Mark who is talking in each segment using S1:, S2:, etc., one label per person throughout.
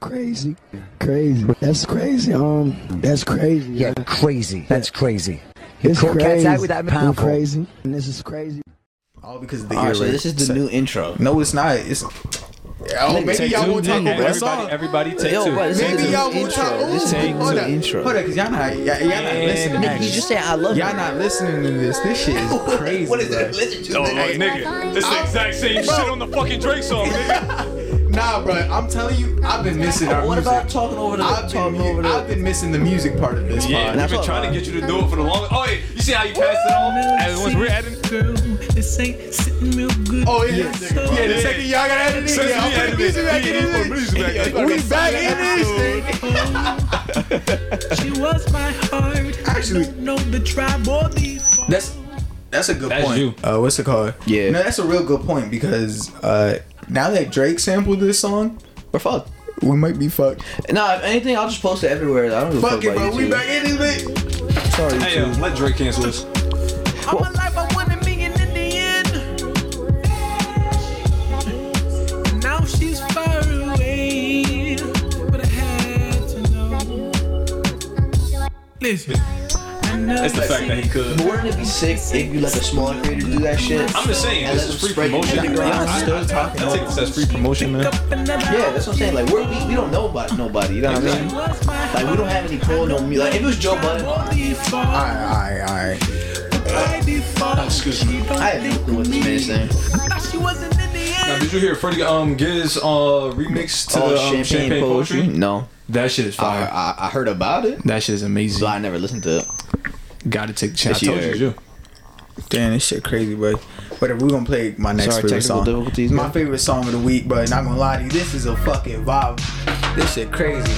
S1: Crazy, crazy. That's crazy. Um, that's crazy.
S2: Yeah,
S1: yo.
S2: crazy. That's crazy. You
S1: it's
S2: cool cats
S1: crazy.
S2: out with that
S1: You
S2: powerful.
S1: crazy. And this is crazy.
S3: All because of the
S4: All
S3: ear
S4: right, so
S3: rape.
S4: this is the
S3: So-
S4: new intro.
S3: No, it's not. It's. Oh, maybe
S5: Take
S3: y'all
S5: two.
S3: won't talk about that
S5: everybody,
S3: song.
S5: everybody take
S4: Yo,
S5: two.
S4: what is it?
S3: Maybe
S4: This
S3: y'all
S4: is
S3: won't
S4: intro.
S3: talk. Ooh,
S4: This is
S5: take
S3: hold
S5: two
S3: up.
S4: intro.
S3: Hold up, cause y'all not, y'all, y'all not
S5: And
S3: listening.
S4: Nigga, you just said I love
S3: Y'all
S4: you.
S3: not listening to this. This shit is crazy.
S4: what is
S3: bro.
S4: it? Listen to
S6: Oh,
S4: this.
S6: hey, nigga, this is the exact same shit on the fucking Drake song, nigga.
S3: Nah, bro. I'm telling you, I've been missing our
S4: What
S3: music.
S4: about talking over the
S3: I've been,
S4: talking over the?
S3: I've been missing the music part of this
S6: Yeah,
S3: pod.
S6: we've been trying to get you to do it for the long. Oh, yeah, you see how you passed it off? And once we're adding,
S7: Girl, this ain't sitting real good.
S3: Oh yeah, yeah. the
S6: Yeah.
S3: second y'all gotta edit it,
S6: Since
S3: yeah,
S6: we
S3: I'll
S6: added
S3: put the music
S6: it,
S3: back
S6: yeah,
S3: in
S6: you put
S3: this.
S6: music back in.
S3: We back in this thing.
S7: She was my heart.
S3: Actually-
S7: I don't know the tribe or the
S3: That's that's a good
S5: That's
S3: point.
S5: you.
S3: Uh, what's it called?
S4: Yeah.
S3: No, that's a real good point because uh, now that Drake sampled this song,
S4: We're fucked.
S3: we might be fucked.
S4: Nah, if anything, I'll just post it everywhere. I don't give a fuck
S3: Fuck it,
S4: about
S3: bro.
S4: YouTube.
S3: We back in this bitch.
S4: Sorry,
S6: hey, uh,
S4: YouTube.
S6: let Drake cancel this.
S7: I'm alive, I want a million in the end. Now she's far away. But I had to know. Listen, I know
S6: That's the fact that he could.
S4: But wouldn't it be sick if you let a smaller creator do that shit?
S6: I'm just saying,
S4: And
S6: this
S4: let
S6: is
S4: them
S6: free
S4: spread it to
S6: promotion.
S4: the ground?
S6: I, I, I, I take this as free promotion, man.
S4: Yeah, that's what I'm saying. Like we're, we we don't know about nobody. You know what I mean? Like we don't have any pro no mu- Like if it was Joe Budden,
S3: All right, all right, all right.
S6: Excuse me.
S4: I have no clue what this man is saying.
S7: She wasn't in the
S6: Now, did you hear Freddie um Giz uh remix to
S4: Oh,
S6: the, um, champagne, poetry?
S4: No,
S6: That shit is
S4: I,
S6: fire.
S4: I I heard about it,
S6: that shit is amazing.
S4: but I never listened to it.
S6: Got to take the chance. I
S4: Shit,
S6: told you,
S4: yeah.
S6: it's you.
S3: Damn, this shit crazy, bro. Whatever, we gonna play my next
S4: Sorry,
S3: favorite
S4: technical
S3: song.
S4: difficulties,
S3: my
S4: man.
S3: favorite song of the week, bro. Not gonna lie to you, this is a fucking vibe. This shit crazy.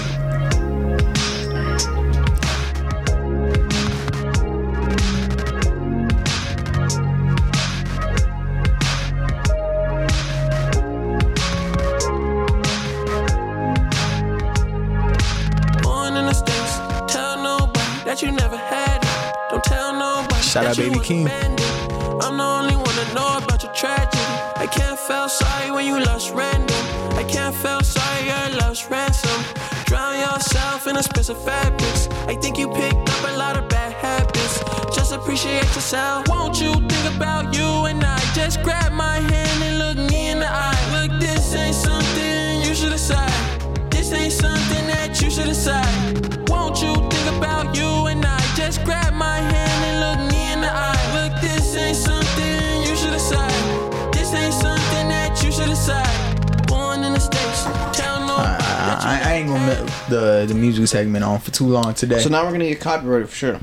S8: Born in the States, tell nobody that you never had it. Don't tell nobody.
S3: Shout
S8: that
S3: out
S8: you
S3: Baby
S8: was
S3: King.
S8: abandoned. I'm the only one to know about your tragedy. I can't feel sorry when you lost random. I can't feel sorry I lost ransom. Drown yourself in a space of fabrics. I think you picked up a lot of bad habits. Just appreciate yourself. Won't you think about you and I? Just grab my hand and look me in the eye. Look, this ain't something you should decide. This ain't something that you should decide. Won't you think about you and I? Just grab my hand and look me in the eye. Look, this ain't something you should decide. This ain't something that you should decide. Born in the states, tell no.
S3: I, I, I ain't gonna let the the music segment on for too long today.
S4: So now we're gonna get copyrighted for sure.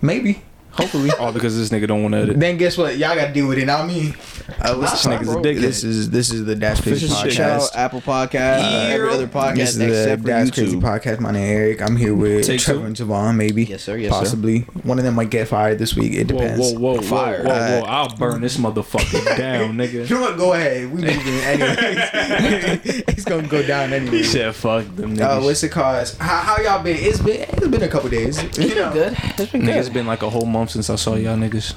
S3: Maybe, hopefully.
S5: All because this nigga don't want to edit.
S3: then guess what? Y'all gotta deal with it. Not me. Uh, what's
S4: Nah,
S3: this
S4: bro.
S3: This is this is the Dash Crazy
S5: Official shit.
S4: Shout
S3: podcast.
S4: out Apple Podcast, uh, every other
S3: This
S4: podcast
S3: is the
S4: except for
S3: Dash Crazy
S4: YouTube.
S3: podcast. My name is Eric. I'm here with
S5: Take
S3: Trevor
S5: two.
S3: and Javon. Maybe.
S4: Yes, sir. Yes, sir.
S3: Possibly one of them might get fired this week. It
S5: Whoa,
S3: depends.
S5: whoa, whoa, whoa,
S4: Fire.
S5: whoa, whoa! I'll burn this motherfucker down,
S3: You
S5: nigga.
S3: know what? Go ahead. We moving anyways. He's gonna go down
S5: He
S3: anyway.
S5: said, "Fuck them
S3: Uh,
S5: niggas."
S3: what's the cause? How, how y'all been? It's been it's been a couple days.
S4: It's
S3: You
S4: been
S3: know,
S4: good. It's been
S5: nigga,
S4: good.
S5: it's been like a whole month since I saw y'all niggas.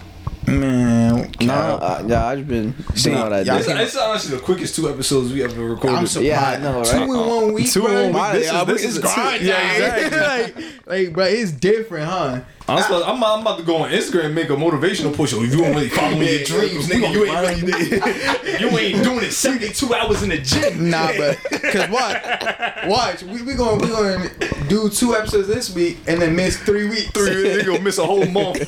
S3: man.
S4: No,
S3: Nah,
S4: uh, yeah, I've just been
S3: See,
S4: doing all that.
S3: y'all
S4: dick.
S6: It's, it's honestly the quickest two episodes we ever recorded.
S3: I'm surprised.
S4: Yeah, I know, right?
S3: Two in one week.
S6: Uh, Two in
S3: bro?
S6: one week. This
S3: Yeah,
S6: is-
S3: bro,
S6: this is
S3: it's
S6: a grind, yeah,
S3: like, like, bro, it's different, huh?
S6: I'm, supposed- I'm, I'm about to go on Instagram and make a motivational push. Oh, you don't really following your dreams, nigga. You ain't, you ain't doing it 72 hours in the gym.
S3: Nah, but cause watch, watch, we we going we going to do two episodes this week and then miss three weeks.
S6: Three, nigga, miss a whole month.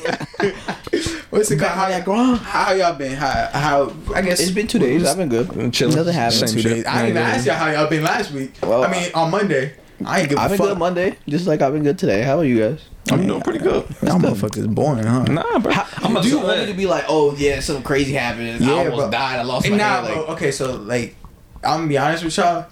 S3: What's it
S4: Back on
S3: called?
S4: that
S3: How,
S4: grind.
S3: how y'all been? How how I guess
S4: It's been two days. I've been good.
S5: chilling.
S4: Nothing happened.
S5: Same
S3: two
S5: shit.
S3: days. I didn't even ask y'all how y'all been last week.
S4: Well,
S3: I mean on Monday. I ain't give a
S4: I've been
S3: fuck.
S4: good Monday, just like I've been good today. How about you guys?
S6: I'm doing pretty good.
S3: Y'all motherfuckers boring, huh?
S5: Nah, bro.
S6: I'm about
S4: Do you
S6: to-
S4: want me to be like, oh yeah, something crazy happened?
S3: Yeah,
S4: I almost
S3: bro.
S4: died. I lost my
S3: And nah,
S4: hair. Like,
S3: bro, okay, so like, I'm gonna be honest with y'all.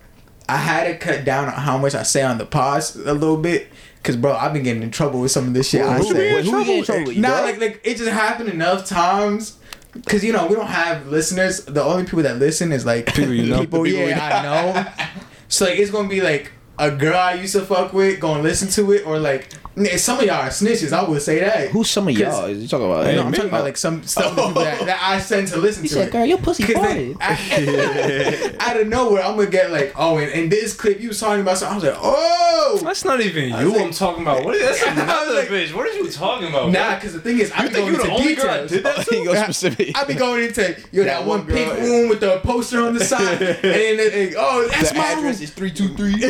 S3: I had to cut down on how much I say on the pause a little bit, cause bro, I've been getting in trouble with some of this shit I
S4: Who you
S3: say.
S4: been in Who you trouble in with? trouble with, you
S3: Nah,
S4: dog?
S3: like like it just happened enough times. Cause you know we don't have listeners. The only people that listen is like people
S5: you know.
S3: People,
S5: People
S3: yeah,
S5: you
S3: I know. So like it's gonna be like a girl I used to fuck with gonna listen to it, or like Nigga, Some of y'all are snitches. I would say that.
S4: Who's some of y'all? Is you talking about?
S3: No,
S4: Hey,
S3: I'm
S6: me?
S3: talking about like
S5: oh.
S3: some some people that, that I send to listen to.
S4: said,
S3: it.
S4: "Girl, your pussy
S3: 'Cause
S4: farted."
S3: then I- Out of nowhere, I'm gonna get like, oh, and in this clip you was talking about something. I was like, oh,
S5: That's not even you.
S3: like-
S5: I'm talking about. What is, that's another
S3: like-
S5: bitch. What are you talking about?
S3: nah. Because the thing is, I
S5: you
S3: be
S5: think
S3: going
S5: you the
S3: into
S5: only girl that
S3: details. Oh,
S5: did that?
S4: He
S5: To?
S4: goes specific.
S3: I be going into yo that, one,
S4: one girl,
S3: pink
S4: yeah.
S3: room with the poster on the side, and then they- oh that's
S4: The
S3: my room.
S4: address is three two three.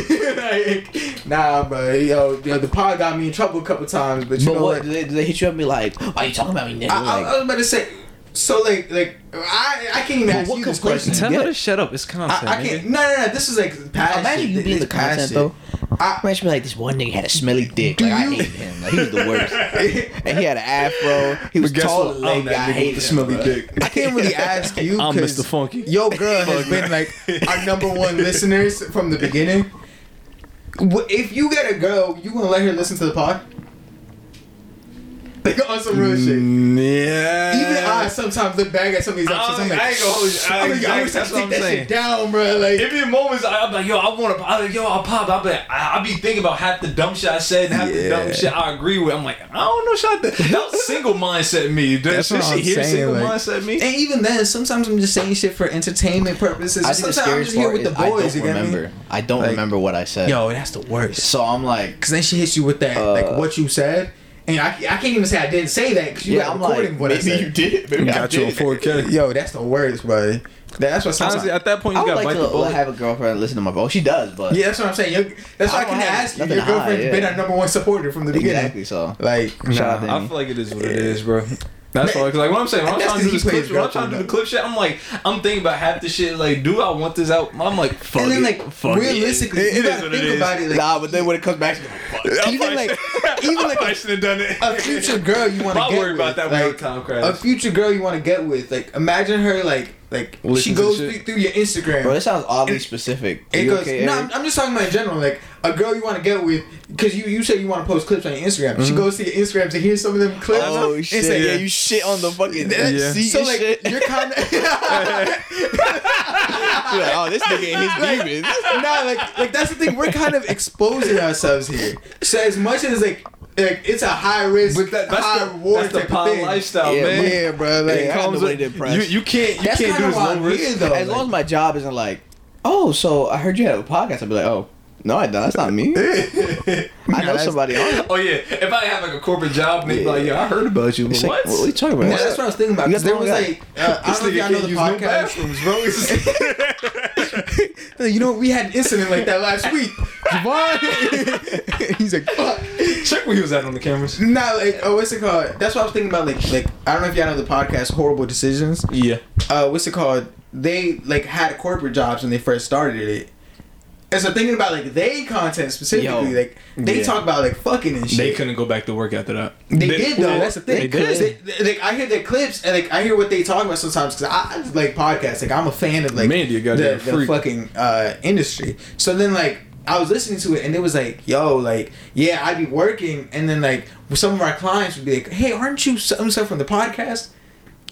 S3: like, nah, but yo, yo, the pod got me in trouble a couple times. But you
S4: But
S3: know
S4: what?
S3: what?
S4: Do they, do they hit you up and be like, "Why you talking about me?" Nigga?
S3: I, I,
S4: like,
S3: I was about to say, so like, like I, I can't even ask
S4: what
S3: you this
S4: complaints
S3: question.
S5: Tell
S4: Yeah.
S5: her to shut up. It's content.
S3: I, I can't. No, no, no. This is like past.
S4: imagine
S3: shit.
S4: you
S3: This
S4: being the
S3: is past
S4: content
S3: shit.
S4: though.
S3: I-
S4: Imagine be like this one nigga had a smelly dick. Like, I
S3: you-
S4: hated him. Like, he was the worst. and he had an afro. He was tall and lanky. I hated him. bro.
S3: I can't really ask you.
S5: I'm
S3: 'cause
S5: Mr. Funky.
S3: Yo, girl has been like our number one listeners from the beginning. Wh- If you get a girl, you gonna let her listen to the pod? Like on some real shit.
S6: Mm, Yeah.
S3: Even I sometimes look back at some of these episodes. I'm like,
S6: I ain't gonna hold you. I,
S3: I'm like, I wish I
S6: that's
S3: could
S6: what
S3: take
S6: I'm
S3: that
S6: saying.
S3: shit down, bro. Like,
S6: It be moments I, I'm like, yo, I want to, I, yo, I'll pop. I'll be, like, I, I be thinking about half the dumb shit I said and half the dumb shit I agree with. I'm like, I don't know, shot that. That was single mindset me. That's
S3: what
S6: what she
S3: I'm
S6: hear
S3: saying,
S6: single
S3: like-
S6: mindset me.
S3: and even then, sometimes I'm just saying shit for entertainment purposes.
S4: I think the
S3: sometimes I'm
S4: scariest
S3: just here
S4: part
S3: with the
S4: is I
S3: boys.
S4: don't
S3: You get me?
S4: remember. I don't
S3: Like-
S4: remember what I said.
S3: Yo, that's the worst.
S4: So I'm like, uh,
S3: Cause then she hits you with that, like what you said, and I, I can't even say I didn't say that because you
S4: yeah,
S3: got
S4: I'm
S3: recording
S4: like,
S3: what I
S4: maybe
S3: said.
S4: you did. Maybe I
S6: Got you on
S4: did.
S6: 4K.
S3: Yo, that's the worst, bro. That- That's what sometimes.
S5: Honestly, at that point,
S4: I
S5: you
S4: would
S5: gotta
S4: like
S5: bite
S4: to
S5: the bullet.
S4: have a girlfriend and listen to my voice. She does, but
S3: yeah, that's what I'm saying. Your- that's why I
S4: I don't
S3: can
S4: have
S3: ask you.
S4: nothing
S3: Your
S4: to hide,
S3: girlfriend's
S4: yeah.
S3: been our number one supporter from the beginning.
S4: exactly. So
S3: Like,
S4: shout out to
S5: Nah, I
S4: me.
S5: feel like it is what it is, bro. That's all. Cause like what I'm saying, when I'm
S3: That's
S5: trying to do
S3: because
S5: this
S3: he
S5: clip,
S3: plays
S5: when I'm trying to do the clip shit, I'm like, I'm thinking about half the shit. Like, do I want this out? I'm like, fuck
S3: and then
S5: it,
S3: like
S5: fuck it.
S3: realistically, you
S6: It is
S3: gotta
S6: what it
S3: think
S6: is.
S3: about it. Like,
S4: nah, but then when it comes back, she's like, fuck.
S3: even like, even like a
S6: should have done it.
S3: a future girl you want to
S5: I'll
S3: get
S5: worry
S3: with.
S5: about that when
S3: like,
S5: your time crashes.
S3: A future girl you want to get with. Like, imagine her like like she
S5: Listen to
S3: goes
S5: shit.
S3: through, through your Instagram.
S4: bro, this sounds oddly specific.
S3: It
S4: You
S3: goes.
S4: okay,
S3: no,
S4: Eric?
S3: I'm, I'm just talking about in general. Like a girl you want to get with, because you you say you want to post clips on your Instagram.
S5: Mm-hmm.
S3: She goes to your Instagram to hear some of them clips.
S4: Oh
S3: and
S4: shit!
S3: say,
S4: yeah, you shit on the fucking
S3: that-
S4: yeah. seat
S3: So
S4: and
S3: like
S4: shit.
S3: you're kind of
S4: You're like, oh, this nigga and his demons.
S3: nah, like like that's the thing. We're kind of exposing ourselves here. So as much as like like it's a high risk,
S5: But that, that's
S3: high
S5: the,
S3: reward
S5: that's the
S3: type of
S5: pod
S3: thing.
S5: lifestyle,
S4: Yeah,
S5: man.
S3: Yeah, bro. Like
S4: Yeah, I
S5: comes
S4: know what
S5: with-
S4: it did, press.
S5: You, you can't you
S3: that's
S5: can't
S3: kind
S5: do
S3: of
S5: this
S3: why
S5: low
S3: I'm
S5: risk.
S3: here though.
S4: As long as my job isn't like, oh, so I heard you have a podcast, I'd be like, oh, no, I don't. That's not me. I know somebody on it.
S5: Oh yeah, if I have like a corporate job, maybe like yeah, I heard about you. But
S4: It's like,
S5: what?
S4: what? are you talking about?
S3: yeah, that's what I was thinking about.
S4: You got
S3: Because
S4: the
S3: there was like, uh,
S4: wrong guy.
S3: I don't know if y'all know the podcast. You know, we had an incident like that last week. Javon, he's like, fuck.
S5: Check where he was at on the cameras.
S3: Not like, oh, what's it called? That's what I was thinking about. Like, like I don't know if y'all know the podcast, Horrible Decisions.
S5: Yeah.
S3: Uh, what's it called? They like had corporate jobs when they first started it. And so thinking about like they content specifically,
S4: Yo.
S3: like they
S5: Yeah.
S3: talk about like fucking and shit.
S5: They couldn't go back to work after that.
S3: They did though. that's the thing.
S5: They did.
S3: They- they- like I hear their clips and like I hear what they talk about sometimes because I, I just like podcasts. Like I'm a fan of like
S5: Man, you
S3: the,
S5: goddamn
S3: the
S5: freak.
S3: fucking uh, industry. So then like I was listening to it and it was like, yo, like yeah, I'd be working and then like some of our clients would be like, hey, aren't you so and so from the podcast?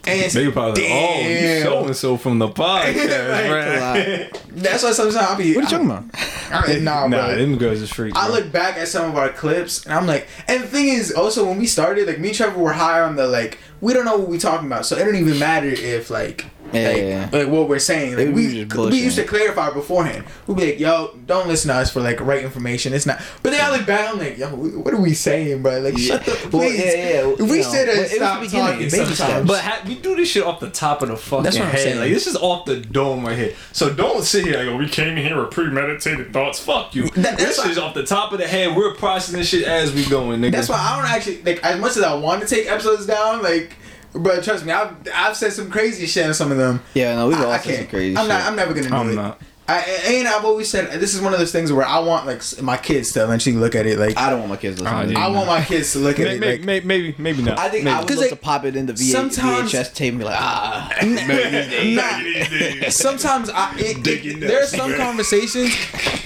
S3: And it's
S5: They were
S3: like,
S5: probably like, oh, you
S3: Damn.
S5: so and so from the podcast, right?
S3: that's why sometimes I'll be. What are you talking about? nah,
S5: Nah,
S3: bro.
S5: them girls is freaks.
S3: I
S5: bro.
S3: look back at some of our clips and I'm like, and the thing is, also when we started, like me and Trevor were high on the like, we don't know what we're talking about, so it don't even matter if like.
S4: Yeah,
S3: like,
S4: yeah,
S3: like what we're saying, like
S4: It was
S3: we
S4: just
S3: we
S4: bullshit.
S3: used to clarify beforehand. We'd be like, "Yo, don't listen to us for like right information. It's not." But then I look back, I'm like, "Yo, what are we saying, bro? Like, shut the
S4: Well,
S3: please.
S4: yeah, yeah, well,
S3: we
S4: you know,
S3: should have
S4: but it was the
S3: stopped
S4: beginning,
S3: talking
S4: baby
S3: sometimes."
S4: steps.
S5: But ha- we do this shit off the top of the fucking
S3: That's what I'm
S5: head.
S3: saying.
S5: Like this is off the dome right here. So don't sit here like, oh, we came in here with premeditated thoughts. Fuck you.
S3: That- that's
S5: this is off the top of the head. We're processing this shit as we going, nigga.
S3: That's why I don't actually like as much as I want to take episodes down. Like, but trust me, I've I've said some crazy shit on some of them.
S4: Yeah, no, we've
S3: I, I
S4: all said some
S3: can't.
S4: crazy
S3: I'm
S4: shit.
S3: not. I'm never gonna do
S5: I'm
S3: it.
S5: not.
S3: I, and I've always said this is one of those things where I want like s- my kids to eventually look at it. Like I,
S4: I don't want my kids listening. to this.
S5: yeah.
S3: want my kids to look at
S5: May-
S3: it.
S5: may-
S3: Like,
S5: may- maybe, maybe not.
S4: I think I would
S3: 'Cause
S4: love
S3: they-
S4: to pop it in the VA,
S3: sometimes-
S4: VHS tape and be like, ah.
S3: nah, sometimes I it, it, there are some conversations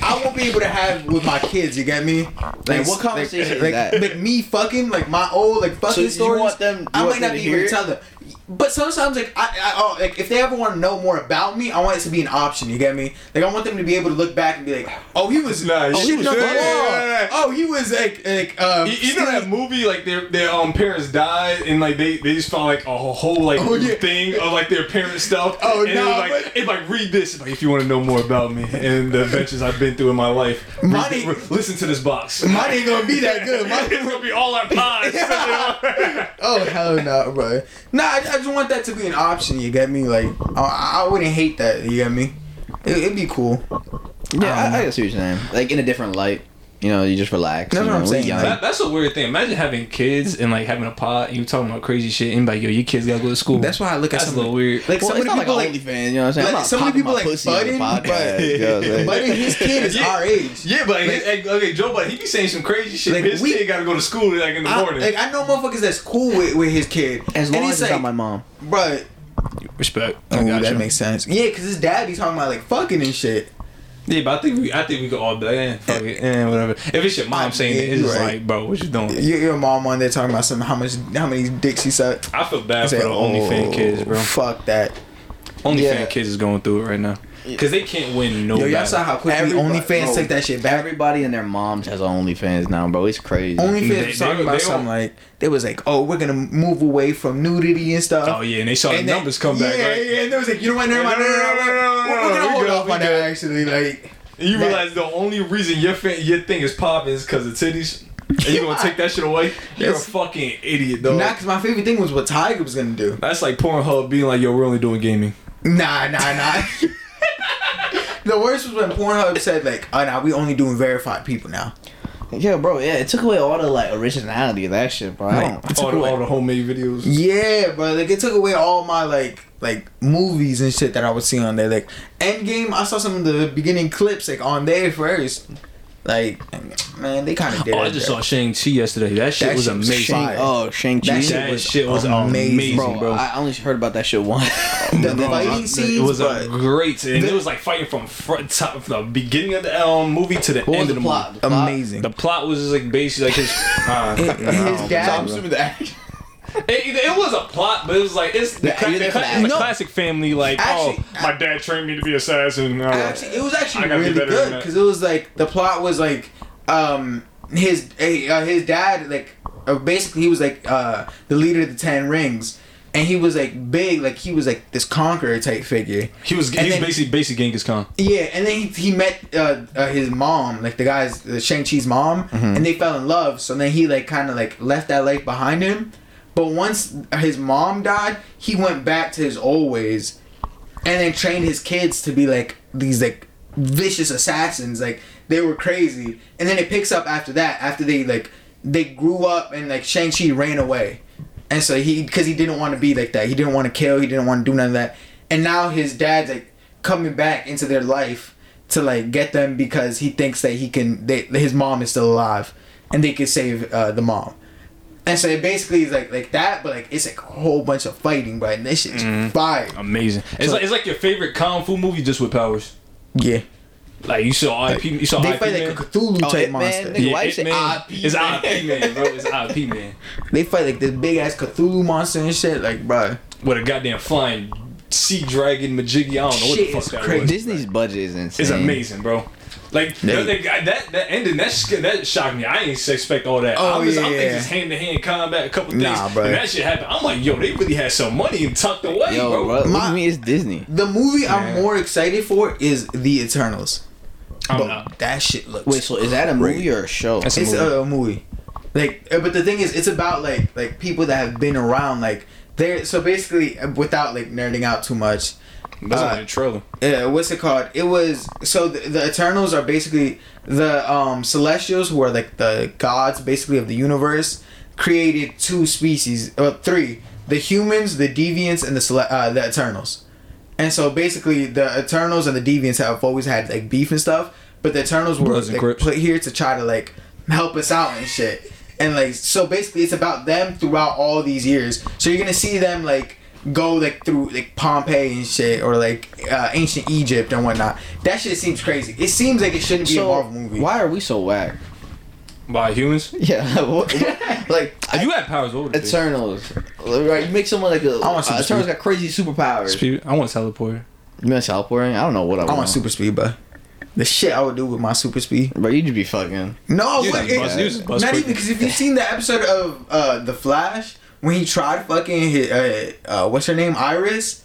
S3: I won't be able to have with my kids. You get me? Like
S4: what conversation
S3: like,
S4: is
S3: like,
S4: that?
S3: like me fucking like my old like fucking
S4: you
S3: stories.
S4: want them- you
S3: I
S4: want
S3: might
S4: them
S3: not be
S4: to hear
S3: able to
S4: it?
S3: tell them. But sometimes, like, I, I oh, like if they ever want to know more about me, I want it to be an option. You get me? Like, I want them to be able to look back and be like, "Oh, he was nice. Oh, he was,
S5: Yeah,
S3: good.
S5: yeah, yeah, yeah.
S3: oh, he was like, like, um,
S5: You, you know that movie, like their their um parents died, and like they they just found like a whole like
S3: Oh, yeah.
S5: thing of like their parents stuff.
S3: Oh,
S5: and it was
S3: nah,
S5: like,
S3: but-
S5: it like read this like if you want to know more about me and the adventures I've been through in my life. read
S3: Mine
S5: thi-
S3: ain't-
S5: re- listen to this box.
S3: Mine ain't gonna be that good. Mine-
S5: it's gonna be all our pods. "Ah,
S3: oh hell no, bro. Nah, I, I just want that to be an option. You get me? Like, I, I wouldn't hate that. You get me? It, it'd be cool.
S4: Yeah, I, I see what you're saying. Like in a different light, you know, you just relax.
S3: That's
S4: you
S3: what
S4: know,
S3: I'm
S4: we
S3: saying,
S4: young.
S3: like-
S6: That, that's a weird thing. Imagine having kids and like having a pod and you talking about crazy shit. And be like, yo, your kids gotta go to school.
S3: That's why I look at
S6: That's a
S3: some
S6: little weird.
S3: Like some
S4: well,
S3: of
S4: it's
S3: the
S4: not
S3: people,
S4: like,
S3: like,
S4: an OnlyFans, you know what I'm saying? I'm
S3: like,
S4: not
S3: some of the
S4: popping
S3: people
S4: my
S3: like
S4: pussy on the
S3: Budden, but-
S4: podcast, you know what I'm saying?
S3: but his kid is
S5: Yeah.
S3: our age.
S5: Yeah, but like,
S3: Like-
S5: like, okay, Joe, but he be saying some crazy shit.
S3: Like,
S5: His
S3: we-
S5: kid gotta go to school like in the
S3: I,
S5: morning.
S3: like I know motherfuckers that's cool with, with his kid.
S4: as long
S3: and
S4: as it's not my mom.
S3: bro.
S6: Respect.
S3: Oh,
S6: I got
S3: that
S6: you.
S3: makes sense. Yeah, because his dad be talking about like fucking and shit.
S6: Yeah, but I think we, I think we could all be like, eh, fuck it, eh, whatever. If it's your mom
S3: I-
S6: saying
S3: yeah,
S6: it, it's
S3: you
S6: just
S3: right.
S6: like, bro, what you doing?
S3: Your, your mom on there talking about some how much how many dicks she sucked.
S6: I feel bad
S3: I
S6: for
S3: said,
S6: the OnlyFans
S3: oh,
S6: kids, bro.
S3: Fuck that.
S6: OnlyFans
S3: yeah.
S6: kids is going through it right now because they can't win no.
S3: Yo, y'all
S6: battle.
S3: saw how quickly
S4: Everybody-
S3: OnlyFans
S4: bro,
S3: took that shit back.
S4: Everybody and their moms has OnlyFans now, bro. It's crazy.
S3: OnlyFans
S6: They-
S3: was
S6: they-
S3: talking about
S6: they don't-
S3: something like they was like, oh, we're gonna move away from nudity and stuff.
S6: Oh yeah, and they saw the
S3: they-
S6: numbers come back.
S3: Yeah,
S6: right?
S3: yeah. And they was like, you know what? Never
S5: No,
S3: mind.
S5: no,
S3: never
S5: no,
S3: mind,
S5: no,
S3: never
S5: no,
S3: mind.
S5: no,
S3: We're
S5: no,
S3: gonna
S5: we
S3: hold
S5: good,
S3: off
S5: we
S3: on that actually. Like,
S5: And you
S3: That-
S5: realize the only reason your fa- your thing is popping is because of titties. And you gonna take that shit away? You're a
S3: That's-
S5: fucking idiot, dog.
S3: not because my favorite thing was what Tiger was gonna do.
S5: That's like Pornhub being like, yo, we're only doing gaming.
S3: Nah, nah, nah. the worst was when Pornhub said like, "Oh, nah, we only doing verified people now."
S4: Yeah, bro. Yeah, it took away all the like originality of that shit, bro. I don't-
S5: All the, all the homemade videos.
S3: Yeah, bro. Like it took away all my like like movies and shit that I was seeing on there. Like Endgame, I saw some of the beginning clips like on there first. Like, man, they kind of did.
S6: Oh, I
S3: it,
S6: just
S3: bro.
S6: saw Shang Chi yesterday. That shit
S3: That
S6: was
S3: shit was
S6: amazing.
S3: fire.
S4: Oh, Shang Chi.
S3: That
S6: That shit was, amazing,
S3: amazing,
S4: bro,
S6: bro.
S4: I only heard about that shit once.
S3: the
S6: Bro,
S3: fighting
S6: it
S3: scenes.
S6: was
S3: but
S6: a great, and it was like fighting from front top, from the beginning of the um, movie to the
S4: What was
S6: end
S4: the
S6: of the
S4: plot?
S6: movie.
S4: The plot?
S3: amazing.
S6: The plot was just like basically like his. Uh,
S3: his dad.
S6: it, it was a plot, but it was like it's the,
S4: Yeah,
S6: cla-
S4: you're
S6: the
S4: there
S6: cla-
S4: for that.
S6: it's the
S4: No.
S6: classic family. Like,
S3: Actually,
S6: oh, my dad trained me to be an assassin. Uh,
S3: actually, it was
S5: I
S3: actually
S5: gotta be
S3: really
S5: better than
S3: good
S5: that.
S3: because it was like the plot was like um his eh, uh, his dad like uh, basically he was like uh the leader of the Ten Rings. And he was like big, like he was like this conqueror type figure.
S6: he was
S3: And
S6: he was
S3: then-
S6: basically basically Genghis Khan.
S3: Yeah, and then he, he met uh, uh, his mom, like the guy's uh, Shang Chi's mom, and they fell in love. So then he like kind of like left that life behind him. But once his mom died, he went back to his old ways, and then trained his kids to be like these like vicious assassins. Like they were crazy. And then it picks up after that, after they like they grew up and like Shang Chi ran away, and so he because he didn't want to be like that. He didn't want to kill. He didn't want to do none of that. And now his dad's like coming back into their life to like get them because he thinks that he can. They, his mom is still alive, and they can save uh, the mom. And so it basically is like like that, but like it's like a whole bunch of fighting, but and this shit's fire.
S6: Mm-hmm. Amazing. It's like it's like your favorite kung fu movie just with powers.
S3: Yeah.
S6: Like you saw IP, you saw
S3: They
S6: IP
S3: fight like
S6: man.
S3: a Cthulhu type
S4: Oh, Hitman,
S3: monster.
S4: nigga. Why you
S6: Ip
S4: say
S6: Man.
S4: IP
S6: It's IP man, bro. It's IP man
S3: They fight like this big ass Cthulhu monster and shit. Like, bruh.
S6: with a goddamn flying sea dragon majiggy. I don't know what
S3: Shit
S6: the fuck
S3: is
S6: that
S3: crazy.
S6: was.
S4: Disney's budget is insane.
S6: It's amazing, bro. Like
S3: Yeah.
S6: that, that, that, that ending, that sh- that shocked me. I didn't expect all that.
S3: Oh,
S6: I'm, just, I'm
S3: yeah.
S6: thinking just hand to hand combat, a couple things.
S3: Nah, bro.
S6: And that shit happened. I'm like, yo, they really had some money and tucked away,
S4: Yo, bro,
S6: bro.
S4: what do
S3: My-
S4: you mean it's Disney?
S3: The movie I'm more excited for is The Eternals.
S6: I'm
S3: but
S6: not.
S3: that shit looks.
S4: Wait, so is that a movie or a show?
S6: That's a
S3: it's
S6: movie.
S3: a movie. Like, uh, but the thing is, it's about like like people that have been around. Like, they're so basically uh, without like nerding out too much.
S6: That's
S3: uh,
S6: only a trailer.
S3: uh, what's it called? It was so the, the Eternals are basically the um, Celestials, who are like the gods, basically of the universe, created two species, uh, three: the humans, the deviants, and the Cele- uh, the Eternals. And so basically, the Eternals and the deviants have always had like beef and stuff, but the Eternals were
S6: Brothers and
S3: like,
S6: Crips.
S3: put here to try to like help us out and shit. And like so basically it's about them throughout all these years. So you're gonna see them like go like through like Pompeii and shit or like uh, ancient Egypt and whatnot. That shit seems crazy. It seems like it shouldn't be a
S4: So,
S3: Marvel movie.
S4: why are we so whack?
S6: By humans?
S4: Yeah, like
S6: If you had powers over
S4: Eternals. Right, you make someone like a. I
S3: want
S4: want
S3: some
S4: uh, Turtle's
S3: speed.
S4: got crazy superpowers.
S6: Speed- I want teleport.
S4: You mean teleporting? I don't know what I,
S3: I want super speed, but the shit I would do with my super speed.
S4: But you just be fucking.
S3: No,
S6: You
S3: what-
S6: just bust-
S3: it-
S6: you just bust
S3: not
S6: quick.
S3: even because if you've seen the episode of uh, the Flash when he tried fucking his, uh, uh, what's her name Iris,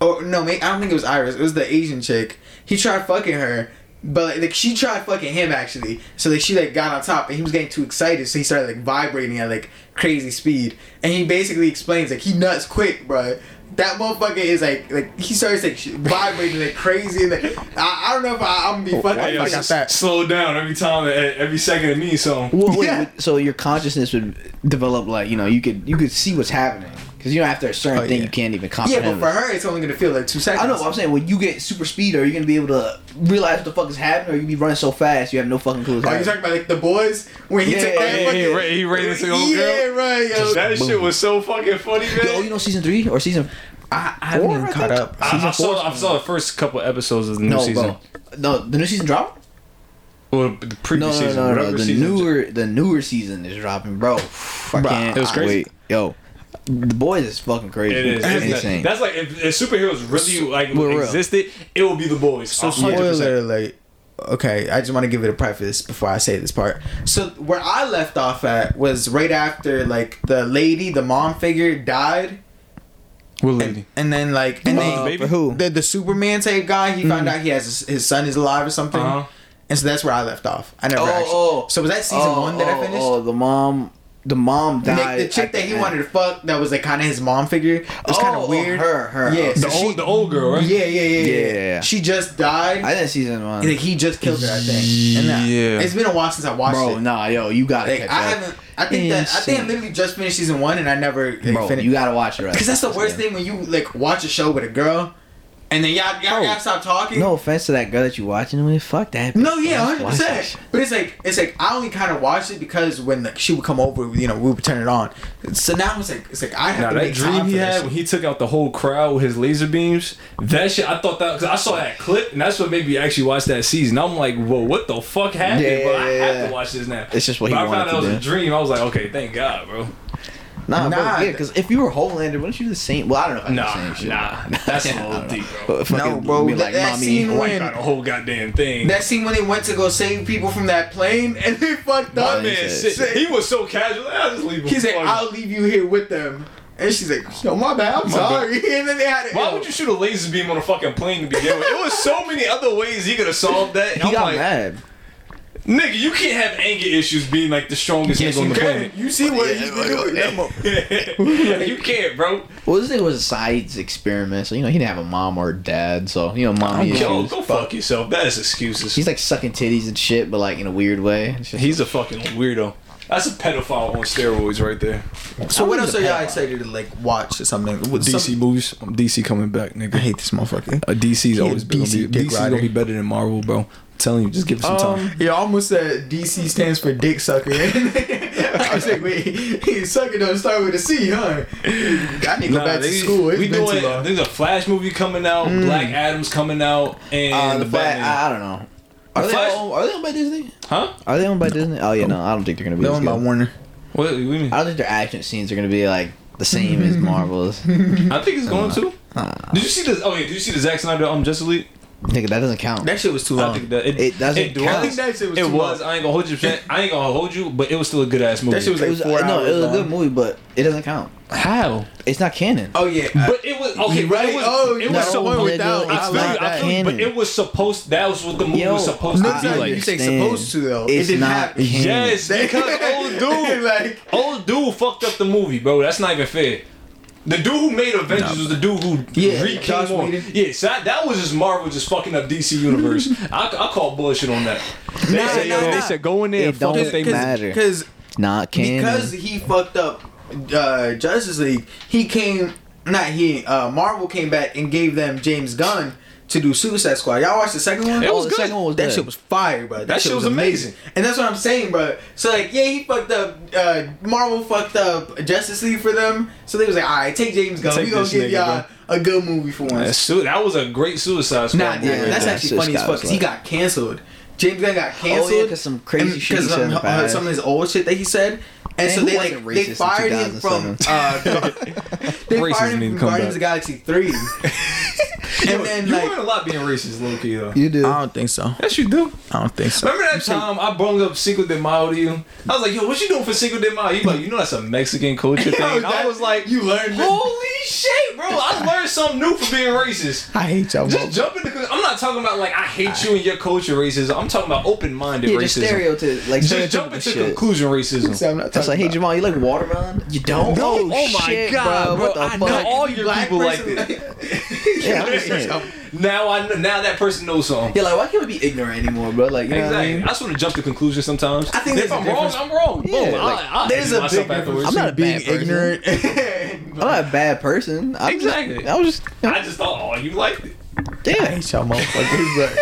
S3: oh no, mate, I don't think it was Iris. It was the Asian chick. He tried fucking her, but like she tried fucking him actually. So like she like got on top and he was getting too excited, so he started like vibrating at like crazy speed. And he basically explains like he nuts quick, bro. That motherfucker is like like he starts like sh- vibrating like crazy. And, like I, I don't know if I, I'm gonna
S4: Oh,
S3: be fucking.
S5: Hey, yo,
S3: I got
S5: s-
S3: that.
S5: Slow down every time, eh, every second of me. So
S4: Well, wait,
S3: Yeah.
S4: would- so your consciousness would develop like you know you could you could see what's happening because you know after a certain
S3: Oh,
S4: thing
S3: yeah.
S4: you can't even
S3: Yeah,
S4: comprehend.
S3: but for her, it's only gonna feel like two seconds.
S4: I know. But I'm saying when you get super speed, are you gonna be able to realize what the fuck is happening, or you be running so fast you have no fucking clue? What's
S3: Are you
S4: happening?
S3: talking about like the boys when he
S4: Yeah,
S3: took that
S4: yeah,
S3: fucking?
S6: he ra- he raised the old girl?
S3: Yeah, right. Yo.
S5: that shit was so fucking funny, man.
S4: Yo, Oh, you know season three or season?
S3: I, I haven't even caught up.
S6: I, I saw I saw the first couple episodes of the new
S4: No,
S6: season.
S4: bro. No, the new season dropped.
S6: Or the
S4: No,
S6: previous
S4: no,
S6: season.
S4: no, no,
S6: whatever
S4: no. The
S6: season.
S4: newer, the newer season is dropping, bro. I can't.
S6: it was
S4: I-
S6: crazy.
S4: wait, yo, the boys is fucking crazy.
S6: It is.
S4: It's
S6: It's
S4: insane.
S6: That's like if, if superheroes really like
S4: we're real.
S6: existed, it would be the boys. So
S3: Spoiler alert. Okay, I just want to give it a preface before I say this part. So where I left off at was right after like the lady, the mom figure, died,
S6: Will
S3: and, and then like and
S6: the Mm-hmm.
S3: then
S6: baby?
S4: who?
S3: the the Superman type guy, he found out he has his, his son is alive or something,
S6: Uh-huh.
S3: and so that's where I left off. I never
S4: Oh,
S3: actually.
S4: oh.
S3: so was that season
S4: Oh,
S3: one that
S4: oh,
S3: I finished?
S4: Oh, the mom, the mom
S3: Nick,
S4: died.
S3: the chick
S4: at
S3: that he
S4: end.
S3: wanted to fuck, that was like kind of his mom figure. It was kind
S4: Oh,
S3: of weird.
S4: her, her.
S3: Yeah, so
S6: The
S3: she-
S6: old the old girl, right?
S3: yeah, yeah, yeah, yeah,
S4: Yeah, yeah, yeah.
S3: She just died.
S4: I didn't season one.
S3: and, like, he just killed her, I think. And that,
S6: Yeah.
S3: it's been a while since I watched
S4: bro,
S3: it.
S4: nah, yo, you gotta
S3: like,
S4: catch
S3: I
S4: up.
S3: haven't. I think that I think I
S4: Insane.
S3: literally just finished season one, and I never like,
S4: Bro,
S3: finished.
S4: you gotta watch it. right?
S3: Because that's the worst thing when you like watch a show with a girl, and then y'all y'all
S4: Bro.
S6: Oh.
S3: gotta stop talking.
S4: No offense to that girl that you watching with. Fuck that.
S3: No,
S4: bitch.
S3: yeah,
S4: Watch
S3: hundred
S4: that
S3: percent.
S4: shit.
S3: But it's like it's like I only kind of watched it because when like she would come over, you know, we would turn it on. So now it's like it's like I have
S6: Now
S3: to
S6: that
S3: make
S6: dream
S3: time
S6: he
S3: for this.
S6: had when he took out the whole crowd with his laser beams, that shit I thought that because I saw that clip and that's what made me actually watch that season. I'm like, whoa, what the fuck happened?
S4: Yeah,
S6: bro, I
S4: yeah,
S6: have
S4: yeah.
S6: to watch this now.
S4: It's just what
S6: But
S4: he
S6: I found
S4: wanted
S6: out it
S4: to
S6: was a
S4: do.
S6: dream. I was like, okay, thank God, bro.
S4: Nah, bro,
S3: Nah,
S4: yeah, because if you were Homelander, wouldn't you do the same? Well, I don't know. If I do
S6: Nah,
S4: the same
S6: nah,
S4: shit.
S6: that's
S4: Yeah,
S6: a
S4: I
S6: little
S4: don't know.
S6: deep, bro.
S4: But fucking
S3: No, bro,
S4: be
S3: that-
S4: like,
S3: that
S4: mommy,
S3: scene
S6: Wiped
S3: when-
S6: out the whole goddamn thing.
S3: That scene when they went to go save people from that plane and they fucked up.
S4: Man,
S6: Man,
S4: shit.
S6: shit. He was so casual. I just leave him.
S3: He's like,
S6: Fuck it.
S3: I'll leave you here with them. And she's like, no, my bad, I'm sorry. And then they had it.
S6: Why would you shoot a laser beam on a fucking plane to begin with? It was so many other ways he could have solved that. And
S4: he
S6: I'm
S4: got
S6: like,
S4: mad.
S6: nigga, you can't have anger issues being like the strongest
S3: Yes,
S6: nigga on
S3: you
S6: the
S3: can.
S6: planet.
S3: You see what he's been doing. That mo-
S6: you can't, bro.
S4: Well, this thing was a science experiment, so you know he didn't have a mom or a dad, so you know mommy
S6: Oh, Yo,
S4: issues.
S6: go fuck yourself. That is excuses.
S4: He's like sucking titties and shit, but like in a weird way. It's just-
S6: He's a fucking weirdo. That's a pedophile on steroids right there.
S3: So what else are y'all excited to like watch or something? What- some-
S6: movies. DC coming back,
S3: I
S6: nigga.
S3: hate this motherfucker.
S6: Uh, DC's
S3: a DC dick rider.
S6: better than Marvel, bro. I'm telling you, just give it some
S3: Um, you almost said DC stands for dick sucker. I was like, wait, sucker don't start with a C, huh? I need to go
S6: Nah,
S3: back
S6: they-
S3: to school. It's
S6: we
S3: been
S6: doing.
S3: too long. Mm.
S6: There's a Flash movie coming out. Black Adam's coming out, and
S4: uh, the
S6: the
S4: black,
S6: Batman.
S4: I, I don't know. Are they,
S6: Flash-
S4: owned, are they owned by Disney?
S6: huh?
S4: Are they owned by Disney? Oh yeah, no, I don't think they're gonna be.
S3: That
S4: As
S3: one by
S4: good.
S3: Warner.
S6: What, what do you mean?
S4: I don't think their action scenes are gonna be like the same as Marvel's.
S6: I think it's going to. Did you see the? Oh yeah, did you see the Zack Snyder um Justice League?
S4: Nigga, that doesn't count.
S3: That shit was too
S6: I
S3: long.
S6: think that it,
S4: It doesn't
S6: It
S4: count.
S6: was.
S4: I think
S3: that shit was
S6: it
S3: too
S6: was.
S3: long.
S6: I ain't gonna hold you. percent- I ain't gonna hold you, but it was still a good ass movie.
S3: That shit was
S4: it
S3: like
S4: was uh,
S3: four
S4: no,
S3: hours
S4: it was a
S3: long.
S4: good movie, but it doesn't count.
S6: how?
S4: It's not canon.
S3: Oh yeah,
S6: But it was okay.
S3: You
S6: but
S3: right?
S6: It was,
S3: Oh,
S6: it
S3: no,
S6: was so.
S3: one
S4: nigga,
S3: without-
S4: it's
S3: I
S6: I feel
S4: not
S6: you, I feel you,
S4: canon.
S6: but it was supposed. That was what the movie
S4: Yo,
S6: was supposed
S3: I-
S6: to be
S3: I-
S6: like.
S3: you say supposed to, though. It
S4: It's
S3: didn't
S4: not
S3: happen.
S4: canon.
S6: Yes, because old dude,
S3: like
S6: old dude fucked up the movie, bro. That's not even fair. The dude who made Avengers was the dude who
S3: Yeah,
S6: re
S3: Joss
S6: came on.
S3: Whedon.
S6: Yeah, so that, that was just Marvel just fucking up DC Universe. I, I call bullshit on that. They,
S3: Nah,
S6: said, yo,
S3: nah, nah.
S6: they said go in there
S4: It
S6: and fuck
S4: don't-
S6: up they movie.
S4: Cause- matter.
S3: Because
S4: Not canon.
S3: because he fucked up uh, Justice League, he came not he uh, Marvel came back and gave them James Gunn to do Suicide Squad. Y'all watched the second one?
S6: It was
S4: Oh, the
S6: good.
S4: second one was
S3: that
S4: good.
S3: shit was fire, bro. That,
S6: That shit was amazing.
S3: and that's what I'm saying, bro. So like, yeah, he fucked up. Uh, Marvel fucked up Justice League for them, so they was like, all right, take James Gunn.
S6: Take
S3: we gonna
S6: this
S3: give
S6: nigga,
S3: y'all a good movie for once.
S6: That su- that was a great Suicide Squad.
S3: Nah,
S6: movie
S3: yeah,
S6: right
S3: that's
S6: there.
S4: yeah,
S3: actually
S4: Suicide
S3: funny as fuck. 'cause
S4: Squad.
S3: he got canceled. James Gunn got canceled.
S4: Oh, yeah, 'cause some
S3: and-
S4: crazy shit he
S3: 'cause
S4: said in the
S3: of, uh,
S4: past.
S3: some of his old shit that he said. And
S4: Man,
S3: so
S4: who
S3: they
S4: wasn't
S3: like they
S4: racist in
S3: fired him from uh, they
S6: Racism
S3: fired
S6: need
S3: him
S6: to come
S3: from Guardians
S6: back.
S3: of the Galaxy three. and then
S6: you
S3: like
S6: learn a lot being racist, low key though.
S4: You do.
S3: I don't think so.
S6: Yes, you do.
S3: I don't think so.
S6: Remember that time I brung up Cinco de Mayo to you? I was like, "Yo, what you doing for Cinco de Mayo?" You like, you know that's a Mexican culture thing. And I
S3: that-
S6: was like,
S3: you learned it.
S6: Holy shit, bro! I learned something new for being racist.
S1: I hate y'all.
S6: Just jump into. I'm not talking about like I
S4: Ah.
S6: hate you and your culture racism. I'm talking about open minded
S4: Yeah, just
S6: racism.
S4: stereotype. Like
S6: Just jump
S4: stereotypical
S6: into
S4: shit.
S6: conclusion racism.
S1: I'm not
S4: That's like,
S1: talking
S4: hey Jamal, you like watermelon? You don't?
S6: No,
S4: oh,
S6: oh my
S4: shit,
S6: God,
S4: bro! What
S6: bro,
S4: the
S6: I know
S4: fuck?
S6: all your people like
S3: person-
S6: that.
S4: yeah, I'm just saying.
S6: Now I kn- now that person knows something.
S4: Yeah, like why can't we be ignorant anymore, bro? Like, you know
S6: Exactly. I,
S4: what I mean?
S6: just want to jump to conclusions sometimes. I
S3: think
S6: if
S3: there's a
S6: I'm wrong,
S3: difference-
S6: I'm wrong.
S4: Yeah,
S6: Boom.
S4: like,
S6: I, I
S4: there's
S6: hate
S4: a
S6: myself
S4: big
S6: afterwards.
S4: I'm not a
S3: being
S4: bad person.
S3: ignorant.
S4: I'm not a bad person. I'm
S6: Exactly.
S4: Just, I was just
S6: I just thought, oh, you liked it.
S4: damn.
S1: y'all motherfuckers.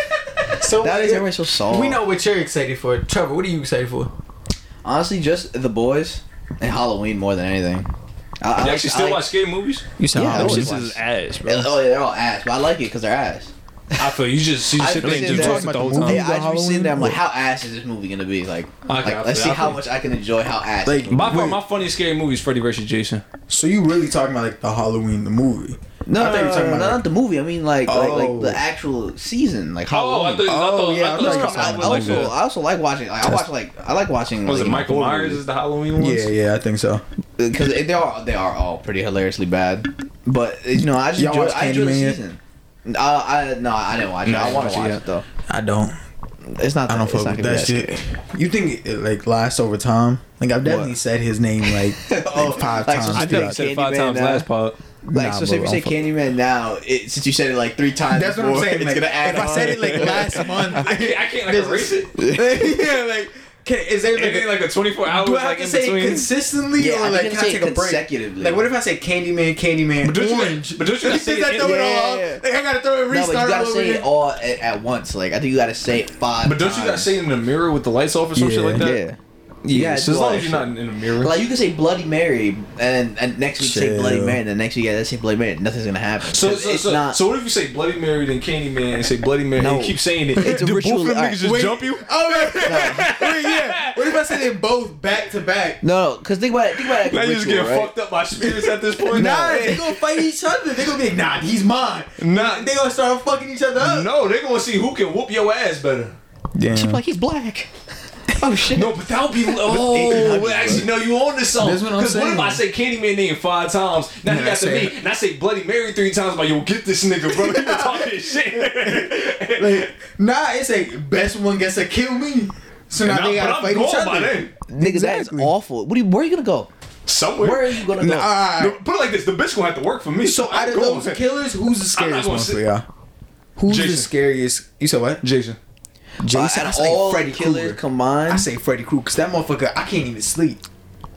S3: so
S4: That is everyone's so soft.
S3: we know what you're excited for, Trevor. What are you excited for?
S4: Honestly, just the boys and Halloween more than anything. I, I
S6: You
S4: like-
S6: actually
S4: I
S6: still
S4: like-
S6: watch scary movies?
S3: You sound
S4: Yeah, I
S3: old.
S4: was-
S6: This is ass, bro.
S4: Oh yeah, they're all ass, but I like it because they're ass.
S6: I feel you just you just
S4: I
S6: sit there and
S4: think
S6: just
S4: that-
S6: roast it the whole
S1: Movies
S4: Yeah,
S6: time.
S1: on
S4: I just be sitting
S1: Halloween?
S4: there. I'm like, how ass is this movie gonna be? Like, like,
S6: I
S4: let's
S6: feel-
S4: see
S6: I
S4: how
S6: feel-
S4: much I can enjoy how ass.
S3: Like,
S6: By far,
S3: wait,
S6: my funniest scary movie is Freddy vs. Jason.
S3: so you really talking about like the Halloween the movie?
S4: no,
S3: I
S4: no,
S3: thought you were
S4: no, no,
S3: talking
S4: no,
S3: about
S4: not
S3: like-
S4: the movie. I mean, like, like,
S3: Oh.
S4: like the actual season, like
S6: Oh, I
S4: Halloween.
S6: thought, I thought,
S3: Oh, yeah,
S6: I thought
S3: I thought
S6: it was
S3: you were
S4: I
S6: something
S3: talking
S6: like
S4: also,
S6: that.
S4: I also like watching. Like, I watch like I like watching.
S6: Was
S4: like,
S6: it Michael
S4: horror
S6: Myers is the Halloween one?
S3: Yeah, yeah, I think so.
S4: because they are they are all pretty hilariously bad. But you know, I just
S3: Y'all
S4: enjoy,
S3: watch
S4: I enjoy the
S3: Candyman yet?
S4: season. Uh, I no, I didn't watch it. I want to watch it though.
S3: I don't.
S4: It's not.
S3: I don't
S4: it's
S3: fuck
S4: not
S3: with
S4: gonna be
S3: that shit. You think it like lasts over time? Like I've definitely said his name like,
S4: Oh,
S3: like five
S4: like,
S3: times.
S4: so
S6: I think I
S4: think
S6: said five
S4: Candyman
S6: times
S4: now.
S6: last part.
S4: Like
S1: Nah,
S4: so,
S1: bro,
S4: say if you
S1: I'm
S4: say
S1: fuck-
S4: Candyman now, it, since you said it like three times,
S3: That's what I'm
S4: before,
S3: saying.
S4: It's
S3: like,
S4: gonna add.
S3: if I said
S4: on.
S3: it like last month,
S6: I can't, I can't like erase it.
S3: yeah, like can, is there like,
S6: Anything
S3: a,
S6: like a 24 hours
S3: do I have
S6: like
S3: to
S6: in
S3: say it
S6: between?
S3: consistently
S4: Yeah, I
S3: or
S4: think
S3: like
S4: you
S3: can
S4: say
S3: I
S4: it
S3: take a break?
S4: consecutively.
S3: Like what if I say Candyman, Candyman,
S6: But don't you-
S3: orange?
S6: but don't you gotta say
S3: think I
S6: it-
S3: throw it all
S4: yeah,
S3: off?
S4: yeah.
S3: Like I gotta throw it
S4: no, but you
S3: restart
S4: gotta
S3: all over
S4: say it
S3: again.
S4: all at, at once. Like I think you gotta say it five.
S6: But don't you gotta
S4: times.
S6: say it in the mirror with the lights off or some shit like that?
S4: Yeah. Yeah,
S6: so as long as
S4: it's
S6: you're not in the mirror.
S4: Like you can say Bloody Mary, and, and next week say
S3: Chill.
S4: Bloody Mary, and the next week you gotta say Bloody Mary. Nothing's gonna happen.
S6: so,
S4: 'Cause
S6: so,
S4: it's
S6: so,
S4: not.
S6: so what if you say Bloody Mary then Candyman and say Bloody Mary
S4: No.
S6: and keep saying it?
S4: It's a
S6: Do both
S4: ritual-
S6: of them
S4: alright.
S6: niggas just
S3: Wait.
S6: jump you?
S3: Oh, wait, wait, yeah. What if I say they both back to back?
S4: no, because think about it. Think about it.
S6: Now
S4: Like a
S6: you just
S4: ritual,
S6: get
S4: right?
S6: fucked up by spirits at this point.
S3: Nah, they gonna fight each other. They gonna be like, nah, he's mine.
S6: Nah.
S3: they gonna start fucking each other up.
S6: No, they're gonna see who can whoop your ass better.
S3: Damn.
S4: Like he's black. oh shit.
S6: No, but that would be oh. well, actually, no, you own this song.
S3: That's what I'm
S6: Because what if
S3: saying.
S6: I say Candyman name five times? Now he
S3: Yeah,
S6: got to
S3: say
S6: me, and I say Bloody Mary three times. Like, yo, get this nigga, bro. He been talking shit.
S3: Like, nah, it's like best one gets to kill me. So now
S6: And
S3: they
S6: I'm-
S3: gotta
S6: but
S3: fight
S6: I'm
S3: each
S6: going by
S3: other.
S6: then.
S4: Nigga, that is awful. What are you, where are you gonna go?
S6: Somewhere.
S4: Where are you gonna go?
S3: Nah,
S6: No, Put it like this: the bitch gonna have to work for me.
S3: So
S6: I'm
S3: out of
S6: going.
S3: those killers, who's the
S6: I'm not
S3: scariest
S6: gonna
S3: one
S6: sit-
S3: for y'all? Who's the
S6: Jason.
S3: scariest? You said what?
S6: Jason.
S3: Jason.
S4: Out
S3: I
S4: of
S3: say
S4: all
S3: Freddy
S4: killers
S3: Krueger.
S4: combined.
S3: I say Freddy Krueger because that motherfucker, I can't even sleep.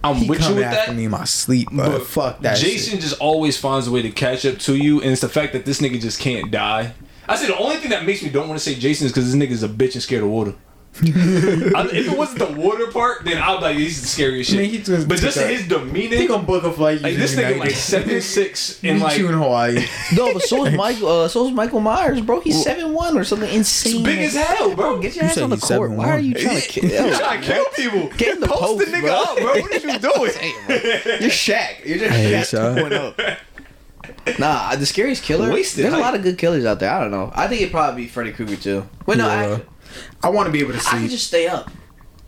S6: I'm
S3: He
S6: with you
S3: come
S6: with
S3: after
S6: that.
S3: me in my sleep, but,
S6: but
S3: fuck that.
S6: Jason
S3: Jason,
S6: just always finds a way to catch up to you, and it's the fact that this nigga just can't die. I said the only thing that makes me don't want to say Jason is because this nigga's a bitch and scared of water. I- if it wasn't the water part, then I'd be like, he's the scariest shit.
S3: Man, he just-
S6: but just
S3: took a-
S6: his demeanor,
S3: shit. He gonna book a flight.
S6: like this nigga like seven six and
S3: in
S6: like
S3: you in Hawaii.
S4: no, but so is Michael. Uh, so is Michael Myers, bro. He's seven one or something insane.
S6: big as hell, bro.
S4: Get your ass
S3: said
S4: on the
S3: he's
S4: court. Why are
S3: 7'1"?
S4: you trying to kill?
S6: He's trying to kill people.
S4: Get in the
S6: Post the
S4: post,
S6: nigga
S4: bro.
S6: up, bro. What are you doing?
S4: You're Shaq. You're just
S3: Hey,
S4: Shaq
S3: Shaq.
S4: 2.0. Nah, the scariest killer.
S6: Wasted
S4: There's a
S6: hype.
S4: lot of good killers out there. I don't know. I think it'd probably be Freddy Krueger too. But no,
S3: Yeah. I want to be able to
S4: I, I could
S3: sleep.
S4: just stay up.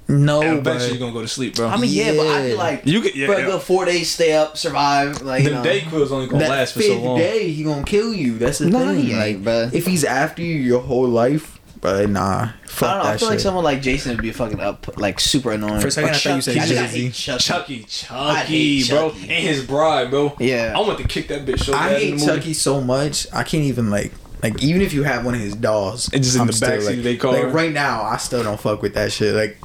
S3: no,
S6: Eventually,
S3: but
S6: you're gonna go to sleep, bro.
S4: I mean, yeah, but I'd be
S3: Yeah.
S4: like,
S6: You could- yeah,
S4: for a
S6: yeah.
S4: good four days, stay up, survive. Like, you
S6: Them
S4: know.
S6: day quills only gonna
S3: that
S6: last for
S3: fifth
S6: so long.
S3: day he gonna kill you. That's the
S4: Nah,
S3: thing.
S4: he
S3: like,
S4: ain't, bruh.
S3: if he's after you your whole life, but nah, fuck
S4: I don't know.
S3: that
S4: I feel
S3: shit.
S4: like someone like Jason would be fucking up, like super annoying.
S3: For a second,
S4: Or
S3: I thought you said
S4: Chucky. I think I
S3: Jay-Z.
S4: hate Chucky.
S6: Chucky, Chucky,
S4: hate
S6: bro,
S4: Chucky.
S6: and his bride, bro.
S4: Yeah.
S6: I want to kick that bitch so bad
S3: I
S6: in
S3: hate
S6: the movie.
S3: Chucky so much. I can't even like like even if you have one of his dolls,
S6: It's just in
S3: I'm
S6: the
S3: still,
S6: backseat
S3: like,
S6: of their car.
S3: Like right now, I still don't fuck with that shit. Like,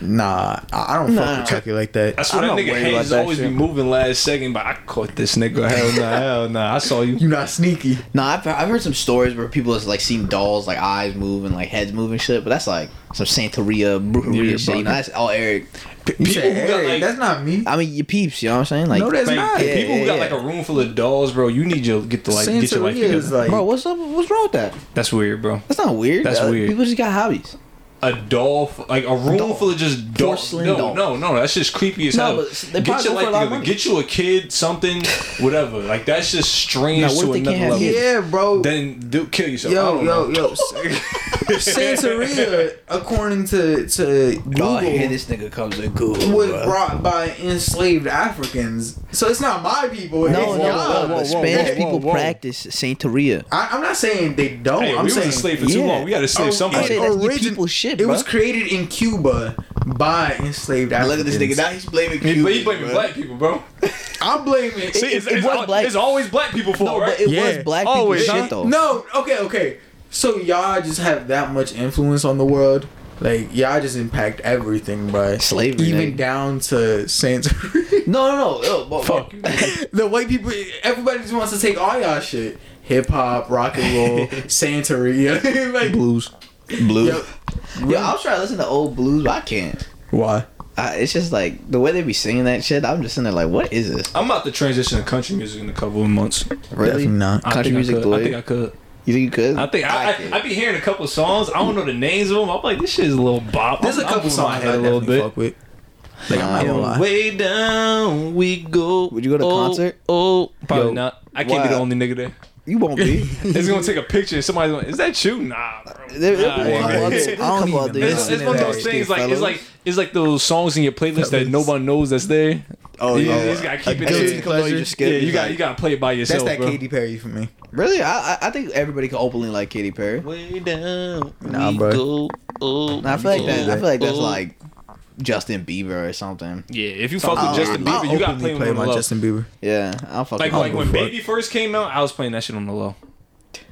S3: nah, I I don't
S4: Nah.
S3: fuck with Chucky like that.
S6: That's what that
S4: I'm not
S6: nigga
S4: worried about
S6: hands
S4: that
S6: always
S4: shit.
S6: be moving last second, but I caught this nigga. Hell nah, hell nah. I saw you.
S3: you not sneaky.
S4: No, I've, I've heard some stories where people has like seen dolls like eyes move and like heads move and shit, but that's like some Santeria, brujeria
S6: Yeah,
S4: shit.
S6: bro.
S4: You know, that's all Eric.
S3: You
S6: people
S3: said,
S6: who got,
S3: "Hey,
S6: like-
S3: that's not me.
S4: I mean, you peeps. You know what I'm saying? Like,
S3: no, that's
S6: Like,
S3: not.
S4: yeah,
S6: people who got
S4: yeah.
S6: like a room full of dolls, bro, you need to get to like get your life
S3: Santeria is
S6: together.
S3: like
S4: bro, what's up? What's wrong with that?
S6: That's weird, bro.
S4: That's not weird.
S6: That's
S4: Uh,
S6: weird.
S4: People just got hobbies.
S6: a doll, f- like a room full of just doll.
S4: Porcelain
S6: no,
S4: dolls.
S6: no, no, that's just creepy as
S4: No,
S6: hell.
S4: but they
S6: get
S4: probably
S6: your
S4: go for
S6: life
S4: a lot of
S6: together.
S4: money.
S6: Get you a kid, something, whatever. Like that's just strange
S4: Now, what
S6: to
S4: if they
S6: another
S4: can't
S6: level.
S4: have kids?
S3: Yeah, bro.
S6: Then do kill yourself. I
S3: Yo,
S6: don't
S3: yo,
S6: know.
S3: yo. Santeria, according to to Google,
S4: Oh, here this nigga comes in good.
S3: was
S4: bruh.
S3: brought by enslaved Africans. So it's not my people. it's
S4: No, no,
S3: y'all.
S4: no, but
S6: whoa,
S4: Spanish
S6: whoa,
S4: people
S6: whoa.
S4: practice Santeria.
S3: I, I'm not saying they don't.
S6: Hey,
S3: I'm
S6: we was
S3: saying
S6: a slave for too
S4: yeah.
S6: long. We got to slave
S3: Oh,
S4: I say
S6: somebody.
S3: yeah.
S4: that's your
S3: origin-
S4: people's shit,
S3: it was
S4: bro.
S3: created in Cuba by enslaved Africans.
S4: Look at this nigga. Now he's blaming
S6: He,
S4: Cuban,
S6: but he blaming
S4: bruh.
S6: black people, bro.
S3: I'm blaming.
S6: See, it's,
S4: it
S6: it's,
S4: was
S6: al-
S4: black-
S6: it's always black people for
S4: No,
S6: right?
S4: but it
S3: Yeah.
S4: was black people's
S6: Always, huh?
S4: shit though.
S3: No, okay, okay. So y'all just have that much influence on the world. Like y'all just impact everything, bro.
S4: Slavery,
S3: even
S4: nigga.
S3: down to saints.
S4: no, no, no. Yo, but-
S6: Fuck.
S3: the white people, everybody just wants to take all y'all shit. Hip hop, rock and roll, Santeria, like
S4: blues, blues.
S3: Yo,
S4: Yo, I was trying to listen to old blues, but I can't.
S3: why?
S4: I, it's just like the way they be singing that shit. I'm just in there like, what is this?
S6: I'm about to transition to country music in a couple of months.
S4: Really?
S3: Definitely not.
S6: I
S4: Country
S6: think
S4: music,
S6: I could. I
S4: boy.
S6: think I could.
S4: You think you could?
S6: I think I,
S4: could.
S6: I, I, be hearing a couple songs. I don't know the names of them. I'm like, this shit is a little bop.
S3: There's
S6: I'm-
S3: a
S6: I'm
S3: couple
S6: moving my
S3: songs
S6: head
S3: I
S6: a little
S3: definitely
S6: bit.
S3: fuck with. Like I'm not gonna lie.
S6: Way down we go.
S4: Would you go to a
S6: Oh,
S4: concert?
S6: Oh, probably
S4: Yo,
S6: not. I can't be
S4: why?
S6: the only nigga there.
S4: you won't be.
S6: It's gonna take a picture. and Somebody's going, is that you? Nah, bro.
S4: There- there'll be a
S6: Nah,
S4: couple
S6: nigga.
S4: other-
S6: It's,
S4: there's a
S6: it's
S3: even
S4: couple other young
S6: one of
S4: fellas.
S6: those things like it's like it's like those songs in your playlist that nobody knows that's there.
S4: oh
S6: You
S4: yeah.
S6: just gotta keep it.
S4: As soon as
S6: in.
S4: it comes on, you just skip.
S6: yeah, you
S4: It's
S6: got
S4: like-
S6: you got to play it by
S3: That's
S6: yourself,
S3: that
S6: bro.
S3: Katy Perry for me.
S4: Really, I I- I think everybody can openly like Katy Perry.
S8: Way down.
S3: Nah,
S8: we
S3: bro.
S8: Go, oh,
S4: I feel like
S8: we
S4: that.
S8: go,
S4: I feel like that's
S8: oh.
S4: like Justin Bieber or something.
S6: Yeah, if you fuck
S4: I'll-
S6: with Justin
S4: I'll
S6: Bieber, you got to play
S3: openly
S6: him on the low.
S3: Justin Bieber.
S4: Yeah, I'll fucking.
S6: Like
S4: I'll
S6: like
S4: go
S6: when
S4: for it.
S6: Baby first came out, I was playing that shit on the low.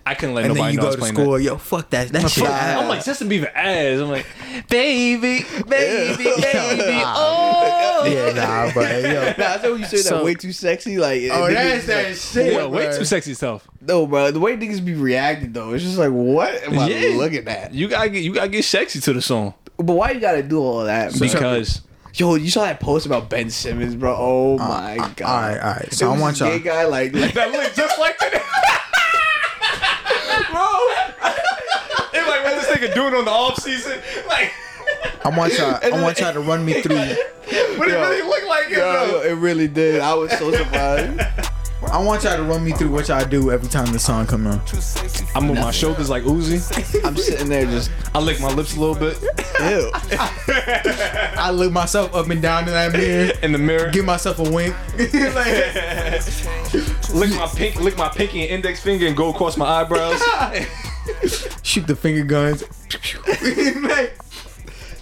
S6: I couldn't let
S3: And then
S6: nobody
S3: you
S6: know I
S3: go
S6: was
S3: to
S6: playing
S3: school,
S6: that.
S3: yo, fuck that, that shit.
S6: Fuck, I'm like Justin Bieber ass. I'm like, baby, baby, baby.
S9: Ah.
S6: Oh.
S3: yeah, nah, but yo.
S4: Nah, I said when you say
S3: So-
S4: that way too sexy, like
S3: Oh,
S4: niggas
S3: that's
S4: is
S3: that
S4: like-
S3: shit.
S6: Yo, way too sexy stuff.
S4: No, bro, the way niggas be reacting though, it's just like, what am I
S6: Yeah.
S4: looking at?
S6: You gotta get you gotta get sexy to the song
S4: But why you gotta do all that? bro?
S6: because
S4: yo, you saw that post about Ben Simmons, bro. Oh my god!
S3: Uh, All right, all right.
S4: It
S3: So I
S4: was
S3: want
S4: this
S3: y'all.
S4: Gay guy, like, like
S6: that look just like today. Bro, it like what this nigga doing on the off season? Like,
S3: I want y'all. I want y'all to run me through.
S6: what it really look like? Yo,
S4: yo, it really did. I was so surprised.
S3: I want y'all to run me through what y'all do every time the song come on.
S6: I'm on my shoulders like Uzi.
S4: I'm sitting there just
S6: I lick my lips a little bit
S4: ew.
S3: I look myself up and down in that mirror,
S6: in the mirror.
S3: give myself a wink. like,
S6: lick my pink, lick my pinky and index finger, and go across my eyebrows.
S3: shoot the finger guns. Like,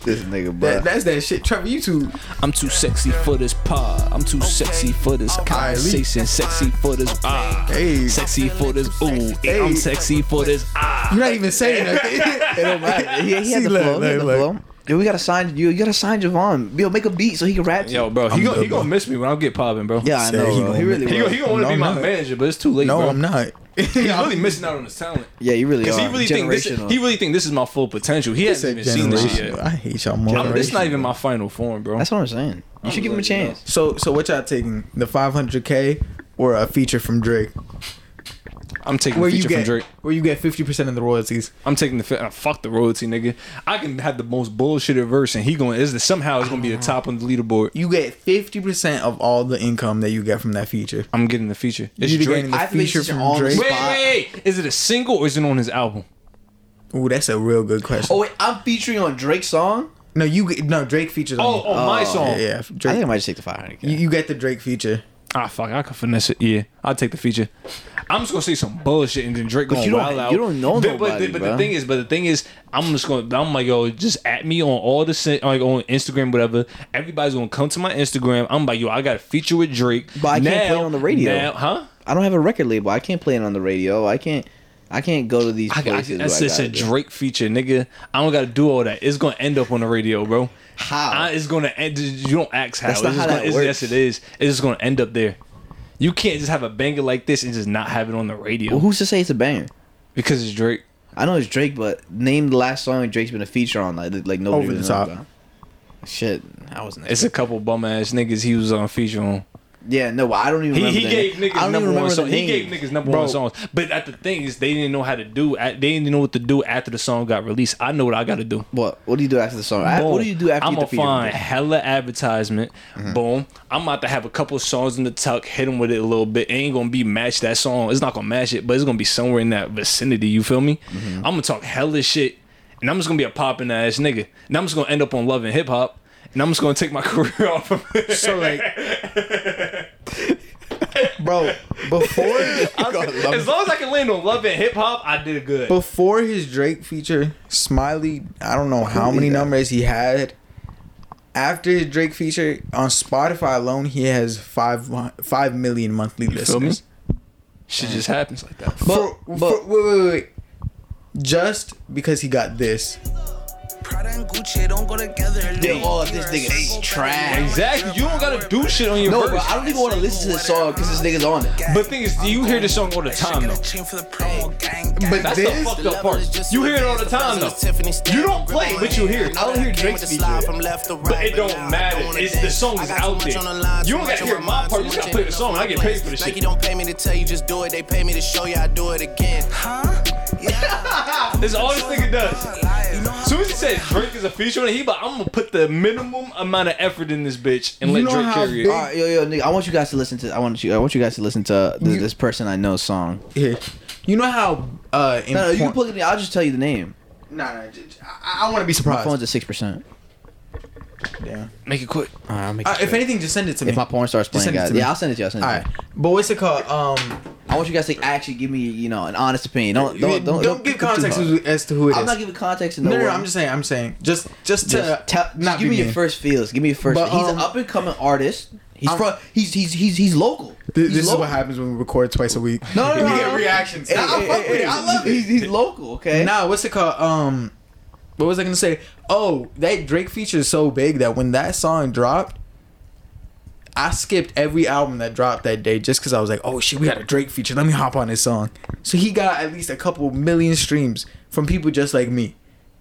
S4: This nigga, bro.
S3: that, that's that shit. Trevor, you too.
S2: I'm too sexy for this pod. I'm too sexy for this conversation. Sexy for this ah.
S3: Hey,
S2: Sexy for this ooh. Yeah, I'm sexy for this ah.
S3: you're not even saying nothing.
S4: it don't matter. He, he had
S3: See,
S4: the
S3: look,
S4: flow. he had
S3: look,
S4: the
S3: look.
S4: flow. Yo, we gotta sign you. You gotta sign Javon. Yo, make a beat so he can rap. to
S6: Yo,
S4: it.
S6: bro, he
S3: I'm
S6: gonna he
S3: good,
S6: gonna
S3: bro.
S6: miss me when I get popping, bro.
S4: Yeah, I
S3: Said
S4: know.
S3: he
S4: Bro.
S3: gonna
S4: He really.
S3: make-
S6: he
S4: was.
S6: gonna, he gonna want to
S3: No,
S6: be
S3: I'm
S6: my
S3: not.
S6: manager, but it's too late,
S3: no,
S6: bro.
S3: I'm not.
S6: He's really missing out on his talent.
S4: Yeah, you really.
S6: Because
S4: Are.
S6: he really think this,
S4: Generational.
S6: he really think this is my full potential. He hasn't even seen this shit
S3: Generational.
S6: yet.
S3: I hate y'all more.
S6: I'm, this not even my final form, bro.
S4: That's what I'm saying. You should give him a chance.
S3: So, so what y'all taking? The 500k or a feature from Drake?
S6: I'm taking
S3: Where
S6: the
S3: you
S6: feature from
S3: get
S6: Drake.
S3: where you get 50% of the royalties?
S6: I'm taking the fi- uh, fuck the royalty, nigga. I can have the most bullshitted verse, and he going is somehow it's gonna be the top on the leaderboard.
S3: Ah. You get 50% of all the income that you get from that feature.
S6: I'm getting the feature. It's
S3: You're
S6: Drake.
S3: getting the
S4: I think
S3: feature
S4: it's
S3: from
S4: all the
S3: Drake.
S6: wait,
S4: spot.
S6: wait, wait, is it a single or is it on his album?
S3: Ooh, that's a real good question.
S4: Oh wait, I'm featuring on Drake's song.
S3: No, you get no Drake features. on
S6: Oh,
S3: you.
S6: on my song.
S3: yeah, yeah,
S4: I
S3: Drake.
S4: think I might just take the 500.
S3: you, you get the Drake feature.
S6: Ah, fuck, I can finesse it. Yeah, I'll take the feature. I'm just gonna say some bullshit and then Drake
S4: But
S6: gonna
S4: you don't-
S6: wild out.
S4: you don't know
S6: But- but-
S4: nobody,
S6: but the
S4: bruh.
S6: thing is, but the thing is, I'm just gonna. I'm like, yo, just at me on all the sen- like on Instagram, whatever. Everybody's gonna come to my Instagram. I'm like, yo, I got a feature with Drake.
S4: But I can't play it on the radio.
S6: now- huh?
S4: I don't have a record label. I can't play it on the radio. I can't. I can't go to these
S6: I, I,
S4: places.
S6: that's
S4: where
S6: just
S4: gotta
S6: a
S4: do it.
S6: Drake feature, nigga. I don't gotta do all that. It's gonna end up on the radio, bro.
S4: How?
S6: I, it's gonna end. You don't ask how.
S4: That's not
S6: It's just
S4: how
S6: gonna-
S4: that
S6: it's-
S4: works.
S6: Yes, it is. It's just gonna end up there. You can't just have a banger like this and just not have it on the radio
S4: Well, who's to say it's a banger?
S6: E because it's Drake.
S4: I know it's Drake, but name the last song Drake's been a feature on. Like, like nobody
S3: Over the
S4: really knows
S3: top.
S4: about. Shit, I wasn't.
S6: It's a couple bum ass niggas he was uh, on feature on.
S4: Yeah, no, I don't even.
S6: He,
S4: remember
S6: he
S4: the
S6: gave
S4: name. I
S6: niggas
S4: don't
S6: number
S4: even
S6: one
S4: remember
S6: song.
S4: the
S6: He gave
S4: name.
S6: niggas number
S4: Bro.
S6: one songs. But at the thing is, they didn't know how to do. at- They didn't know what to do after the song got released. I know what I got to do.
S4: What? What do you do after the song? I-
S6: Boom.
S4: What do you do after
S6: I'm
S4: you
S6: gonna
S4: defeat Mm-hmm. him?
S6: find hella advertisement. Boom. I'm about to have a couple songs in the tuck. Hit him with it a little bit. It ain't gonna be match that song. It's not gonna match it, but it's gonna be somewhere in that vicinity. You feel me? I'm
S4: Mm-hmm.
S6: gonna talk hella shit, and I'm just gonna be a popping ass nigga. And I'm just gonna end up on loving hip hop. And I'm just gonna take my career off. Of it.
S3: So like,
S4: Bro, before
S6: as long as I can land on love and hip hop, I did good.
S3: before his Drake feature, Smiley, I don't know how many numbers he had. After his Drake feature on Spotify alone, he has five mon- five million monthly
S6: feel me?
S3: listeners.
S6: Shit just happens like that.
S3: For, for-
S4: But- but-
S3: wait, wait, wait, wait. Just because he got this,
S7: Prada and Gucci don't go together.
S4: Yo, all of this nigga is trash.
S6: Exactly. You don't gotta do shit on your
S4: no,
S6: verse.
S4: bro, I don't even want to listen to this song because this nigga's on it.
S6: But thing is, you hear this song all the time though.
S3: but
S6: That's the
S3: this
S6: fucked up part. You hear it all the time though. You don't play it, but you hear it. I don't hear Drake speak it. But it don't matter. It's the song is out there. You don't gotta hear my part. You just gotta play the song. And I get paid for the
S10: Nike
S6: shit.
S10: don't pay me to tell you just do it. They pay me to show you I do it again.
S6: This is all this nigga does. As soon as he said Drake is a feature on it, he but I'm gonna put the minimum amount of effort in this bitch and
S3: You
S6: let
S3: know
S6: Drake
S3: how
S6: carry
S3: big-
S6: it.
S4: All right, yo, yo, nigga, I want you guys to listen to. I want you. I want you guys to listen to this, this person I know song.
S3: here, you know how uh,
S4: No, no, you can
S3: important-
S4: plug it in. I'll just tell you the name.
S3: Nah, nah, j- j- I, I want to be
S4: My
S3: surprised.
S4: phone's at six percent.
S6: Make it quick.
S4: All right, I'll make
S3: Uh,
S4: it
S3: if
S4: quick.
S3: anything, just send it to me.
S4: if my
S3: All
S4: porn starts
S3: Just
S4: playing,
S3: send it
S4: guys,
S3: to me.
S4: yeah, I'll send it to you. I'll send it to you.
S3: right, but what's it called? Um,
S4: I want you guys to actually give me, you know, an honest opinion. Don't don't don't,
S3: don't, give
S4: think too
S3: context
S4: hard.
S3: as, as to who it is.
S4: I'm not giving context. In
S3: no,
S4: the
S3: no, no,
S4: world.
S3: I'm just saying. I'm saying. Just, just to
S4: Just tell,
S3: not
S4: give
S3: be
S4: me your
S3: mean.
S4: first feels. Give me your first.
S3: But,
S4: he's
S3: um,
S4: an up and coming artist. He's
S3: I'm-
S4: from. He's he's he's he's local.
S3: Th-
S4: He's
S3: This is
S4: local.
S3: what happens when we record twice a week.
S4: No, no, no,
S3: we
S4: no,
S3: get
S4: no.
S3: reactions.
S4: Hey,
S3: I- I
S4: hey,
S3: fuck
S4: hey,
S3: with it.
S4: hey,
S3: I love
S4: he's,
S3: it.
S4: He's, he's local. Okay.
S3: Nah, what's it called? Um, what was I gonna say? Oh, that Drake feature is so big that when that song dropped, I skipped every album that dropped that day just because I was like, oh shit, we got a Drake feature. Let me hop on this song. So he got at least a couple million streams from people just like me.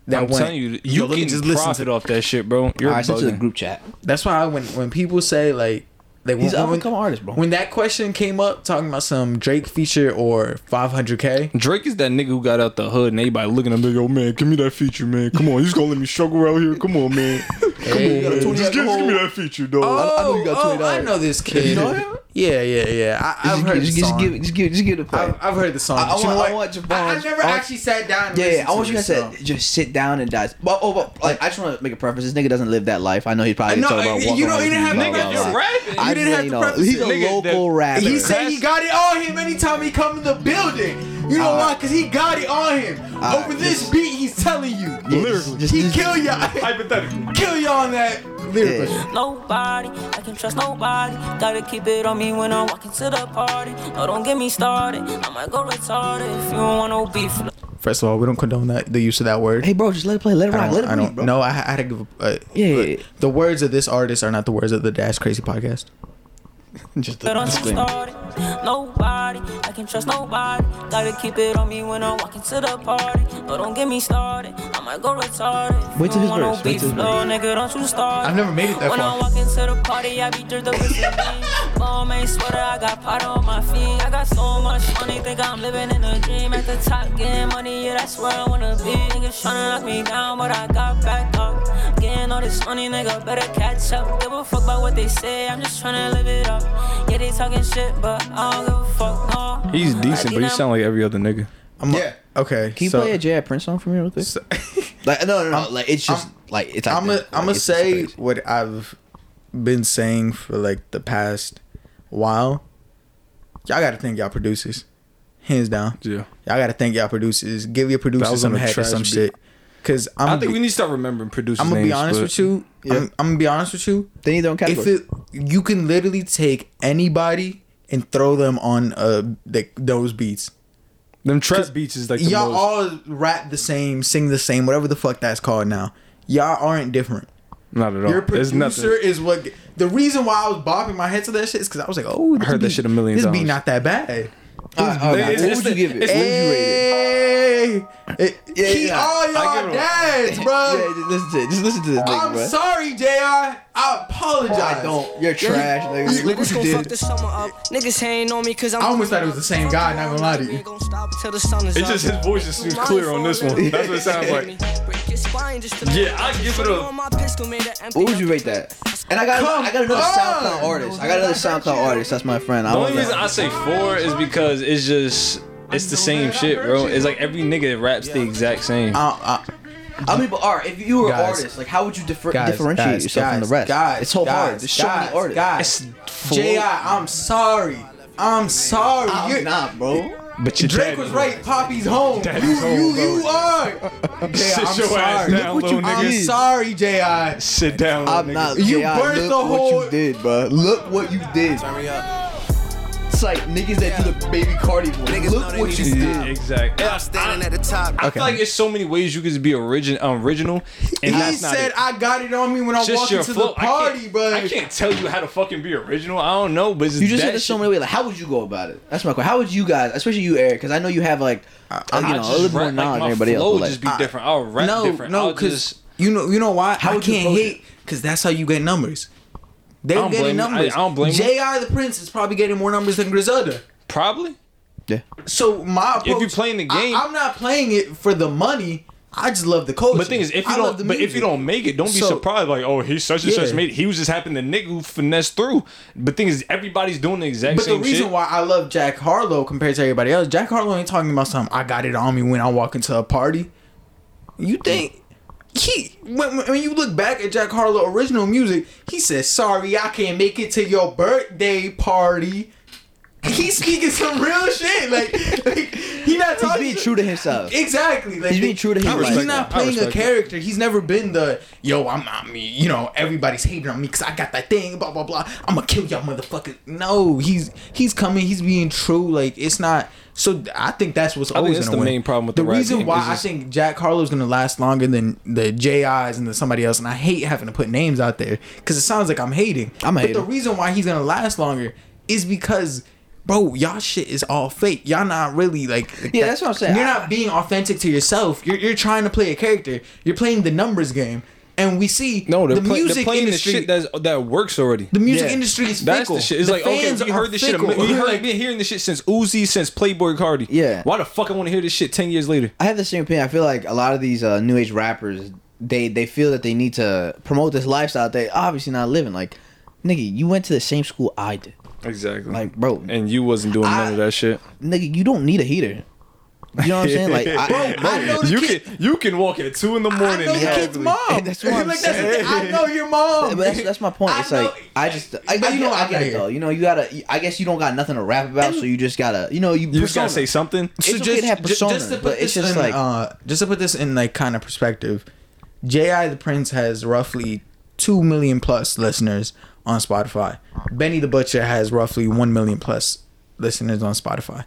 S3: That
S6: I'm
S3: went,
S6: telling you,
S3: "Yo,
S6: you
S3: let me
S6: can profit off that shit, bro. You're
S4: All right, send it to the
S6: bugging.
S4: group chat.
S3: That's why I, when when people say like like
S4: He's
S3: when,
S4: an up and
S3: when-
S4: coming artist, bro.
S3: when that question came up talking about some Drake feature or 500k,
S6: Drake is that nigga who got out the hood and everybody looking at him like, oh man, give me that feature, man. Come on, you just gonna let me struggle out here. Come on, man.
S3: Hey.
S6: Just give, just give me that feature, dog.
S3: Oh,
S4: I know you got
S3: oh,
S4: $20.
S3: I know this kid.
S4: know him?
S3: Yeah, yeah, yeah. I, I've
S4: Just,
S3: heard
S4: give-
S3: the
S4: just, just
S3: song.
S4: give just give just give it a play.
S3: I've, I've heard the song.
S4: I- I
S3: But you know
S4: want- I
S3: what?
S4: want Javon's-
S3: I, I've never
S4: I want-
S3: actually sat down. And
S4: yeah, yeah,
S3: listened
S4: I want you
S3: this
S4: guys to
S3: song.
S4: just sit down and die. But oh, but like I just want to make a preference. This nigga doesn't live that life. I know he probably
S3: No,
S4: talking about
S3: you
S4: walking
S3: don't
S4: around
S3: even
S4: with
S3: have
S4: blah,
S3: to
S4: blah,
S3: preface
S4: blah.
S3: it. You
S4: I
S3: didn't
S4: just,
S3: have
S4: you
S3: to
S4: know,
S3: preface
S4: He's
S3: it.
S4: a
S6: Nigga,
S4: local
S6: the-
S4: rapper.
S3: He said he got it on him anytime he come in the building. You know why? Cause he got it on him.
S4: uh,
S3: Over this beat, he's telling you.
S4: Lyrically. just-
S3: he
S4: just-
S3: kill y'all.
S6: Hypothetical.
S3: kill y'all on that lyrical.
S4: Yeah.
S10: Nobody, I can trust nobody. Gotta keep it on me when I'm walking to the party. No, don't get me started. I might go retarded if you don't want no beef.
S3: First of all, we don't condone that the use of that word.
S4: Hey, bro, just let it play. Let it
S3: I
S4: rock. Let
S3: don't.
S4: it
S3: I
S4: breathe,
S3: don't
S4: bro.
S3: no, I, I had to give. A, uh,
S4: Yeah, yeah,
S3: but
S4: yeah.
S3: The words of this artist are not the words of the Dash Crazy podcast.
S4: just
S10: But
S4: a
S10: I'm
S4: disclaimer.
S10: started. Nobody, I can trust nobody. Gotta keep it on me when I'm walking to the party. No, don't get me started. I might go retarded. If
S4: Wait till
S10: you
S4: his
S10: want no
S4: verse. Wait
S10: beef,
S4: till his
S10: no, nigga, don't you start.
S3: I've never made it that
S10: When
S3: far.
S10: I walk into the party, I be dirt up with me. Mom ain't sweater, I got pot on my feet. I got so much money, think I'm living in a dream. At the top, getting money, yeah, that's where I wanna be. Niggas tryna knock me down, but I got back up. Getting all this money, nigga, better catch up. Give a fuck about what they say, I'm just tryna live it up. Yeah, they talking shit, but I don't give a fuck, no.
S6: He's decent, but he
S10: Like,
S6: sound like every other nigga.
S3: I'm yeah. okay.
S4: Can you
S3: so-
S4: play a J.I. Prince song for me real quick?
S3: so-
S4: Like no, no, no.
S3: I'm-
S4: like it's just
S3: I'm-
S4: like it's.
S3: I'm gonna
S4: identical,
S3: I'm
S4: like,
S3: gonna
S4: it's just
S3: say
S4: crazy.
S3: what I've been saying for like the past while. Y'all gotta thank y'all producers, hands down.
S6: Yeah.
S3: Y'all gotta thank y'all producers. Give your
S6: That
S3: producers
S6: was
S3: some
S6: on a
S3: head or
S6: trash
S3: some
S6: beat.
S3: shit. Cause I'm
S6: I
S3: gonna
S6: think we
S3: be,
S6: need to start remembering producers.
S3: I'm gonna be honest with you. I'm, I'm gonna be honest with you.
S4: They need their own
S3: If
S4: category.
S3: it, you can literally take anybody and throw them on uh like those beats.
S6: Them trap beats is like the
S3: y'all
S6: most.
S3: all rap the same, sing the same, whatever the fuck that's called now. Y'all aren't different.
S6: not at all.
S3: Your
S6: There's nothing.
S3: producer is what. The reason why I was bopping my head to that shit is because I was like, "Oh, this
S6: heard that
S3: beat-
S6: shit a million
S3: This beat
S6: times.
S3: not that bad."
S4: All right, all right,
S6: It's-
S4: what
S6: it's
S4: would you
S6: the-
S4: give it?
S6: it's
S4: What would you rate it?
S3: Hey, way. It,
S4: Yeah,
S3: keep
S4: yeah.
S3: all
S4: I
S3: y'all
S4: give it a-
S3: dads, bro.
S4: Yeah, just listen to it. Just listen to this nigga,
S3: I'm
S4: bro.
S3: sorry, Jr. I apologize.
S4: I don't. You're trash, nigga. Look what
S11: Let's
S4: you
S11: go fuck
S4: did.
S11: this summer up. Niggas hating on me because I'm.
S3: I almost thought it was the same guy, not gonna lie to you.
S11: Ain't gonna stop till the sun is
S8: It's
S11: up.
S8: just his voice just seems clear on this one. That's what it sounds like.
S11: Break your spine just to-
S8: Yeah, I give it a-
S11: My pistol made an empty
S4: What would you rate that? And I got I got another SoundCloud artist. I got another SoundCloud artist. That's my friend. I
S6: The
S4: don't
S6: only
S4: know.
S6: reason I say four is because it's just it's the same shit, bro. It's like every nigga raps the exact same.
S4: I, I, I mean, but all right, if you were an
S3: Guys.
S4: artist, like how would you differ-
S3: Guys,
S4: differentiate
S3: guys,
S4: yourself from
S3: guys,
S4: the rest?
S3: Guys,
S4: it's so
S3: guys,
S4: hard. There's so many
S3: guys,
S4: artists.
S3: Guys,
S6: It's four,
S3: Ji, I'm sorry. I'm sorry. You're-
S4: I'm not, bro.
S6: but your
S3: Drake was right. Poppy's home. you, you, you are. Ji, I'm
S8: Sit your ass
S3: sorry.
S8: down, little
S3: I'm
S8: nigga.
S3: sorry, Ji.
S8: Sit down, little
S4: I'm
S8: nigga.
S4: not.
S3: You
S4: J.I.,
S3: burnt
S4: look
S3: the whole-
S4: What you did, bro. Look what you did. It's like niggas that do the baby Cardi. one.
S12: Niggas know
S4: Look
S12: they
S4: what
S12: need
S4: you
S12: to
S4: did.
S12: stop.
S6: exactly.
S12: I'm standing at the top.
S6: I feel like it's so many ways you could be origin um, original, and
S3: He
S6: that's not
S3: said,
S6: it.
S3: I got it on me when I
S6: It's just
S3: walked
S6: your
S3: into the
S6: flow. I,
S3: party,
S6: can't,
S3: but
S6: I can't tell you how to fucking be original. I don't know, but it's
S4: You just
S6: that
S4: said this so
S6: shit.
S4: many ways. Like, how would you go about it? That's my question. How would you guys, especially you, Eric, because I know you have like, uh, you
S6: I
S4: know, a
S6: just
S4: little bit more
S6: rap, like,
S4: knowledge
S6: my
S4: than everybody
S6: flow
S4: else. But,
S6: just
S4: like,
S6: be different. I'll rap
S3: no,
S6: different.
S3: No,
S6: I'll
S3: because
S6: just,
S3: you know, you know why
S4: How
S3: I
S4: would you
S3: can't
S4: approach
S3: hate because that's how you get numbers. They're
S6: don't blame
S3: getting
S6: you. I-
S3: numbers.
S6: I don't blame you.
S3: J.I. the Prince is probably getting more numbers than Griselda.
S6: probably.
S3: So my approach,
S6: you're playing the game-
S3: I, am not playing it for the money. I just love the culture.
S6: But thing is, if you
S3: I love the
S6: don't, but if you
S3: music.
S6: don't make it, don't be
S3: So-
S6: surprised. Like, oh, he such and
S3: Yeah.
S6: such made. It. He was just happened to nigga who finessed through. But thing is, everybody's doing the exact
S3: But the
S6: same
S3: reason
S6: shit.
S3: why I love Jack Harlow compared to everybody else, Jack Harlow ain't talking about something. I got it on me when I walk into a party. You think he when, when you look back at Jack Harlow original music, he says, "Sorry, I can't make it to your birthday party." He's speaking some real shit. Like, like he not
S4: he's
S3: talking.
S4: being true to himself.
S3: Exactly. Like,
S4: He's being true to his life.
S3: He's not
S6: that. I
S3: playing a
S6: respect that.
S3: character. He's never been the yo. I'm I mean, You know, everybody's hating on me because I got that thing. Blah blah blah. I'm gonna kill y'all, motherfuckers. No, he's he's coming. He's being true. Like it's not. So I think that's what's always
S6: that's
S3: gonna
S6: the
S3: win.
S6: main problem with the rap
S3: reason
S6: game
S3: why
S6: is
S3: I
S6: just-
S3: think Jack Harlow's gonna last longer than the JIs and the somebody else. And I hate having to put names out there because it sounds like I'm hating.
S4: I'm a
S3: But the
S4: hater.
S3: reason why he's gonna last longer is because. Bro, y'all shit is all fake. Y'all not really like.
S4: Yeah, that's what I'm saying.
S3: You're
S4: I-
S3: not being authentic to yourself. You're, you're trying to play a character. You're playing the numbers game, and we see
S6: no, Oh, they're
S3: the
S6: play- they're
S3: music
S6: playing
S3: industry.
S6: the shit that's, that works already.
S3: the music
S4: Yeah.
S3: industry is fickle.
S6: That's the shit. It's like okay,
S3: fans
S6: we
S3: are
S6: heard this shit.
S3: fickle.
S6: a mi- We heard,
S3: Like,
S6: been hearing this shit since Uzi, since Playboy Cardi.
S4: Yeah.
S6: Why the fuck I want to hear this shit ten years later?
S4: I have the same opinion. I feel like a lot of these uh, new age rappers, they they feel that they need to promote this lifestyle they obviously not living. Like, nigga, you went to the same school I did.
S6: Exactly.
S4: Like, bro,
S6: and you wasn't doing
S4: I-
S6: none of that shit.
S4: nigga, you don't need a heater. You know what I'm saying? Like, I,
S3: I know the
S6: you
S3: kid-
S6: can you can walk at two in the morning.
S3: I know the
S6: happily-
S3: kid's mom.
S4: That's what I'm
S3: like, that's the thing.
S4: saying.
S3: I know your mom.
S4: but that's, that's my point.
S3: I
S4: It's
S3: know-
S4: like I just, I,
S3: But
S4: I,
S3: you
S4: you
S3: know
S4: know,
S3: what
S4: I
S3: I'm
S4: get
S3: here.
S4: it though. You know, you gotta. I guess you don't got nothing to rap about, so you just gotta, you know, you,
S6: You just gotta
S4: persona.
S6: say something.
S4: It's okay to have
S3: ju-
S4: persona,
S3: to put
S4: but it's
S3: this
S4: just
S3: in,
S4: like-
S3: uh, just to put this in like kind of perspective. J.I. the Prince has roughly two million plus listeners on Spotify. Benny the Butcher has roughly one million plus listeners on Spotify.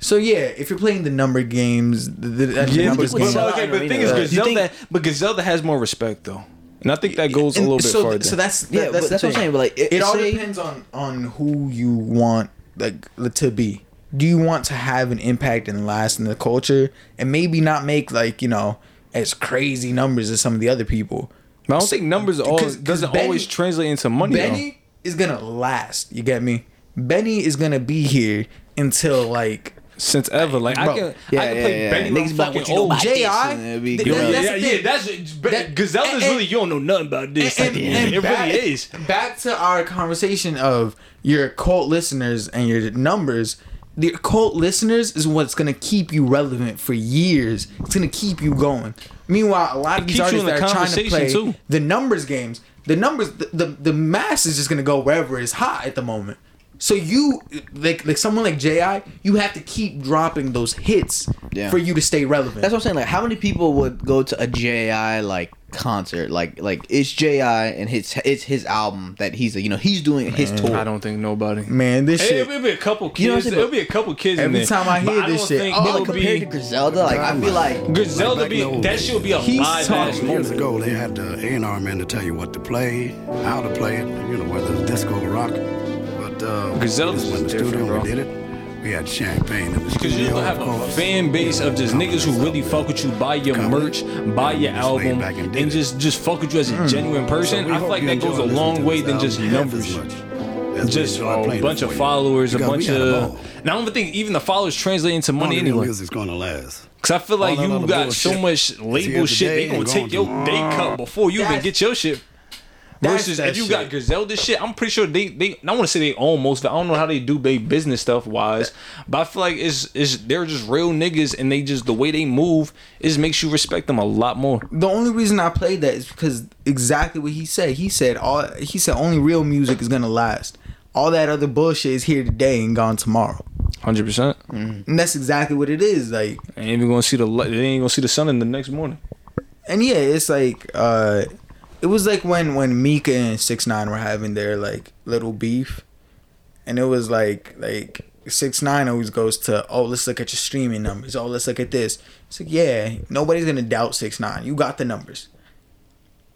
S3: So yeah, if you're playing the number games, the, the, that's the
S6: Yeah,
S3: numbers
S6: but,
S4: Griselda
S3: game.
S4: Griselda
S6: but, okay,
S4: and
S6: but the
S4: Arena,
S6: thing is,
S4: though. You
S6: Griselda,
S4: think-
S6: but Griselda has more respect though, and I think that goes a
S3: And
S6: little bit
S3: so,
S6: farther.
S3: So that's that,
S4: Yeah,
S3: that's,
S4: but
S3: the
S4: that's what I'm
S3: thing.
S4: saying, but, like,
S3: it,
S4: it-
S3: all
S4: say-
S3: depends on on who you want like to be. Do you want to have an impact and last in the culture, and maybe not make like you know as crazy numbers as some of the other people?
S6: But I don't think numbers are always
S3: 'Cause- 'cause
S6: doesn't
S3: Benny-
S6: always translate into money. though.
S3: Benny is gonna last. You get me? Benny is gonna be here until like
S6: Since ever, like
S3: Bro.
S6: I can,
S4: Yeah,
S6: I can
S4: yeah,
S6: play
S4: yeah.
S6: Benny. Niggas
S4: Niggas be like,
S6: fucking
S4: "What you know
S6: old.
S4: about
S3: Ji.
S4: this?" and it'd be
S3: th-
S4: good.
S3: that's
S6: Yeah,
S3: the
S6: yeah, yeah.
S3: thing.
S6: That's
S3: That-
S6: but Griselda's
S3: and-
S6: really you don't know nothing about this.
S3: And-
S6: like,
S3: and- and
S6: it
S3: back-
S6: really is.
S3: Back to our conversation of your cult listeners and your numbers. The cult listeners is what's gonna keep you relevant for years. It's gonna keep you going. Meanwhile, a lot of these
S6: keeps you
S3: artists
S6: in the
S3: that are trying to
S6: conversation,
S3: play
S6: too.
S3: the numbers games, the numbers, the, the the mass is just gonna go wherever is hot at the moment. So you like like someone like Ji, you have to keep dropping those hits
S4: Yeah.
S3: for you to stay relevant.
S4: That's what I'm saying. Like, how many people would go to a JI like concert? Like, like it's JI and his it's his album that he's you know he's doing his tour.
S6: I don't think nobody.
S3: Man, this
S6: Hey,
S3: shit.
S6: it'll be a couple kids.
S4: You know what I'm saying?
S6: it'll be a couple kids. in
S3: Every
S6: there.
S3: time I
S6: But
S3: hear this
S6: don't
S3: shit,
S6: think
S3: oh,
S4: But
S6: it'll
S4: compared
S6: be-
S4: to Griselda, like I feel like
S6: Griselda be
S13: Black Noble.
S6: that should be a
S3: He's
S6: live ass
S3: talking.
S13: Years
S6: moment.
S13: ago, they had the A&R man to tell you what to play, how to play it, you know, whether it's disco or rock. But uh,
S6: Griselda's
S13: this was in the
S6: different,
S13: studio,
S6: bro.
S13: we did it.
S14: We had champagne in the
S6: Because you
S14: studio.
S6: gonna have
S14: of
S6: a
S14: course.
S6: fan base of just niggas who really fuck with you, buy your merch, buy your album, and just just fuck with you as a
S14: Hmm.
S6: genuine person. I feel like that goes a long way than just numbers. Just a bunch of followers, a
S14: Because we
S6: bunch
S14: had a
S6: of. And I don't think even the followers translate into
S14: All
S6: money
S14: the new
S6: anyway.
S14: music's gonna last.
S6: Cause I feel like
S14: All that
S6: you
S14: other
S6: got so
S14: bullshit.
S6: much
S14: It's
S6: label
S14: here
S6: shit. They
S14: today
S6: gonna
S14: and
S6: take your
S14: gone
S6: day
S14: tomorrow.
S6: cut before you even get your shit.
S3: that's
S6: Versus
S3: that
S6: if you
S3: shit.
S6: got Griselda shit, I'm pretty sure they they. I want to say they own most. of it. I don't know how they do they business stuff wise, but I feel like it's it's they're just real niggas and they just the way they move is makes you respect them a lot more.
S3: The only reason I played that is because exactly what he said. He said all he said only real music is gonna last. All that other bullshit is here today and gone tomorrow. Mm-hmm.
S6: Hundred percent.
S3: And that's exactly what it is. Like
S6: Ain't even gonna see the li- they ain't gonna see the sun in the next morning.
S3: and yeah, it's like uh it was like when when Mika and Six Nine were having their like little beef, and it was like like Six Nine always goes to oh let's look at your streaming numbers oh let's look at this it's like yeah nobody's gonna doubt Six Nine you got the numbers,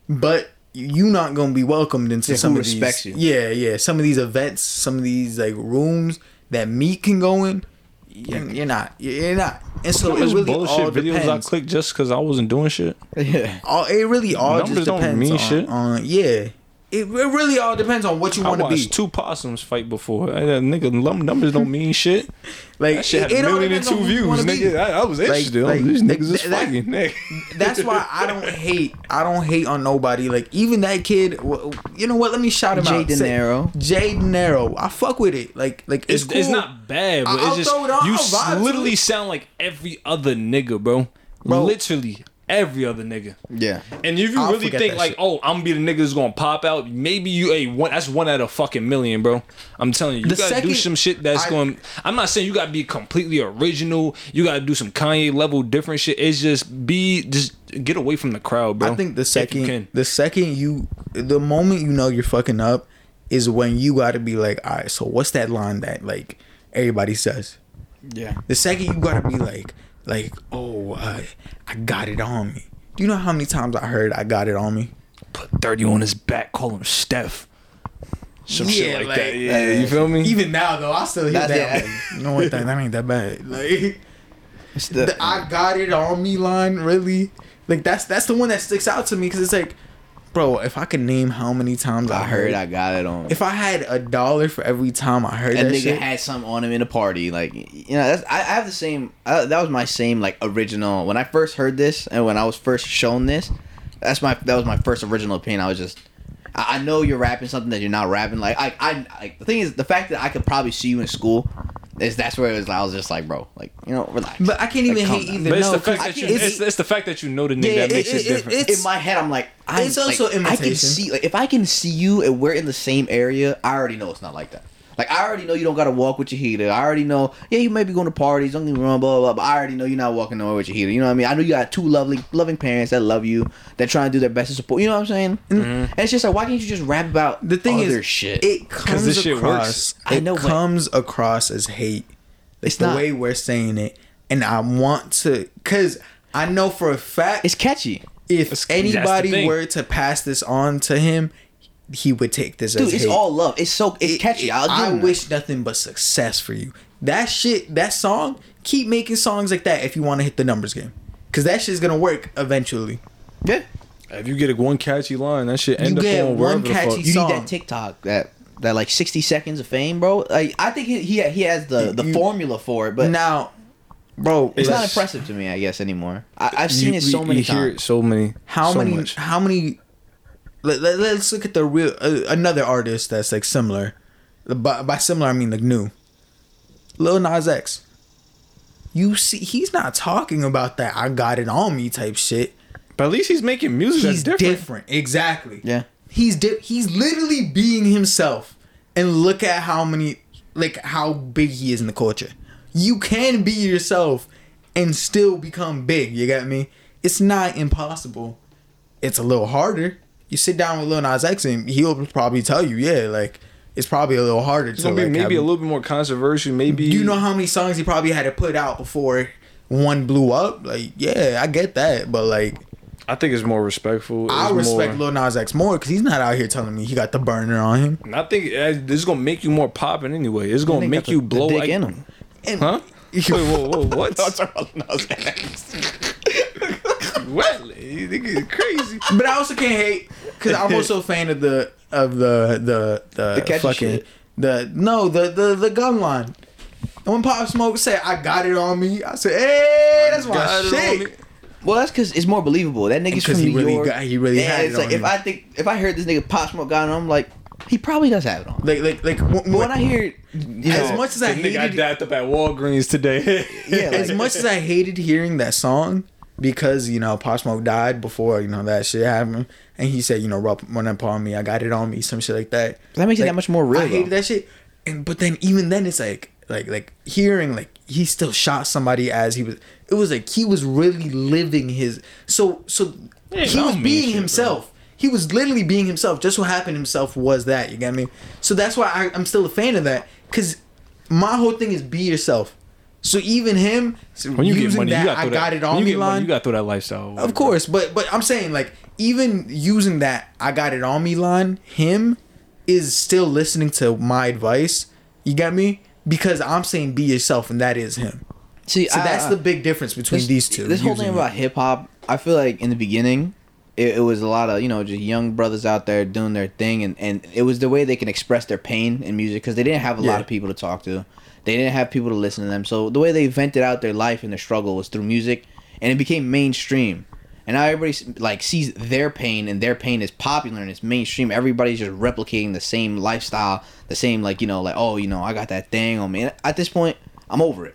S3: but you not gonna be welcomed into
S4: Yeah, who
S3: some of
S4: respects
S3: these
S4: you.
S3: yeah yeah some of these events some of these like rooms that Meek can go in. You're, you're not. You're not. And so
S6: How
S3: it
S6: much
S3: really
S6: bullshit
S3: all
S6: videos
S3: depends
S6: I clicked just because I wasn't doing shit.
S4: Yeah.
S3: all it really all
S6: Numbers
S3: just
S6: don't
S3: depends
S6: mean
S3: on,
S6: shit.
S3: on- yeah it, it really all depends on what you
S6: I
S3: want to be
S6: watched two possums fight before. I, that nigga, num- numbers don't mean shit.
S3: like
S6: That shit had
S3: it-
S6: a
S3: it all
S6: million and
S3: depends on
S6: two
S3: who you
S6: views,
S3: wanna be.
S6: nigga. I, I was interested.
S3: like,
S6: Like, these
S3: like,
S6: niggas is
S3: th- that-
S6: fighting. nigga.
S3: that's why I don't hate I don't hate on nobody like even that kid wh- you know what let me shout him
S4: Jay
S3: out
S4: De
S3: Say-
S4: Nero.
S3: Jay De Nero I fuck with it like like
S6: It's,
S3: it's,
S6: it's
S3: cool.
S6: not bad,
S3: I-
S6: but
S3: I'll
S6: it's just
S3: throw it on,
S6: you
S3: I'll
S6: s-
S3: vibe to
S6: literally
S3: it.
S6: sound like every other nigga, bro. Literally every other nigga.
S4: Yeah.
S6: And if you
S3: I'll
S6: really
S3: forget
S6: think
S3: that
S6: like,
S3: shit.
S6: oh, I'm gonna be the nigga that's gonna pop out, maybe you a one. That's one out of fucking million, bro. I'm telling you, you
S3: The
S6: gotta do
S3: second-
S6: some shit that's
S3: I-
S6: going. I'm not saying you gotta be completely original. You gotta do some Kanye level different shit. It's just be just get away from the crowd, bro.
S3: I think the
S6: if you can.
S3: second the second you the moment you know you're fucking up is when you got to be like all right so what's that line that like everybody says
S4: Yeah.
S3: The second you gotta be like, like, oh, I, I got it on me. Do you know how many times I heard I got it on me?
S6: put 30 on his back, call him Steph. Some shit
S3: Yeah,
S6: like,
S3: like-
S6: that. Yeah, you feel me?
S3: Even now though, I still hear
S4: That's
S3: that.
S4: it.
S3: Like, you know what? That, that ain't that bad. Like
S4: It's
S3: the
S4: the,
S3: I got it on me line, really. Like that's that's the one that sticks out to me because it's like, bro, if I could name how many times I,
S4: I heard I got it on.
S3: if I had a dollar for every time I heard
S4: and
S3: that
S4: nigga
S3: shit,
S4: had something on him in a party. Like you know, that's, I, I have the same. Uh, that was my same like original when I first heard this and when I was first shown this. That's my that was my first original opinion. I was just, I, I know you're rapping something that you're not rapping. Like I, I like, the thing is the fact that I could probably see you in school. Is that's where it was. I was just like, bro, like you know, relax.
S3: but I can't
S4: Like,
S3: even
S4: calm
S3: hate
S4: down.
S3: either.
S6: but it's
S3: no,
S6: the
S3: 'cause
S6: fact
S3: I
S6: that you
S3: can't-
S6: it's, it's the fact that you know the nigga
S3: Yeah,
S6: that makes
S3: it-
S6: it,
S3: it-
S6: different.
S3: it's-
S4: in my head, I'm like, i
S3: It's also
S4: like, I can
S3: imitation.
S4: see, like, if I can see you and we're in the same area, I already know it's not like that. Like, I already know you don't gotta walk with your heater. I already know, yeah, you may be going to parties, don't get me wrong, blah, blah, blah, but I already know you're not walking nowhere with your heater. You know what I mean? I know you got two lovely, loving parents that love you, that trying to do their best to support. You know what I'm saying? And it's just like, why can't you just rap about
S3: the thing
S4: other
S3: is
S4: shit?
S3: it comes
S6: this shit
S3: across
S6: works.
S4: I
S3: it
S4: know, but-
S3: comes across as hate
S4: It's
S3: it's the
S4: not.
S3: way we're saying it and i want to because i know for a fact
S4: it's catchy.
S3: if
S6: the
S3: anybody
S6: thing.
S3: were to pass this on to him he would take this
S4: Dude,
S3: as
S4: it's
S3: hate.
S4: all love. It's so, it's
S3: It-
S4: catchy.
S3: it-
S4: I'll give
S3: i
S4: them that.
S3: wish nothing but success for you that shit that song keep making songs like that if you want to hit the numbers game because that shit's gonna work eventually
S4: Yeah.
S6: if you get a one catchy line, that shit end up
S3: get
S6: on
S3: one
S6: wherever the
S3: catchy
S6: fuck.
S4: You
S3: song.
S4: need that TikTok that that like sixty seconds of fame, bro. Like I think he he, he has the the
S3: You-
S4: formula for it, but
S3: now bro
S4: it's not
S3: let's-
S4: impressive to me, I guess anymore. I, I've seen
S6: You-
S4: it so many
S6: you hear it
S4: times.
S6: so many.
S3: how
S6: so
S3: many
S6: much.
S3: how many let, let, us look at the real uh, another artist that's like similar by, by similar i mean like new lil nas x you see he's not talking about that i got it on me type shit
S6: But at least he's making music
S3: he's
S6: that's
S3: different.
S6: different.
S3: exactly
S4: Yeah.
S3: he's di- he's literally being himself and look at how many like how big he is in the culture you can be yourself and still become big you got me it's not impossible it's a little harder you sit down with Lil Nas X and he'll probably tell you yeah like it's probably a little harder
S6: It's
S3: to
S6: gonna be
S3: like, have-
S6: maybe a little bit more controversial. Maybe
S3: do you know how many songs he probably had to put out before one blew up like yeah I get that but like
S6: I think it's more respectful.
S3: I
S6: It's
S3: respect
S6: more-
S3: Lil Nas X more because he's not out here telling me he got the burner on him
S6: And I think uh, this is gonna make you more popping anyway. It's
S4: I
S6: gonna
S4: think
S6: make
S4: got
S6: you
S4: the- the
S6: blow.
S4: dick
S6: like-
S4: in him. And
S6: Huh? Wait, whoa, whoa, what?
S4: I'm sorry, I was next.
S6: What? You think it's crazy?
S3: But I also can't hate because I'm also a fan of the of the the the,
S4: The catchy
S3: fucking
S4: shit.
S3: the no the the the gun line. And when Pop Smoke said, "I got it on me," I said, "Hey, that's my
S6: Got it on
S3: shit."
S6: me.
S4: Well, that's because it's more believable. That nigga's from
S3: 'Cause he
S4: New
S3: really
S4: York.
S3: got- he really
S4: Yeah,
S3: had it
S4: it's
S3: on
S4: like if
S3: him.
S4: I think if I heard this nigga Pop Smoke got it, I'm like, he probably does have it on.
S3: Like like like wh-
S4: But
S3: wh-
S4: when I hear, you
S3: as
S4: know,
S3: much as I
S6: The nigga I
S3: hated
S6: dapped up at Walgreens today.
S4: yeah, like,
S3: as much as I hated hearing that song because you know Pop Smoke died before you know that shit happened, and he said you know rub one up on me, I got it on me, some shit like that.
S4: That makes it
S3: Like,
S4: that much more real,
S3: I hated
S4: though.
S3: that shit, and but then even then it's like like like hearing like he still shot somebody as he was. It was like he was really living his so so he
S6: no
S3: was
S6: mean
S3: being
S6: shit, bro.
S3: himself. He was literally being himself. Just what happened himself was that. You get me? So that's why I, I'm still a fan of that. Cause my whole thing is be yourself. So even him
S6: When you get
S3: using
S6: money,
S3: that,
S6: you gotta
S3: I
S6: throw that.
S3: got it
S6: when
S3: on
S6: you
S3: me
S6: get money,
S3: line.
S6: you gotta throw that lifestyle. away,
S3: of
S6: bro.
S3: course, but but I'm saying like even using that I got it on me line, him is still listening to my advice. You got me? Because I'm saying be yourself, and that is him.
S4: see,
S3: So
S4: I-
S3: that's
S4: I-
S3: the big difference between
S4: this,
S3: these two.
S4: This whole
S3: using
S4: thing
S3: it.
S4: about hip hop, I feel like in the beginning, it, it was a lot of you know just young brothers out there doing their thing, and and it was the way they can express their pain in music because they didn't have a
S3: Yeah.
S4: lot of people to talk to, they didn't have people to listen to them. So the way they vented out their life and their struggle was through music, and it became mainstream. And now everybody s- like sees their pain, and their pain is popular and it's mainstream. Everybody's just replicating the same lifestyle, the same like you know, like oh, you know, I got that thing on me. And at this point, I'm over it.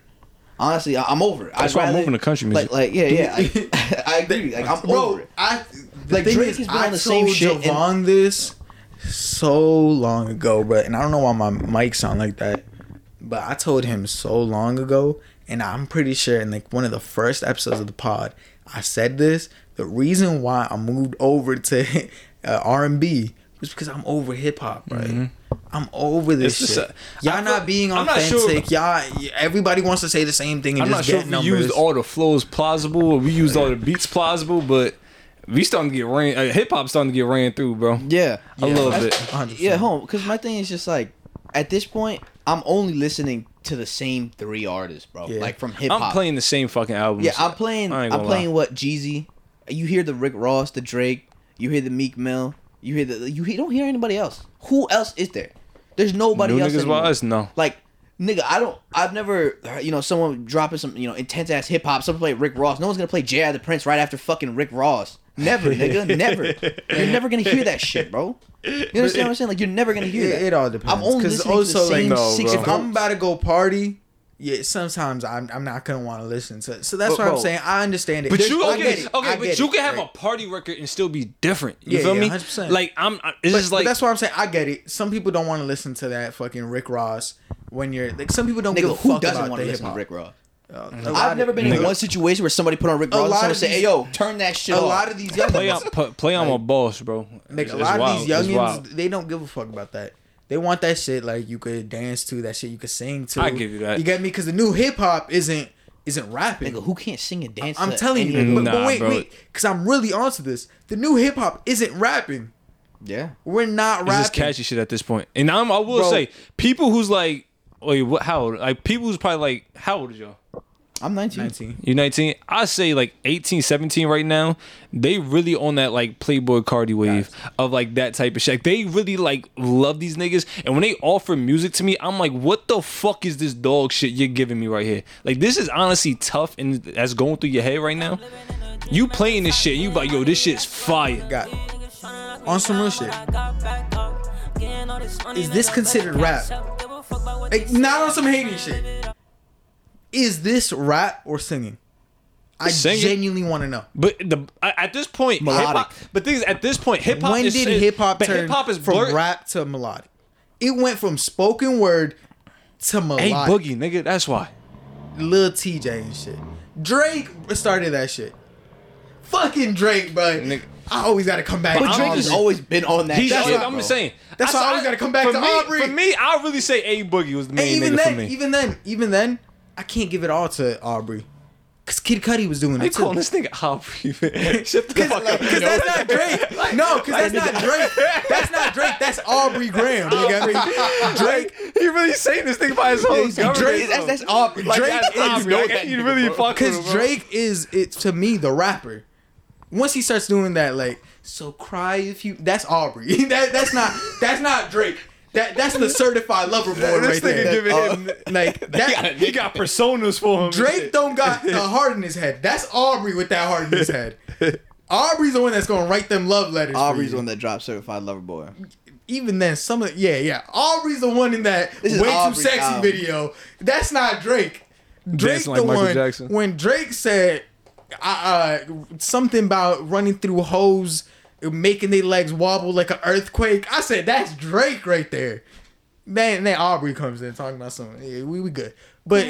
S4: Honestly, I- I'm over it.
S6: That's why I'm moving to country music.
S4: Like, like yeah, yeah. I, I agree. Like, I'm
S3: Bro,
S4: over it.
S3: I the
S4: Like,
S3: thing
S4: Drake
S3: is,
S4: has been
S3: I
S4: on the same
S3: told
S4: shit and-
S3: Javon this so long ago, bro, and I don't know why my mic sound like that, but I told him so long ago, and I'm pretty sure in like one of the first episodes of the pod, I said this. The reason why I moved over to uh, R&B was because I'm over hip hop, right? I'm over this
S6: It's just
S3: shit.
S6: a-
S3: y'all
S6: I feel-
S3: not being
S6: I'm not
S3: authentic.
S6: sure-
S3: Y'all, everybody wants to say the same thing. And
S6: I'm
S3: just
S6: not sure
S3: get
S6: if we
S3: numbers.
S6: used all the flows plausible or we used all the beats plausible, but we starting to get ran. Uh, Hip hop starting to get ran through, bro.
S4: Yeah,
S6: I love it.
S3: 100%.
S4: yeah, home. Because my thing is just like, at this point, I'm only listening to the same three artists, bro.
S3: Yeah.
S4: Like from hip hop.
S6: I'm playing the same fucking albums.
S4: Yeah, I'm playing.
S6: I ain't
S4: I'm
S6: gonna lie.
S4: playing what Jeezy. You hear the Rick Ross, the Drake. You hear the Meek Mill. You hear the. You, he- don't hear anybody else. Who else is there? There's nobody
S6: New
S4: else.
S6: niggas
S4: anymore.
S6: wise? No.
S4: Like, nigga, I don't. I've never. heard, You know, someone dropping some. You know, intense ass hip hop. Someone play Rick Ross. No one's gonna play J.I. the Prince right after fucking Rick Ross. Never, nigga, never. You're never gonna hear that shit, bro. You understand what I'm saying? Like, you're never gonna hear
S3: It-
S4: that.
S3: it all depends,
S4: I'm only
S3: 'cause
S4: listening to
S3: also,
S4: the
S3: like,
S4: same
S6: No,
S4: six.
S6: bro.
S3: if I'm about to go party, yeah, sometimes I'm I'm not gonna want to listen to. So that's
S4: But,
S3: what I'm
S4: bro,
S3: saying. I understand it.
S6: But
S3: There's-
S6: you
S3: I
S6: okay?
S3: get it.
S6: Okay,
S3: I
S6: but
S3: get
S6: you
S3: it.
S6: can have
S3: Right.
S6: a party record and still be different. You
S3: Yeah,
S6: feel
S3: yeah,
S6: me?
S3: 100%.
S6: Like I'm. I- It's
S3: But,
S6: just
S3: but
S6: like
S3: that's why I'm saying I get it. Some people don't want to listen to that fucking Rick Ross when you're like. Some people don't give a
S4: Nigga, who
S3: fuck
S4: doesn't
S3: about
S4: want
S3: the
S4: to
S3: hip
S4: listen to
S3: hop.
S4: Rick Ross?
S3: A lot
S4: I've
S3: of-
S4: never been in
S6: Nigga.
S4: one situation where somebody put on Rick
S3: A
S4: Ross and
S3: lot
S4: someone
S3: of
S4: say,
S3: these-
S4: "Hey, yo, turn that shit
S3: A
S4: off."
S3: lot of these young
S6: play on pu- play on my boss, bro.
S3: like,
S6: It's-
S3: a
S6: it's
S3: lot of
S6: wild.
S3: these
S6: It's wild.
S3: youngins they don't give a fuck about that. They want that shit like you could dance to, that shit you could sing to.
S6: I give you that.
S3: You get me? Because the new hip hop isn't isn't rapping.
S4: Nigga, who can't sing and dance?
S3: I'm
S4: to
S3: telling
S4: any-
S3: you, but, but
S6: Nah,
S3: wait,
S6: bro.
S3: wait, because I'm really onto this. The new hip hop isn't rapping.
S4: Yeah.
S3: We're not
S6: It's
S3: rapping.
S6: just catchy shit at this point. And I'm, I will
S3: Bro.
S6: say, people who's like, wait, what? How old? Like people who's probably like, how old is y'all?
S4: I'm 19.
S3: 19.
S6: You 19? I say like 18, 17 right now. They really on that like Playboy Cardi wave of like that type of shit. Like, they really like love these niggas. And when they offer music to me, I'm like, what the fuck is this dog shit you're giving me right here? Like this is honestly tough and that's going through your head right now. You playing this shit, you like, yo, this shit's fire.
S3: Got it.
S10: On some real shit.
S3: Is this considered rap? Like, not on some hating shit. Is this rap or singing? I
S6: Singing.
S3: genuinely want to know.
S6: But the a- at this point, hip hop.
S4: Melodic.
S6: But things at this point, hip hop.
S3: When
S6: is,
S3: did hip hop
S6: but
S3: turn
S6: hip-hop
S3: from
S6: blur-
S3: rap to melodic? It went from spoken word to
S6: Hey,
S3: melodic.
S6: boogie, nigga. That's why.
S3: Lil TJ and shit. Drake started that shit. Fucking Drake, bro.
S6: Nigga.
S3: I always got to come back.
S4: But
S3: to
S4: Drake
S3: all
S4: has
S3: this.
S4: always been on that.
S6: He's,
S4: shit,
S6: that's what I'm
S4: bro.
S6: saying.
S3: That's why I always gotta come back
S6: for
S3: to
S6: me,
S3: Aubrey.
S6: For me, I really say A Boogie was the
S3: And
S6: main
S3: even
S6: nigga
S3: then,
S6: for me.
S3: even then, even then, I can't give it all to Aubrey. Cause Kid Cudi was doing
S6: they
S3: it too.
S6: calling this nigga Aubrey. Man. Shut the
S3: Cause,
S6: fuck
S3: like,
S6: up.
S3: 'cause that's not Drake. no, cause that's not Drake. That's not Drake. That's Aubrey Graham. You got me? Drake
S6: You really saying this thing by his whole government?
S4: Drake, that's, that's all. Like,
S6: Drake
S4: that's all-
S6: is
S4: know
S6: like,
S4: that
S6: you
S4: nigga,
S6: really
S4: bro.
S6: fuck with him, bro.
S3: Because Drake is it to me the rapper. Once he starts doing that, like so cry if you. That's Aubrey. that that's not that's not Drake. That that's the certified lover boy
S6: This nigga
S3: right there.
S6: giving
S4: Oh.
S6: him
S3: Like that.
S6: he got personas for him.
S3: Drake don't got the heart in his head. That's Aubrey with that heart in his head. Aubrey's the one that's gonna write them love letters. for
S4: Aubrey's
S3: you.
S4: the one that dropped Certified Lover Boy.
S3: Even then, some of yeah, yeah. Aubrey's the one in that
S4: This is
S3: way
S4: Aubrey's
S3: too sexy
S4: album.
S3: video. That's not Drake. Drake
S6: like
S3: the
S6: Michael
S3: one
S6: Jackson.
S3: when Drake said uh, uh, something about running through hoes, making their legs wobble like an earthquake. I said that's Drake right there. Then then Aubrey comes in talking about something. Yeah, we we good. But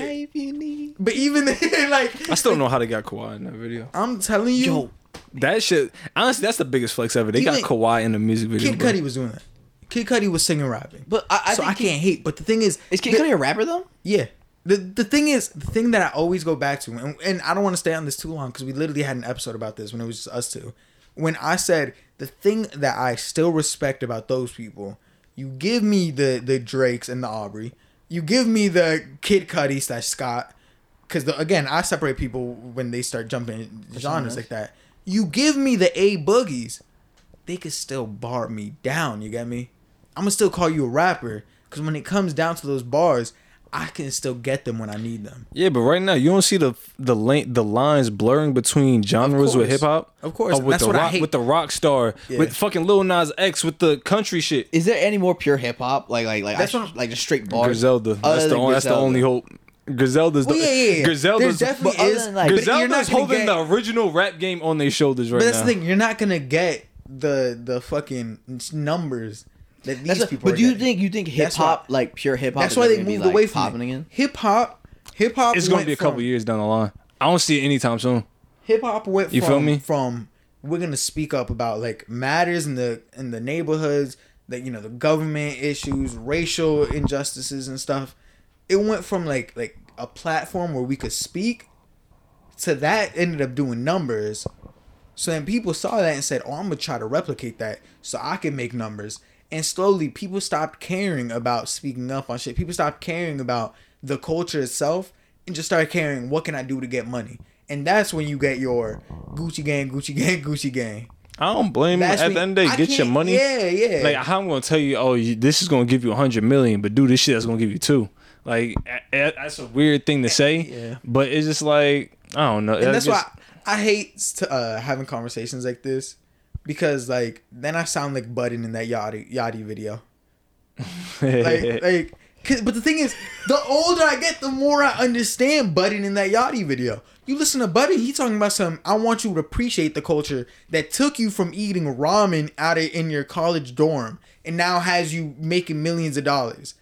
S3: but even then, like
S6: I still don't know how they got Kawhi in that video.
S3: I'm telling you,
S6: That shit, honestly, that's the biggest flex ever. They got
S3: Even-
S6: Kawhi in the music video.
S3: Kid
S6: bro.
S3: Cudi was doing that. Kid Cudi was singing rapping.
S4: But I, I
S3: so
S4: think
S3: I can't hate. But the thing is,
S4: Is Kid
S3: the-
S4: Cudi a rapper though?
S3: Yeah. The, the thing is, the thing that I always go back to, and, and I don't want to stay on this too long because we literally had an episode about this when it was just us two. When I said the thing that I still respect about those people, you give me the the Drakes and the Aubrey, you give me the Kid Cudi slash Scott, because again I separate people when they start jumping genres like that. You give me the A Boogies, they could still bar me down. You get me? I'm gonna still call you a rapper because when it comes down to those bars, I can still get them when I need them.
S6: Yeah, but right now you don't see the the lane, the lines blurring between genres with hip
S3: course.
S6: hop.
S3: Of course,
S6: Or Oh, with
S3: that's
S6: the
S3: what I
S6: rock,
S3: hate.
S6: with the rock star, with fucking Lil Nas X, with the country shit.
S4: Is there any more pure hip hop? Like like like
S3: That's
S4: I-
S3: what I'm-
S4: like just straight bars.
S6: Griselda. That's
S4: Other
S6: the
S4: than
S6: only, that's the
S4: Griselda.
S6: only hope. Griselda's
S3: Well,
S6: the
S3: yeah, yeah, yeah.
S6: Griselda's
S3: There definitely
S4: but other
S3: is-
S4: than, like-
S3: but you're
S6: Griselda's
S3: not gonna
S6: holding
S3: get-
S6: the original rap game on their shoulders right
S3: But that's
S6: now.
S3: the thing, you're not gonna get the the fucking numbers that these
S4: That's what-
S3: people.
S4: but
S3: are
S4: do you
S3: getting.
S4: think you think hip
S3: That's why-
S4: hop like pure hip hop?
S3: That's why they moved away from
S4: popping again.
S3: Hip hop, hip hop.
S6: it's gonna
S3: went
S6: be a couple
S3: from-
S6: years down the line. I don't see it anytime soon.
S3: hip hop went
S6: You
S3: from,
S6: feel me?
S3: from we're gonna speak up about like matters in the in the neighborhoods that you know the government issues racial injustices and stuff it went from like like a platform where we could speak to that ended up doing numbers so then people saw that and said oh i'm gonna try to replicate that so i can make numbers and slowly people stopped caring about speaking up on shit people stopped caring about the culture itself and just started caring what can i do to get money and that's when you get your gucci gang gucci gang gucci gang
S6: I don't blame. them.
S3: That's
S6: At
S3: when-
S6: the end of the
S3: I
S6: day, get your
S3: can't-
S6: money.
S3: yeah, yeah.
S6: Like how I'm gonna tell you, oh, you, this is gonna give you a hundred million, but do this shit that's gonna give you two. Like a- a- that's a weird thing to say.
S3: Eh, Yeah.
S6: But it's just like I don't know.
S3: and that's why I, I hate s- uh, having conversations like this because like then I sound like Budden in that Yachty Yachty video. Like like, 'cause- but the thing is, the older I get, the more I understand Budden in that Yachty video. You listen to Budden, he talking about some. I want you to appreciate the culture that took you from eating ramen out of in your college dorm and now has you making millions of dollars.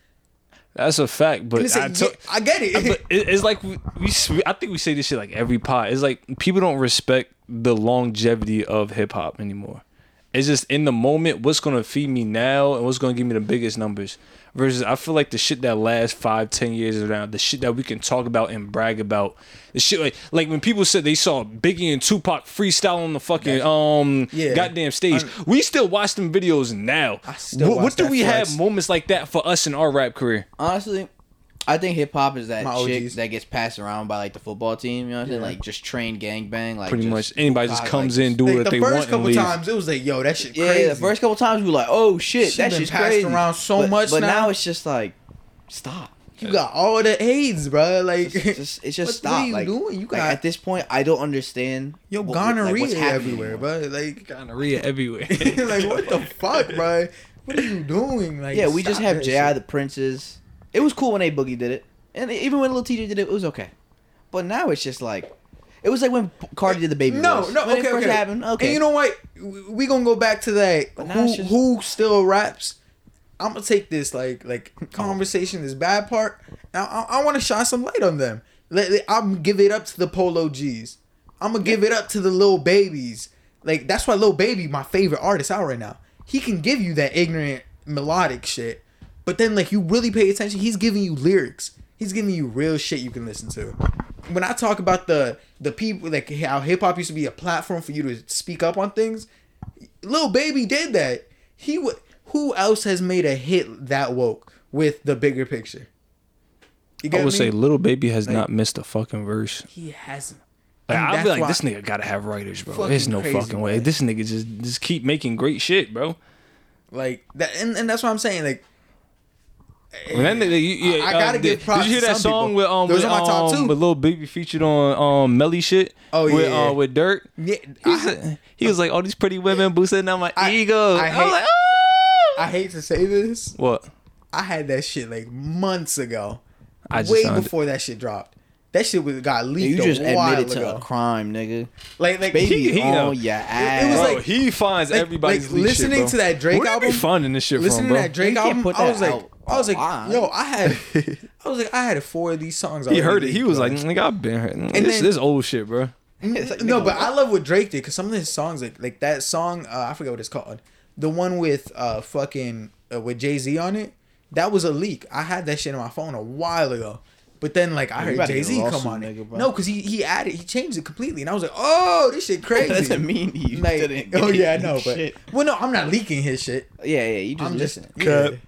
S6: that's a fact. But
S3: And it's
S6: I
S3: like,
S6: took.
S3: yeah, I get it.
S6: but it, it's like we, we s- I think we say this shit like every pod. It's like people don't respect the longevity of hip hop anymore. It's just in the moment, what's gonna feed me now and what's gonna give me the biggest numbers. Versus, I feel like the shit that lasts five, ten years around, the shit that we can talk about and brag about, the shit like like when people said they saw Biggie and Tupac freestyle on the fucking um
S3: Yeah.
S6: goddamn stage, we still watch them videos now.
S3: still
S6: what
S3: watch
S6: what do
S3: that
S6: we
S3: flex.
S6: have moments like that for us in our rap career?
S4: Honestly, I think hip hop is that
S3: My
S4: chick
S3: OGs.
S4: that gets passed around by like the football team. You know what I'm saying? Like just train gangbang. Like
S6: Pretty much
S4: just-
S6: anybody just
S4: God,
S6: comes
S4: like,
S6: in, do
S3: Like,
S6: what
S3: the
S6: they
S3: first
S6: want, and
S3: couple
S6: leave.
S3: times, it was like, yo, that shit.
S4: Yeah,
S3: crazy.
S4: the first couple times we were like, oh shit,
S3: She
S4: that
S3: been
S4: shit's
S3: passed
S4: crazy.
S3: around so
S4: But-
S3: much
S4: but
S3: now.
S4: now it's just like stop.
S3: You got all the AIDS, bro. Like,
S4: It's just, it's just
S3: what-
S4: stop.
S3: What are you
S4: like,
S3: doing? You
S4: like,
S3: got
S4: at this point, I don't understand.
S3: yo
S4: what-
S3: gonorrhea
S4: like, what's happening
S3: everywhere,
S4: anymore.
S3: bro. Like,
S6: gonorrhea everywhere.
S3: like what the fuck, bro? What are you doing? Like,
S4: Yeah, we just
S3: stop
S4: have
S3: that
S4: J.I.
S3: shit.
S4: the Princes. It was cool when A Boogie did it, and even when Lil TJ did it, it was okay. But now it's just like, it was like when Cardi did the baby.
S3: No,
S4: voice.
S3: no,
S4: when
S3: okay,
S4: it first
S3: okay.
S4: happened. Okay,
S3: And you know what? We- We gonna go back to that.
S4: now
S3: Who,
S4: it's just-
S3: who still raps? I'm gonna take this like like conversation, this bad part. Now I, I want to shine some light on them. Let, let- I'm give it up to the Polo G's. I'm gonna give it up to the little babies. Like that's why Lil Baby, my favorite artist out right now. He can give you that ignorant melodic shit, but then like you really pay attention, he's giving you lyrics. He's giving you real shit you can listen to. When I talk about the the people like how hip hop used to be a platform for you to speak up on things, Lil Baby did that. He would. Who else has made a hit that woke? with the bigger picture. You
S6: I
S3: get
S6: would
S3: me?
S6: say Little Baby has
S3: Like-
S6: not missed a fucking verse.
S3: he hasn't.
S6: Like,
S3: And
S6: I feel
S3: that's
S6: like
S3: why-
S6: this nigga gotta have writers, bro.
S3: Fucking
S6: There's no
S3: crazy,
S6: fucking way. This nigga just just keep making great shit, bro.
S3: like that, and, and that's what I'm saying. Like
S6: When that nigga, you,
S3: I-
S6: yeah,
S3: I gotta
S6: uh,
S3: give
S6: did,
S3: props
S6: Did you hear
S3: to
S6: that
S3: some
S6: song
S3: people.
S6: with um
S3: Those
S6: with,
S3: are my top
S6: um,
S3: two.
S6: with Lil Baby featured on um Melly shit?
S3: Oh,
S6: with,
S3: yeah.
S6: uh, with Dirt.
S3: Yeah,
S6: He's a- he was like all these pretty women boosting on my ego.
S3: I
S6: I,
S3: hate-
S6: was like, "Ah!"
S3: I hate to say this,
S6: what?
S3: I had that shit like months ago,
S6: I just
S3: way
S6: found it.
S3: before that shit dropped. That shit was got leaked
S4: You just
S3: a while
S4: admitted
S3: ago.
S4: to a crime, nigga.
S3: Like oh, like
S4: Baby
S6: He- he
S4: on
S6: know.
S4: your ass.
S3: it was
S6: Bro,
S3: like-
S6: he finds
S3: like-
S6: everybody's
S3: like
S6: leak
S3: listening
S6: shit, bro.
S3: to that Drake
S6: Where they be
S3: album-
S6: finding this shit
S3: listening
S6: from, bro?
S3: to that Drake
S4: You can't
S3: album,
S4: put
S3: I
S4: that
S3: was like,
S4: out
S3: I was like,
S4: online.
S3: yo, I had, I was like, I had four of these songs.
S6: he
S3: already
S6: heard it. He
S3: leaked,
S6: was
S3: bro.
S6: like, nigga, I've been heard. This,
S3: then-
S6: this old shit, bro.
S3: no, but I love what Drake did because some of his songs, like like that song, uh, I forget what it's called, the one with uh fucking uh, with Jay Z on it, that was a leak. I had that shit on my phone a while ago, but then like I
S4: about
S3: heard
S4: to
S3: Jay
S4: get
S3: Z
S4: a
S3: come
S4: lawsuit,
S3: on it.
S4: nigga, bro.
S3: No, because he he added, he changed it completely, and I was like, oh, this shit crazy.
S4: That doesn't mean you
S3: Like,
S4: didn't.
S3: oh
S4: get
S3: yeah, I know, but
S4: shit.
S3: well, no, I'm not leaking his shit.
S4: yeah, yeah, you just
S3: I'm
S4: listen.
S3: just yeah.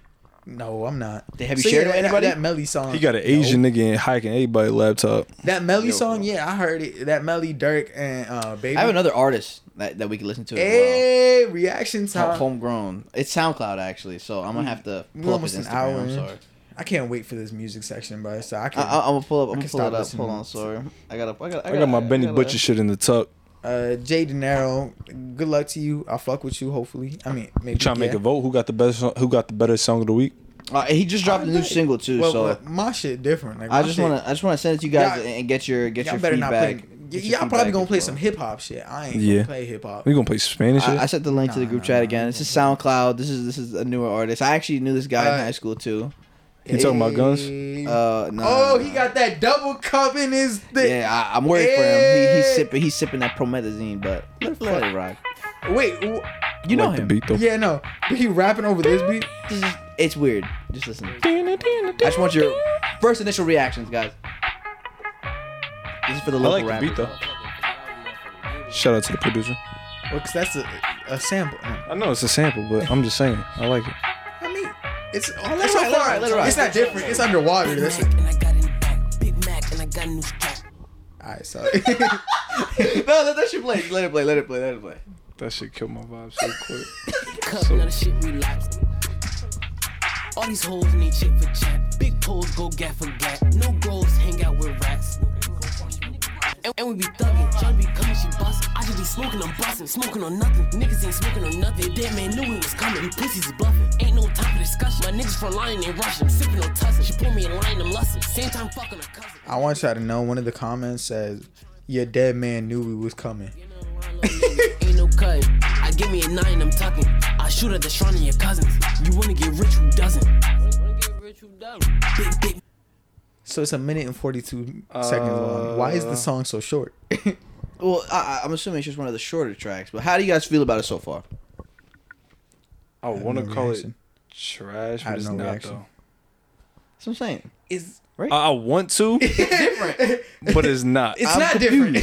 S3: No, I'm not.
S4: Have you shared it
S3: that,
S4: with anybody?
S3: That, that Melly song.
S6: He got an Asian nigga and hiking everybody's laptop.
S3: That Melly song, yeah, I heard it. That Melly, Dirk, and uh, Baby.
S4: I have another artist that, that we can listen to. as well.
S3: Hey, reaction
S4: Home-
S3: time.
S4: Homegrown. It's SoundCloud actually, so I'm gonna have to
S3: We're
S4: pull up
S3: almost
S4: his
S3: an
S4: Instagram.
S3: hour
S4: I'm
S3: in.
S4: sorry.
S3: I can't wait for this music section, bro. So I
S4: I,
S3: can.
S4: I, I'm gonna pull up. I'm
S3: I
S4: gonna
S3: can
S4: pull it
S3: stop
S4: up.
S3: listening.
S4: Hold on, sorry. I got. I got.
S6: I got my Benny
S4: I
S6: Butcher shit in the tuck.
S3: uh, Jay De Niro, good luck to you. I'll fuck with you. Hopefully, I mean, maybe
S6: You trying to make
S3: yeah.
S6: a vote? Who got the best? Who got the better song of the week?
S4: Uh, he just dropped a new single too,
S3: Well,
S4: so
S3: well, my shit different. Like, my
S4: I just
S3: shit-
S4: wanna. I just wanna send it to you guys
S3: Y'all-
S4: and get your get
S3: Y'all
S4: your
S3: better not play.
S4: feedback.
S3: y-
S4: Get your
S3: y'all probably
S4: feedback
S3: gonna
S4: as
S3: play
S4: well.
S3: some hip hop shit. I ain't
S6: Yeah.
S3: gonna play hip hop.
S6: We gonna play some Spanish shit.
S4: I, I sent the link to the
S3: Nah,
S4: group
S3: nah,
S4: chat
S3: nah,
S4: again.
S3: nah,
S4: This is SoundCloud. This is this is a newer artist. I actually knew this guy in
S3: Uh,
S4: high school too.
S6: you talking about guns?
S3: Hey.
S4: Uh, no,
S3: oh, he got that double cup in his thing.
S4: Yeah, I, I'm worried for him. He, he's
S3: Yeah.
S4: sipping. He's sipping that promethazine, but let, let it rock.
S3: Wait, wh-
S4: You know
S6: like the
S4: him.
S6: beat though.
S3: yeah, no, but he rapping over this beat.
S4: This is- it's weird. Just listen. I just want your first initial reactions, guys. This is for the
S6: I like
S4: local
S6: the
S4: rappers.
S6: beat though. Shout out to the producer.
S3: Well, cause that's a, a sample.
S6: I know it's a sample, but I'm just saying I like it.
S3: I mean, it's oh,
S4: it
S3: that's so
S4: ride, let it
S3: far.
S4: ride, let it ride.
S3: It's not different. It's underwater. That's it.
S7: And I got in the back, Big Mac, and I got a new strap.
S3: Alright, sorry.
S4: no, let that shit play. Let it play. Let it play. Let it play.
S6: That shit killed my vibe so quick.
S7: Cup, none of shit relapsed. All these hoes need chip for chat. Big poles go gap for gap. No goals hang out with rats. And, and we be thuggin', John be coming, she bustin'. I just be smoking, I'm bustin', smoking on nothing. Niggas ain't smoking on nothing. Dead man knew it was coming, you pussies is bluffin'. Ain't no time for discussion. My niggas from lying, they rushing, sipping on tussin'. She pull me in line, I'm lustin'. Same time fucking her cousin.
S3: I want y'all to know one of the comments says, Your dead man knew we was coming.
S7: Ain't no cut. I give me a nine, I'm tucking. I shoot at the shrine of your cousins. You wanna get rich who doesn't? Big, big.
S3: So it's a minute and 42 seconds long. Why
S4: Uh,
S3: is the song so short?
S4: Well, I, I- I'm assuming it's just one of the shorter tracks. But how do you guys feel about it so far?
S6: I want to
S3: no
S6: call
S3: reaction.
S6: it trash,
S3: I
S6: but
S3: had
S6: it's
S3: no
S6: not
S3: reaction.
S6: though.
S4: That's what I'm saying.
S3: It's,
S6: I, I want to,
S4: Different.
S6: but it's not.
S3: it's
S4: I'm
S3: not different.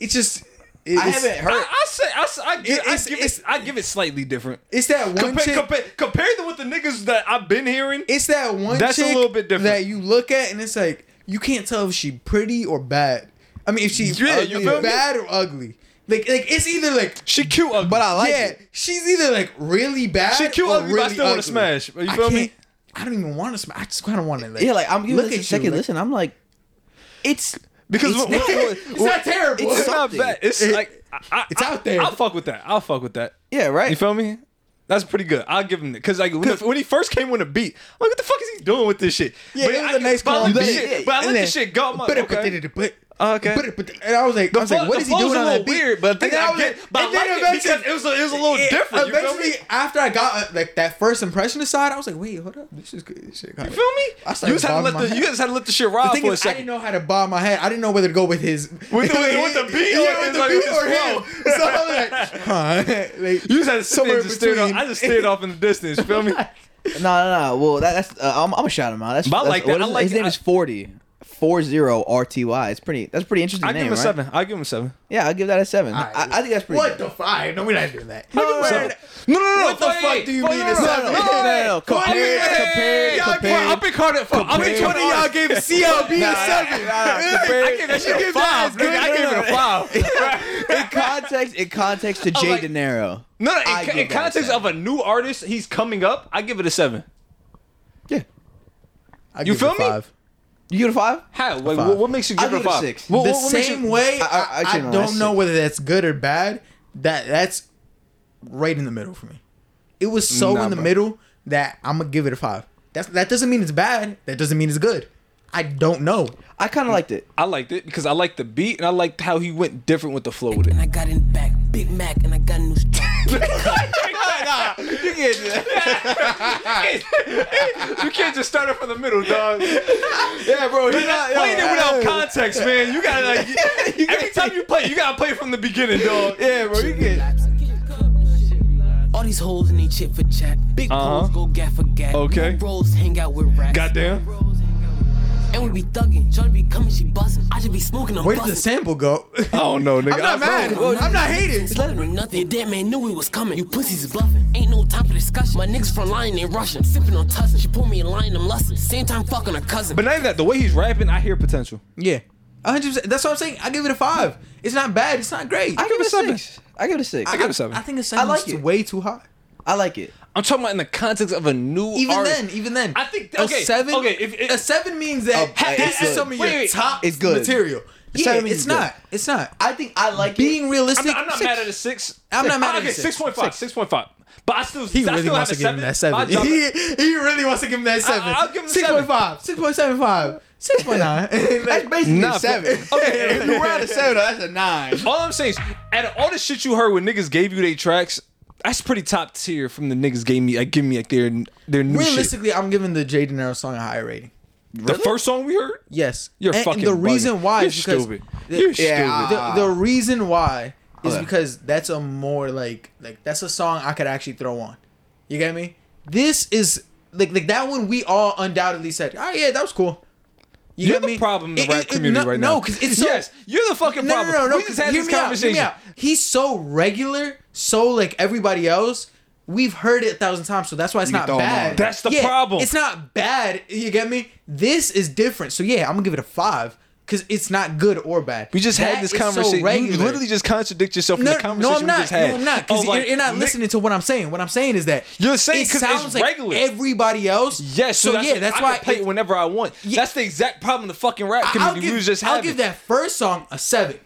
S3: it's just. It's,
S4: I haven't
S6: I,
S4: heard.
S6: I say I, s- I gi- I
S3: it's-
S6: give
S3: it's-
S6: it I give it slightly different.
S3: It's that one
S6: Compare,
S3: chick.
S6: compare, compared to what the niggas that I've been hearing,
S3: it's that one
S6: That's a
S3: chick
S6: little bit different.
S3: that you look at and it's like, you can't tell if she pretty or bad. I mean, if she
S6: Yeah, you
S3: ugly,
S6: feel me?
S3: bad or ugly. Like, like it's either like
S6: she cute, ugly. but I
S3: yeah, she's either like really bad.
S6: She cute
S3: or
S6: ugly, but I
S3: really
S6: still wanna
S3: ugly.
S6: smash. You
S3: I
S6: feel me?
S3: can't- I don't even want to smash. I just kind of want to like.
S4: yeah, like I'm giving
S3: look
S4: this a
S3: at you,
S4: second
S3: like-
S4: listen. I'm like, it's
S6: because
S4: it's
S6: what-
S4: not-
S6: what-
S3: It's not terrible.
S4: It's
S6: It's not
S4: something.
S6: bad. It's
S3: It-
S6: like I, I,
S3: it's
S6: I-
S3: out there.
S6: I'll fuck with that. I'll fuck with that.
S4: yeah, right.
S6: You feel me? That's pretty good. I'll give him because like when, the, when he first came on the beat, I'm like, what the fuck is he doing with this shit?
S3: Yeah, it was a
S6: a
S3: nice
S6: but I
S3: calm
S6: let the
S3: beat.
S6: shit, but I
S3: And
S6: let
S3: then-
S6: the shit go. I'm like,
S3: But it- but
S6: okay. Ah,
S3: it- but-
S6: Okay.
S3: but it- but it- and I was like, I was like,
S6: flow-
S3: what
S6: the
S3: is he
S6: flow's
S3: doing
S6: a
S3: on
S6: little
S3: that beat?
S6: weird, but I think
S3: And then
S6: I get- but I
S3: and then
S6: like it
S3: eventually-
S6: because it was a- it was a little
S3: yeah,
S6: different, you feel
S3: Eventually,
S6: me?
S3: after I got uh, like that first impression aside, I was like, wait, hold up, this is good. This shit
S6: You feel me?
S3: I started
S6: you just had to
S3: bobbing
S6: let
S3: my
S6: the
S3: head.
S6: you just had to let the shit ride
S3: The thing
S6: for a
S3: is, I
S6: second.
S3: didn't know how to bob my head. I didn't know whether to go with his with
S6: the- with the beat or
S3: yeah, with
S6: his,
S3: the
S6: like,
S3: beat
S6: his
S3: or
S6: flow.
S3: him. So I was like, huh? Like,
S6: you just had to sit there
S3: somewhere
S6: and just stare off.
S3: between.
S6: I just stared off in the distance. You feel me?
S4: No, no, no. Well, that, that's uh, I'm, I'm gonna shout him out. That's,
S6: But I
S4: that's-
S6: like that.
S4: what
S6: I
S4: is-
S6: like
S4: his name
S6: it.
S4: is Forty. four zero RTY. It's pretty. That's a pretty interesting
S6: I give
S4: name,
S6: him a
S4: right?
S6: seven. I give him a seven.
S4: Yeah, I'll give that a seven.
S3: All right.
S4: I, I think that's pretty.
S3: What
S4: good.
S3: the five? No, we're not doing that.
S6: No, no, no, no.
S3: What the fuck do you mean a seven?
S4: No, no, no, no. Compared, compared, compared.
S6: I've been caught at five. I've been
S4: Compared-
S6: twenty. Y'all gave CLB a seven. I gave that shit a five.
S4: good.
S6: nigga. I gave it a five.
S4: in context, in context to Jay
S6: like-
S4: De Niro.
S6: No, no.
S4: I
S6: In,
S4: give
S6: in
S4: that a
S6: context
S4: seven.
S6: of a new artist, he's coming up. I give it a seven.
S1: I
S6: You
S1: give it
S6: feel
S1: a
S6: me?
S1: five.
S4: you get a five?
S6: How? Like, what, what makes you
S4: I
S6: give it a
S4: give it a
S6: five?
S4: six.
S6: What,
S3: the
S6: what, what makes
S3: same
S6: you,
S3: way,
S4: I-
S3: I,
S4: I- I
S3: I
S4: shouldn't
S3: don't
S4: lie,
S3: know
S4: shit.
S3: whether that's good or bad. That that's right in the middle for me. It was so
S6: Nah,
S3: in the
S6: bro.
S3: middle that I'm gonna give it a five. That's that doesn't mean it's bad. That doesn't mean it's good. I don't know.
S4: I kind of liked it.
S6: I liked it because I liked the beat and I liked how he went different with the flow with it.
S7: And I got in the back, Big Mac, and I got a new strap.
S4: You can't do that.
S6: You can't just start it from the middle, dog. yeah, bro. You're not playing it without context, man. You gotta like every time you play, you gotta play from the beginning, dog.
S4: Yeah, bro. You can.
S7: All these hoes and they chit for chat. Big
S6: Uh-huh.
S7: hoes go gat for gat.
S6: Okay.
S7: New Bros hang out with rats.
S6: Goddamn.
S7: And we be thuggin'. Jordan be coming, she bustin'. I just be smoking, I'm
S3: Where did the
S7: bustin'.
S3: sample go?
S6: I don't know, nigga.
S3: I'm not mad. I'm not hating.
S7: Slutting or nothing. Your dead man knew we was coming. You pussies is bluffing. Ain't no time for discussion. My niggas from lying, they rushing. Sipping on tussin'. She pulled me in line, I'm lustin'. Same time fucking her cousin.
S6: But not even that. The way he's rapping, I hear potential.
S3: Yeah, 100. percent That's what I'm saying. I give it a five. It's not bad. It's not great.
S4: I give it a
S6: seven.
S4: six. I give it a six.
S6: I give it a seven.
S3: I think a seven
S4: like
S3: is
S4: it.
S3: way too high.
S4: I like it.
S6: I'm talking about in the context of a new
S3: Even
S6: artist.
S3: then, even then,
S6: I think-
S3: a
S6: okay,
S3: seven.
S6: okay, if it-
S3: a seven means that
S4: Oh,
S3: this
S4: it's
S3: is
S4: good.
S3: some of
S6: Wait,
S3: your
S6: wait,
S3: top
S4: it's good.
S3: material.
S4: The
S3: yeah,
S4: seven means
S3: it's
S4: it's good.
S3: not. It's not.
S4: I think I like
S3: Being
S4: it.
S6: I'm
S3: realistic,
S6: not, I'm not mad at a six.
S3: I'm not mad
S6: Ah,
S3: at a
S6: okay,
S3: six.
S6: six point five. Six point five. But I still,
S3: He
S6: I
S3: really
S6: still
S3: wants
S6: have a
S3: to give him that
S6: I'll
S3: seven.
S6: drop it.
S3: He, he really wants to give him that seven.
S6: I'll give him
S3: six
S6: seven.
S3: point five, six point seven five, six point nine.
S4: That's basically
S6: Nah,
S4: a seven.
S6: okay.
S4: if you were at a seven, that's a nine.
S6: All I'm saying is, out of all the shit you heard when niggas gave you their tracks, that's pretty top tier from the niggas gave me. Like, give me like their their new shit.
S3: Realistically, I'm giving the Jay De Niro song a higher rating.
S6: The first song we heard,
S3: Yes,
S6: you're
S3: and,
S6: fucking.
S3: And the reason
S6: bugging.
S3: why
S6: you're
S3: is because
S6: stupid.
S3: the-
S6: you're
S4: Yeah.
S6: stupid.
S3: the, the reason why is
S4: Okay.
S3: because that's a more like like that's a song I could actually throw on. You get me? This is like like that one we all undoubtedly said, "Oh yeah, that was cool." You
S6: You're
S3: get
S6: the
S3: me?
S6: problem in the
S3: It-
S6: rap
S3: it- it-
S6: community
S3: no,
S6: right now.
S3: No, because it's so,
S6: yes, you're the fucking
S3: no, no,
S6: problem.
S3: no, no.
S6: We just had
S3: hear
S6: this
S3: me out, hear
S6: conversation.
S3: me out. He's so regular, so like everybody else. We've heard it a thousand times, so that's why it's
S4: can
S3: not
S4: throw 'em on.
S3: bad.
S6: That's the problem.
S3: It's not bad. You get me? This is different. So yeah, I'm gonna give it a five because it's not good or bad.
S6: We just
S3: That
S6: had this
S3: is so
S6: conversation. you
S3: regular.
S6: literally just contradict yourself in
S3: No,
S6: the conversation
S3: no, I'm
S6: we
S3: not.
S6: just had.
S3: No, I'm not. Because
S6: Of, like,
S3: you're, you're not
S6: Nick-
S3: listening to what I'm saying. What I'm saying is that
S6: You're saying
S3: it
S6: 'cause it's
S3: sounds like
S6: regular.
S3: everybody else.
S6: Yes, so,
S3: So yeah, that's why
S6: I can play it whenever I want.
S3: Yeah.
S6: That's the exact problem the fucking rap
S3: I'll
S6: community
S3: give-
S6: we was just
S3: I'll
S6: having.
S3: give that first song a seven.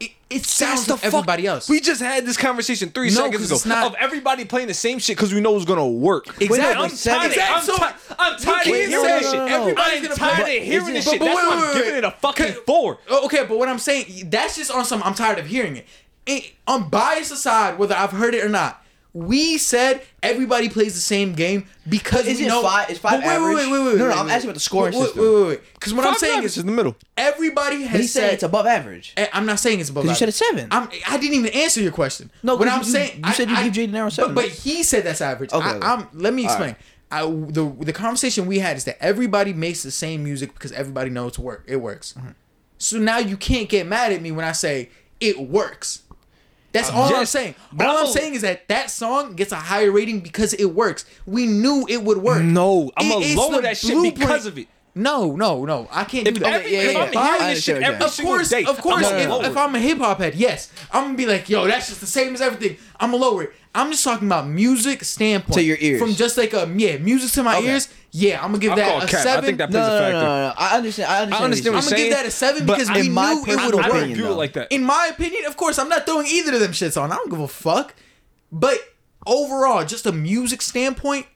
S3: It, it sounds like
S6: fuck-
S3: everybody else.
S6: We just had this conversation three
S3: No,
S6: seconds
S3: 'cause
S6: ago
S3: it's not-
S6: of everybody playing the same shit because we know it's gonna work.
S3: Exactly.
S6: I'm tired.
S3: Exactly.
S6: Of, I'm,
S3: So-
S6: ti- I'm tired of
S3: can't
S6: hearing
S3: say
S6: this shit.
S3: no, no, no. Everybody's
S6: I'm
S3: gonna play-
S6: tired
S3: but-
S6: of hearing this
S3: but-
S6: shit.
S3: but
S6: That's
S3: wait,
S6: why
S3: wait,
S6: I'm
S3: wait,
S6: giving
S3: wait.
S6: it a fucking
S3: Could-
S6: four.
S3: Oh, Okay, but what I'm saying, that's just on some. I'm tired of hearing it. it. On bias aside, whether I've heard it or not, we said everybody plays the same game because
S4: Is
S3: we
S4: it
S3: know.
S4: five- is five
S3: But wait, wait,
S4: average?
S3: wait, wait, wait.
S4: No, no,
S3: wait,
S4: I'm
S3: wait,
S4: asking about the scoring
S3: wait, wait,
S4: system.
S3: Wait, wait, wait. Because what i I'm
S6: Five
S3: saying
S6: average
S3: is
S6: in the middle.
S3: everybody has
S4: But he
S3: said
S4: said it's above average.
S3: I- I'm not saying it's above.
S4: 'Cause you
S3: average.
S4: said a seven.
S3: I'm, I didn't even answer your question.
S4: No,
S3: what
S4: 'cause
S3: I'm
S4: you-
S3: saying,
S4: you said you
S3: I,
S4: give Jaden Arrow seven.
S3: But, but he said that's average.
S4: Okay,
S3: I,
S4: okay.
S3: I'm, let me
S4: All
S3: explain. I, the the conversation we had is that everybody makes the same music because everybody knows work. It works.
S6: Mm-hmm.
S3: So now you can't get mad at me when I say it works. That's all I'm
S6: yes,
S3: saying.
S6: but
S3: All
S6: I'm
S3: I'm
S6: a-
S3: saying is that that song gets a higher rating because it works. We knew it would work.
S6: No, I'ma
S3: is
S6: lower
S3: the
S6: that shit because
S3: blueprint-
S6: of it.
S3: No, no, no. I can't
S6: If,
S3: do that.
S6: every,
S4: yeah,
S6: if
S4: yeah,
S6: I'm
S4: yeah.
S6: hearing
S4: I
S6: this shit
S4: understand what
S6: every
S4: you're
S3: Of
S6: single
S3: course,
S6: day,
S3: of course.
S6: I'm
S3: if, if I'm a hip hop head, yes, I'm gonna be like, yo, that's just the same as everything. I'm gonna lower it. I'm just talking about music standpoint
S4: To your ears.
S3: from just like a yeah, music to my
S4: Okay.
S3: ears. Yeah, I'm gonna give
S6: I
S3: that
S6: call
S3: a
S6: cap. I
S3: seven.
S6: think that
S4: No,
S6: plays a
S4: no, no, no,
S6: factor.
S4: no, no. I understand. I understand.
S6: I understand
S4: you're
S6: what
S3: I'm
S6: you're
S3: gonna
S6: saying.
S3: give that a seven
S6: but
S3: because
S6: I-
S3: we
S4: in
S3: knew
S4: my
S3: it would
S4: personal
S6: I
S3: work.
S6: don't
S4: opinion,
S6: view it
S4: though.
S6: like that.
S3: In my opinion, of course, I'm not throwing either of them shits on. I don't give a fuck. But overall, just a music standpoint,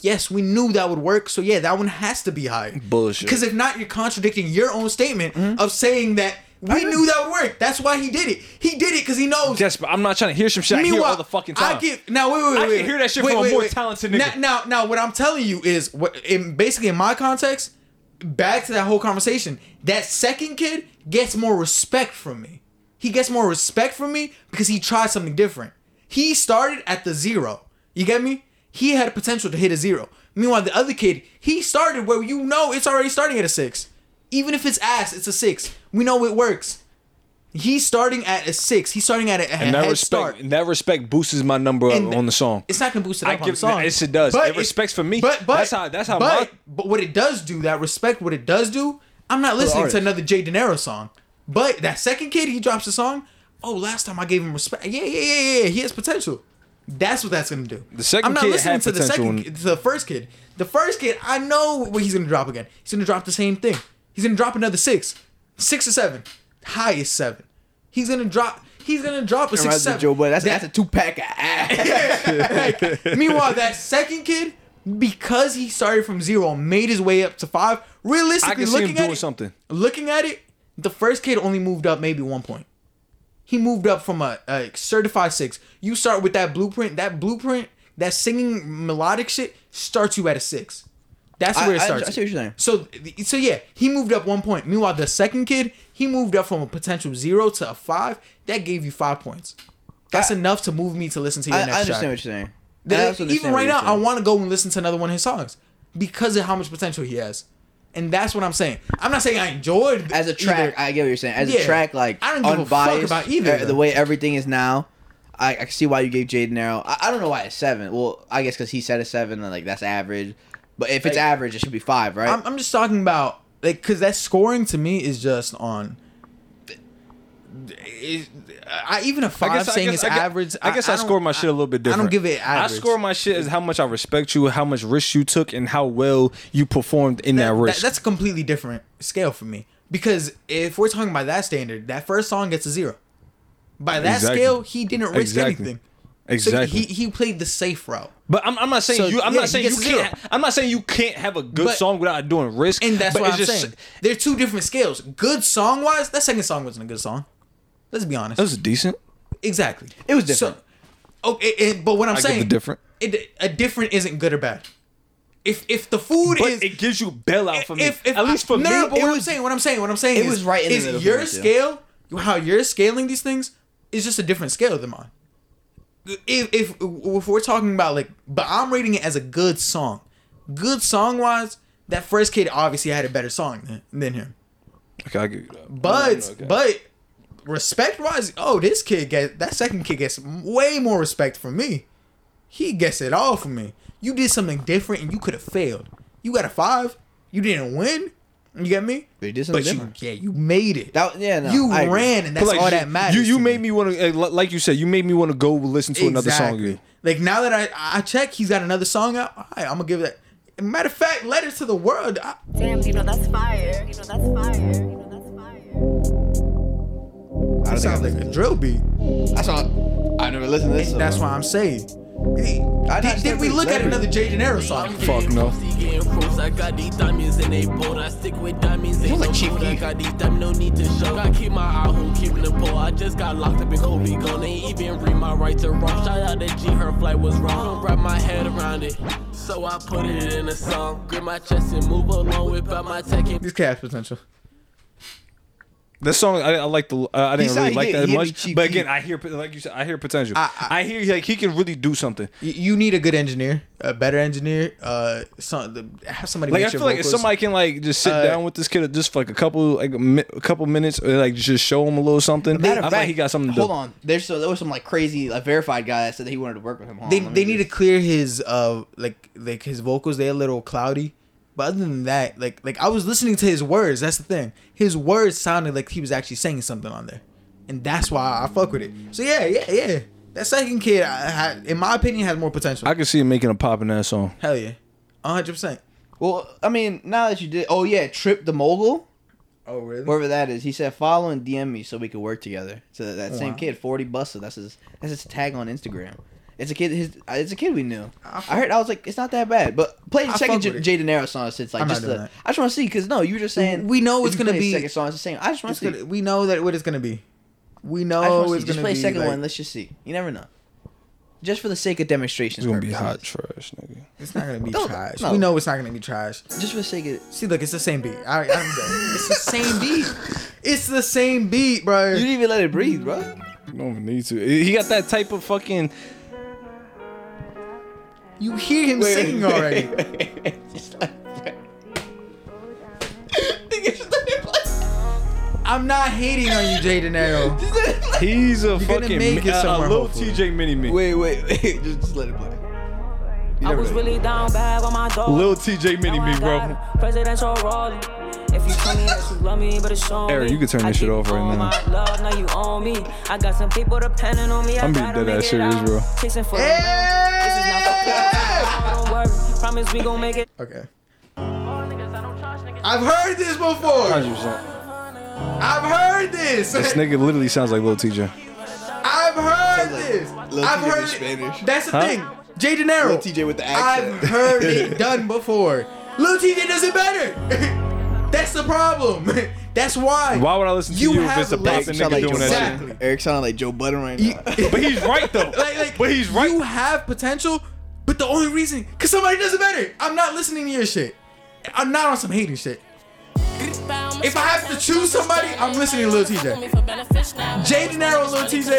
S3: yes, we knew that would work. So yeah, that one has to be higher.
S6: Bullshit. Mm-hmm.
S3: Because if not, you're contradicting your own statement of saying that we knew that would work. That's why he did it. He did it because he knows.
S6: Yes, but I'm not trying to hear some shit I hear all the fucking time.
S3: I get now. Wait, wait,
S6: I
S3: wait.
S6: can
S3: wait.
S6: hear that shit
S3: Wait,
S6: from a
S3: wait,
S6: more
S3: wait.
S6: talented nigga.
S3: Now, now, now, what I'm telling you is, what, in basically in my context, back to that whole conversation. That second kid gets more respect from me. He gets more respect from me because he tried something different. He started at the zero. You get me? He had potential to hit a zero. Meanwhile, the other kid, he started where you know it's already starting at a six. Even if it's ass, it's a six. We know it works. He's starting at a six. He's starting at a, a
S6: And that
S3: head
S6: respect,
S3: start.
S6: that respect boosts my number
S3: And
S6: up on the song.
S3: It's not gonna boost it
S6: I
S3: up on
S6: give-
S3: the song.
S6: yes, it does. It respects for me.
S3: But but
S6: That's how- that's how
S3: But,
S6: my-
S3: but what it does do that respect. What it does do. I'm not listening
S1: artist.
S3: to another Jay Dinero song. But that second kid, he drops a song. Oh, last time I gave him respect. Yeah, yeah, yeah, yeah. He has potential. That's what that's gonna do. The
S6: second
S3: I'm not
S6: kid
S3: listening
S6: had
S3: to the
S6: potential
S3: second,
S6: and-
S3: kid- to the first kid. The first kid, I know what he's gonna drop again. He's gonna drop the same thing. He's gonna drop another six, six or seven, highest seven. He's gonna drop. He's gonna drop a six.
S4: Reminds me
S3: Seven.
S4: of Joe Budden. That's,
S3: That-
S4: that's a two pack of ass.
S3: Meanwhile, that second kid, because he started from zero, made his way up to five.
S6: I
S3: Realistically,
S6: can see
S3: looking
S6: him
S3: at
S6: doing
S3: it,
S6: something.
S3: looking at it, the first kid only moved up maybe one point. He moved up from a, a certified six. You start with that blueprint. That blueprint, that singing melodic shit, starts you at a six. That's
S4: I-
S3: where it
S4: I-
S3: starts.
S4: I see what you're saying.
S3: So, so yeah, he moved up one point. Meanwhile, the second kid, he moved up from a potential zero to a five. That gave you five points. That's
S4: I-
S3: enough to move me to listen to
S4: I,
S3: your
S4: I
S3: next
S4: understand
S3: track.
S4: what you're saying. I
S3: Then even
S4: also understand what
S3: right
S4: you're
S3: now, I
S4: saying.
S3: want to go and listen to another one of his songs because of how much potential he has, and that's what I'm saying. I'm not saying I enjoyed
S4: as a track, I get what you're saying. As
S3: Yeah.
S4: a track, like
S3: I don't give a fuck
S4: unbiased,
S3: about either of
S4: uh, the
S3: them.
S4: way everything is now. I, I can see why you gave Jaden Arrow. I, I don't know why it's seven. Well, I guess because he said a seven, and like that's average. But if it's
S3: Like-
S4: average, it should be five, right?
S3: am I'm just talking about like because that scoring to me is just on. is- I even a five saying it's
S6: I guess,
S3: average.
S6: I guess I,
S3: don't-
S6: score my shit a little bit
S3: I
S6: different.
S3: don't give it average.
S6: I score my shit as how much I respect you, how much risk you took, and how well you performed in that,
S3: That-
S6: risk.
S3: that's a completely different scale for me because if we're talking by that standard, that first song gets a zero. By that
S6: Exactly.
S3: scale, he didn't risk
S6: Exactly.
S3: anything. So
S6: exactly.
S3: he he played the safe route.
S6: but I'm, I'm not saying
S3: So,
S6: you. I'm
S3: yeah,
S6: not saying
S3: he
S6: you
S3: gets
S6: can't.
S3: zero.
S6: I'm not saying you can't have a good
S3: But-
S6: song without doing risk.
S3: And that's
S6: but
S3: what
S6: it's
S3: I'm
S6: just-
S3: saying. They're two different scales. Good song wise, that second song wasn't a good song. Let's be honest.
S6: That was decent.
S3: exactly.
S4: It was different.
S3: So, okay, it- but what
S6: I
S3: I'm
S6: get
S3: saying,
S6: the different.
S3: It, a different isn't good or bad. If if the food
S6: But
S3: is
S6: it gives you bailout for me.
S3: if, if
S6: At least for
S3: no,
S6: me,
S3: no, no, but
S6: it
S3: what I'm
S6: was-
S3: saying, what I'm saying, what I'm saying,
S4: it
S3: is-
S4: was right in the
S3: is
S4: middle for
S3: your
S4: me, too.
S3: scale, how you're scaling these things, is just a different scale than mine. If if if we're talking about like, but I'm rating it as a good song, good song wise. That first kid obviously had a better song than, than him.
S6: Okay, I give you that.
S3: But
S6: Okay.
S3: but respect wise, oh, this kid get that second kid gets way more respect from me. He gets it all from me. You did something different and you could have failed. You got a five. You didn't win. You get me?
S4: But you did something
S3: But you,
S4: different.
S3: yeah, you made it.
S4: That- yeah, no,
S3: you
S4: I agree.
S3: ran, and that's
S6: But like,
S3: all
S6: you-
S3: that matters.
S6: You you
S3: to
S6: made me want to like you said you made me want to go listen to another song.
S3: Exactly.
S6: again.
S3: Like now that I I check, he's got another song out. All right, I'm gonna give that. Matter of fact, letter to the world. I,
S10: Damn, you know that's fire. You know that's fire. You know that's fire.
S3: that sounds like a drill beat.
S4: I saw. I never listened to this.
S3: That's why I'm saying. Did, did we look at another Jay Dinero song?
S6: Fuck no.
S8: I got these diamonds and they bold. I stick with diamonds. They
S4: Smells
S8: no
S4: like Chief
S8: gold. I
S4: Keef.
S8: got these diamonds, no need to show. I keep my eye on keeping the pole. I just got locked up in COVID. Gone ain't even read my right to wrong. Shout out to G, her flight was wrong. Don't wrap my head around it. So I put it in a song. Grip my chest and move along. Whip out my tech and
S3: This cat has potential.
S6: That song I, I like the uh, I didn't
S4: He's
S6: really
S4: not-
S6: like
S4: he-
S6: that
S4: he be
S6: much,
S4: cheap,
S6: but
S4: he-
S6: again I hear like you said I hear potential. I,
S3: I-
S6: hear like he can really do something.
S3: You, you need a good engineer, a better engineer. Uh, some the, have somebody.
S6: Like
S3: mix
S6: I feel
S3: your
S6: like if
S3: vocals.
S6: somebody can like just sit
S3: Uh,
S6: down with this kid just for like a couple like a, mi- a couple minutes or like just show him a little something. I
S4: Matter of
S6: feel
S4: fact,
S6: like he got something. To
S4: Hold
S6: do.
S4: on, there's so there was some like crazy like verified guy that said that he wanted to work with him. Hold
S3: They
S4: on, let me
S3: they need to
S4: just-
S3: clear his uh like like his vocals. They're a little cloudy, but other than that, like like I was listening to his words. That's the thing. His words sounded like he was actually saying something on there, and that's why I fuck with it. So yeah, yeah, yeah. That second kid, I, had in my opinion, has more potential.
S6: I can see him making a pop in that song.
S3: Hell yeah, hundred percent.
S4: Well, I mean, now that you did, oh yeah, Trip the Mogul,
S3: Oh really?
S4: wherever that is, he said follow and DM me so we could work together. So that, that same
S3: Oh, Wow.
S4: kid, Forty Buster, that's his that's his tag on Instagram. It's a kid. His uh, it's a kid we knew.
S3: I
S4: I,
S3: fuck-
S4: heard. I was like, it's not that bad. But play the
S3: I
S4: second
S3: fuck with
S4: J-
S3: it.
S4: Jay Dinero song since like
S3: I'm not
S4: just
S3: doing
S4: the.
S3: that.
S4: I just want to see because no, you were just saying
S3: We know
S4: if
S3: it's
S4: you
S3: gonna
S4: play the
S3: be-
S4: second song. It's the same. I just want
S3: It's
S4: to see.
S3: gonna, we know that what it's gonna be. We know
S4: I just wanna see.
S3: it's
S4: Just
S3: gonna
S4: play
S3: be.
S4: second
S3: like-
S4: one. Let's just see. You never know. Just for the sake of demonstration,
S6: It's gonna be hot trash, nigga.
S3: It's not gonna be
S4: No,
S3: trash.
S4: no.
S3: We know it's not gonna be trash.
S4: Just for the sake of.
S3: See, look, it's the same beat. I, I'm done. It's the same beat. It's the same beat, bro.
S4: You didn't even let it breathe, bro.
S6: You don't even need to. He got that type of fucking.
S3: You hear him singing already.
S4: Just like that. Nigga, just like
S3: I'm not hating on you, Jaden Arrow.
S6: He's a
S3: gonna
S6: fucking
S3: make it
S6: a- a,
S3: somewhere,
S6: little
S3: hopefully.
S6: TJ mini me.
S4: Wait, wait, wait. Just, just let it play.
S7: I was really down bad with my dog.
S6: Little TJ mini me, bro.
S7: Presidential rolling. If you tell me that you love me, but it's shown.
S6: Eric,
S7: me.
S6: you can turn
S7: I
S6: this shit
S7: keep
S6: off right
S7: all
S6: now.
S7: my Love, now you own me. I got some people depending on me. I
S6: I'm being
S7: gotta
S6: dead
S7: make
S6: ass
S7: it
S6: serious,
S7: out.
S6: bro.
S7: Chasing for the moon. This is not the place. Don't worry. Promise we gon' make it.
S3: Okay. I've heard this before.
S6: 100%.
S3: I've heard this.
S6: This nigga literally sounds like little TJ.
S3: I've heard this.
S4: Lil
S3: I've
S4: TJ in
S3: heard
S4: Spanish.
S3: it. That's the thing. Jay De Niro.
S4: Lil TJ with the accent.
S3: I've heard it done before. Lil TJ does it better. That's the problem. That's why.
S6: Why would I listen to you, if it's a
S3: legs.
S6: popping
S4: Sound
S6: nigga
S4: like
S6: doing
S4: Joe
S6: that
S4: Budden.
S3: shit.
S4: Eric sounded like Joe Budden right now.
S6: shit? But he's right though.
S3: Like, like,
S6: but he's right.
S3: You have potential, but the only reason, cause somebody does it better. I'm not listening to your shit. I'm not on some hating shit.
S7: If I have to choose somebody, I'm listening to Lil TJ. Jay
S3: Jay De
S7: Dinero,
S3: Niro,
S7: Lil
S3: Lil
S7: TJ.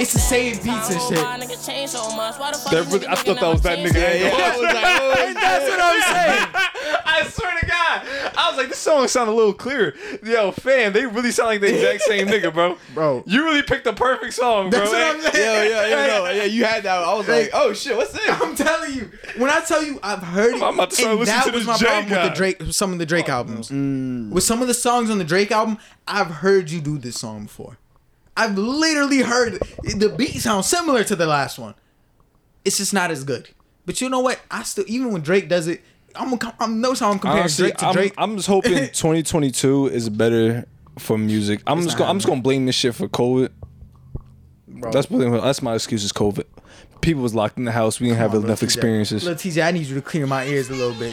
S7: It's the same beats and shit.
S6: That really- I thought that was that nigga.
S3: That's what I'm saying.
S6: I swear to God, I was like, this song sound a little clearer. Yo, fam, they really sound like the exact same nigga, bro.
S3: Bro.
S6: you really picked the perfect song, bro.
S3: That's what I'm saying.
S4: Yo, yo, yo, no, yeah, you had that. I was like, oh shit, what's this?
S3: I'm telling you, when I tell you I've heard it,
S6: I'm about to start
S3: and
S6: listening
S3: that
S6: to
S3: was
S6: this
S3: my
S6: Jay
S3: problem with
S6: guy.
S3: the Drake, with some of the Drake albums. With some of the songs on the Drake album, I've heard you do this song before. I've literally heard it. the beat sounds similar to the last one. It's just not as good. But you know what? I still, even when Drake does it, I'm gonna, com- I'm notice how I'm comparing
S6: Honestly,
S3: Drake to
S6: I'm,
S3: Drake.
S6: I'm just hoping 2022 is better for music. I'm just gonna, I'm just gonna blame this shit for COVID. That's what- that's my excuse is COVID. People was locked in the house. We didn't have enough experiences.
S3: Little TJ, I need you to clear my ears a little bit.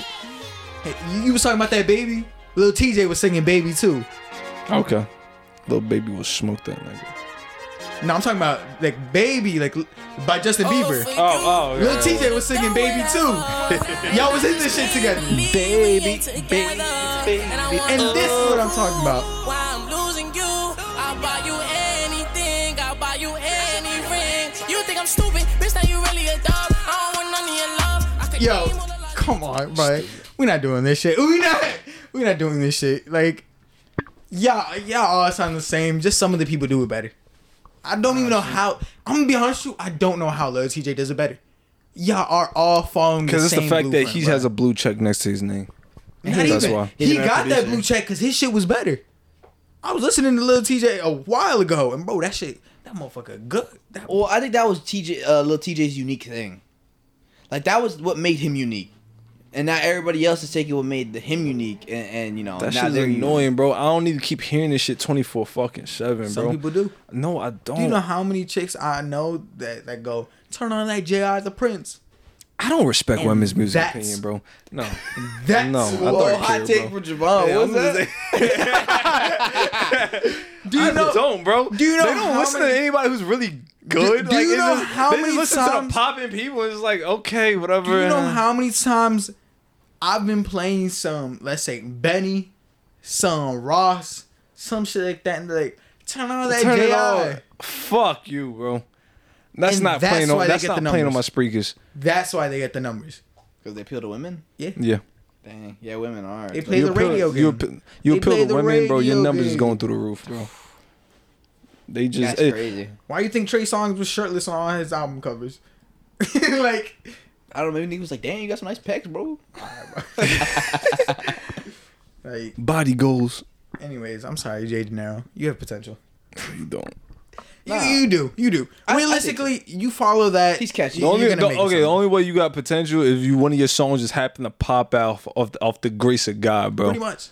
S3: Hey, you, you was talking about that baby. Little TJ was singing "Baby" too.
S6: Okay, little baby will smoke that nigga.
S3: No, I'm talking about like "Baby" like by Justin Bieber.
S6: Oh,
S3: Lil TJ was singing Baby too. Y'all was in this shit together.
S7: Baby, baby, baby.
S3: And this is what I'm talking about.
S7: Why I'm losing you. I'll buy you anything. I'll buy you any ring. You think I'm stupid? Bitch, now you really a dog. I don't want none of your love. I could
S3: Yo,
S7: name all the lies-
S3: come on, bro. We're not doing this shit. We not we not doing this shit. Like yeah, yeah, all sound the same. Just some of the people do it better. I don't even know how I'm gonna be honest with you, I don't know how Lil TJ does it better. Y'all are all following the
S6: because
S3: same
S6: it's the fact that
S3: blueprint,
S6: he
S3: bro.
S6: has a blue check next to his name.
S3: Not
S6: That's
S3: even.
S6: why.
S3: He,
S4: He didn't
S3: got
S4: have
S3: that
S4: producer.
S3: blue check because his shit was better. I was listening to Lil TJ a while ago, and bro, that shit, that motherfucker good. That-
S4: Well, I think that was TJ, uh, little TJ's unique thing. Like that was what made him unique, and not everybody else is taking what made the, him unique. And, and you know,
S6: That
S4: now
S6: shit's
S4: they're
S6: annoying, bro. I don't even keep hearing this shit 24 fucking 7, bro.
S3: Some people do.
S6: No, I don't.
S3: Do you know how many chicks I know that, that go turn on that J.I. the Prince?
S6: I don't respect
S3: And
S6: women's music
S3: that's-
S6: opinion, bro. No.
S3: That's
S6: No, I
S3: what-
S6: don't
S4: Oh,
S6: care,
S4: hot take
S6: bro.
S4: for Javon.
S6: Yeah,
S4: What's
S6: I'm
S4: that?
S3: do you
S6: I
S3: know?
S6: don't, bro.
S3: do you know
S6: They don't
S3: how
S6: listen
S3: many-
S6: to anybody who's really good.
S3: Do- do you
S6: it's
S3: know
S6: just-
S3: how
S6: they just
S3: many
S6: listen to the
S3: times-
S6: popping people? It's like okay, whatever.
S3: Do you know
S6: and-
S3: how many times I've been playing some, let's say Benny, some Ross, some shit like that, and they're like turn on that
S6: Turn it
S3: J.I.
S6: off. Fuck you, bro. That's
S3: And
S6: not
S3: that's
S6: playing on.
S3: why they
S6: That's
S3: get
S6: not
S3: the
S6: playing on my
S3: numbers.
S6: speakers.
S3: That's why they get the numbers.
S4: Because they appeal to women.
S6: Yeah.
S4: Dang, yeah, women are.
S3: They play
S6: You
S3: the
S6: appeal-
S3: radio
S6: You
S3: game.
S6: appeal, you
S3: They
S6: appeal
S3: play
S6: to
S3: the
S6: women, bro. Your
S3: radio
S6: numbers is
S3: game.
S6: going through the roof, bro. They just
S4: That's
S6: eh,
S4: crazy.
S3: Why you think Trey Songz was shirtless on all his album covers? like,
S4: I don't know. Maybe he was like, "Damn, you got some nice pecs, bro."
S3: like.
S6: body goals.
S3: Anyways, I'm sorry, Jay De Niro. You have potential.
S6: You don't.
S3: You, you do. You do.
S4: I think
S3: Realistically, you follow that.
S4: He's
S6: The
S4: catchy.
S3: you-
S6: only,
S3: you're gonna
S6: the-
S3: make it
S6: okay, the
S3: something.
S6: only way you got potential if you one of your songs just happen to pop out off- off the, off the grace of God, bro.
S3: Pretty much.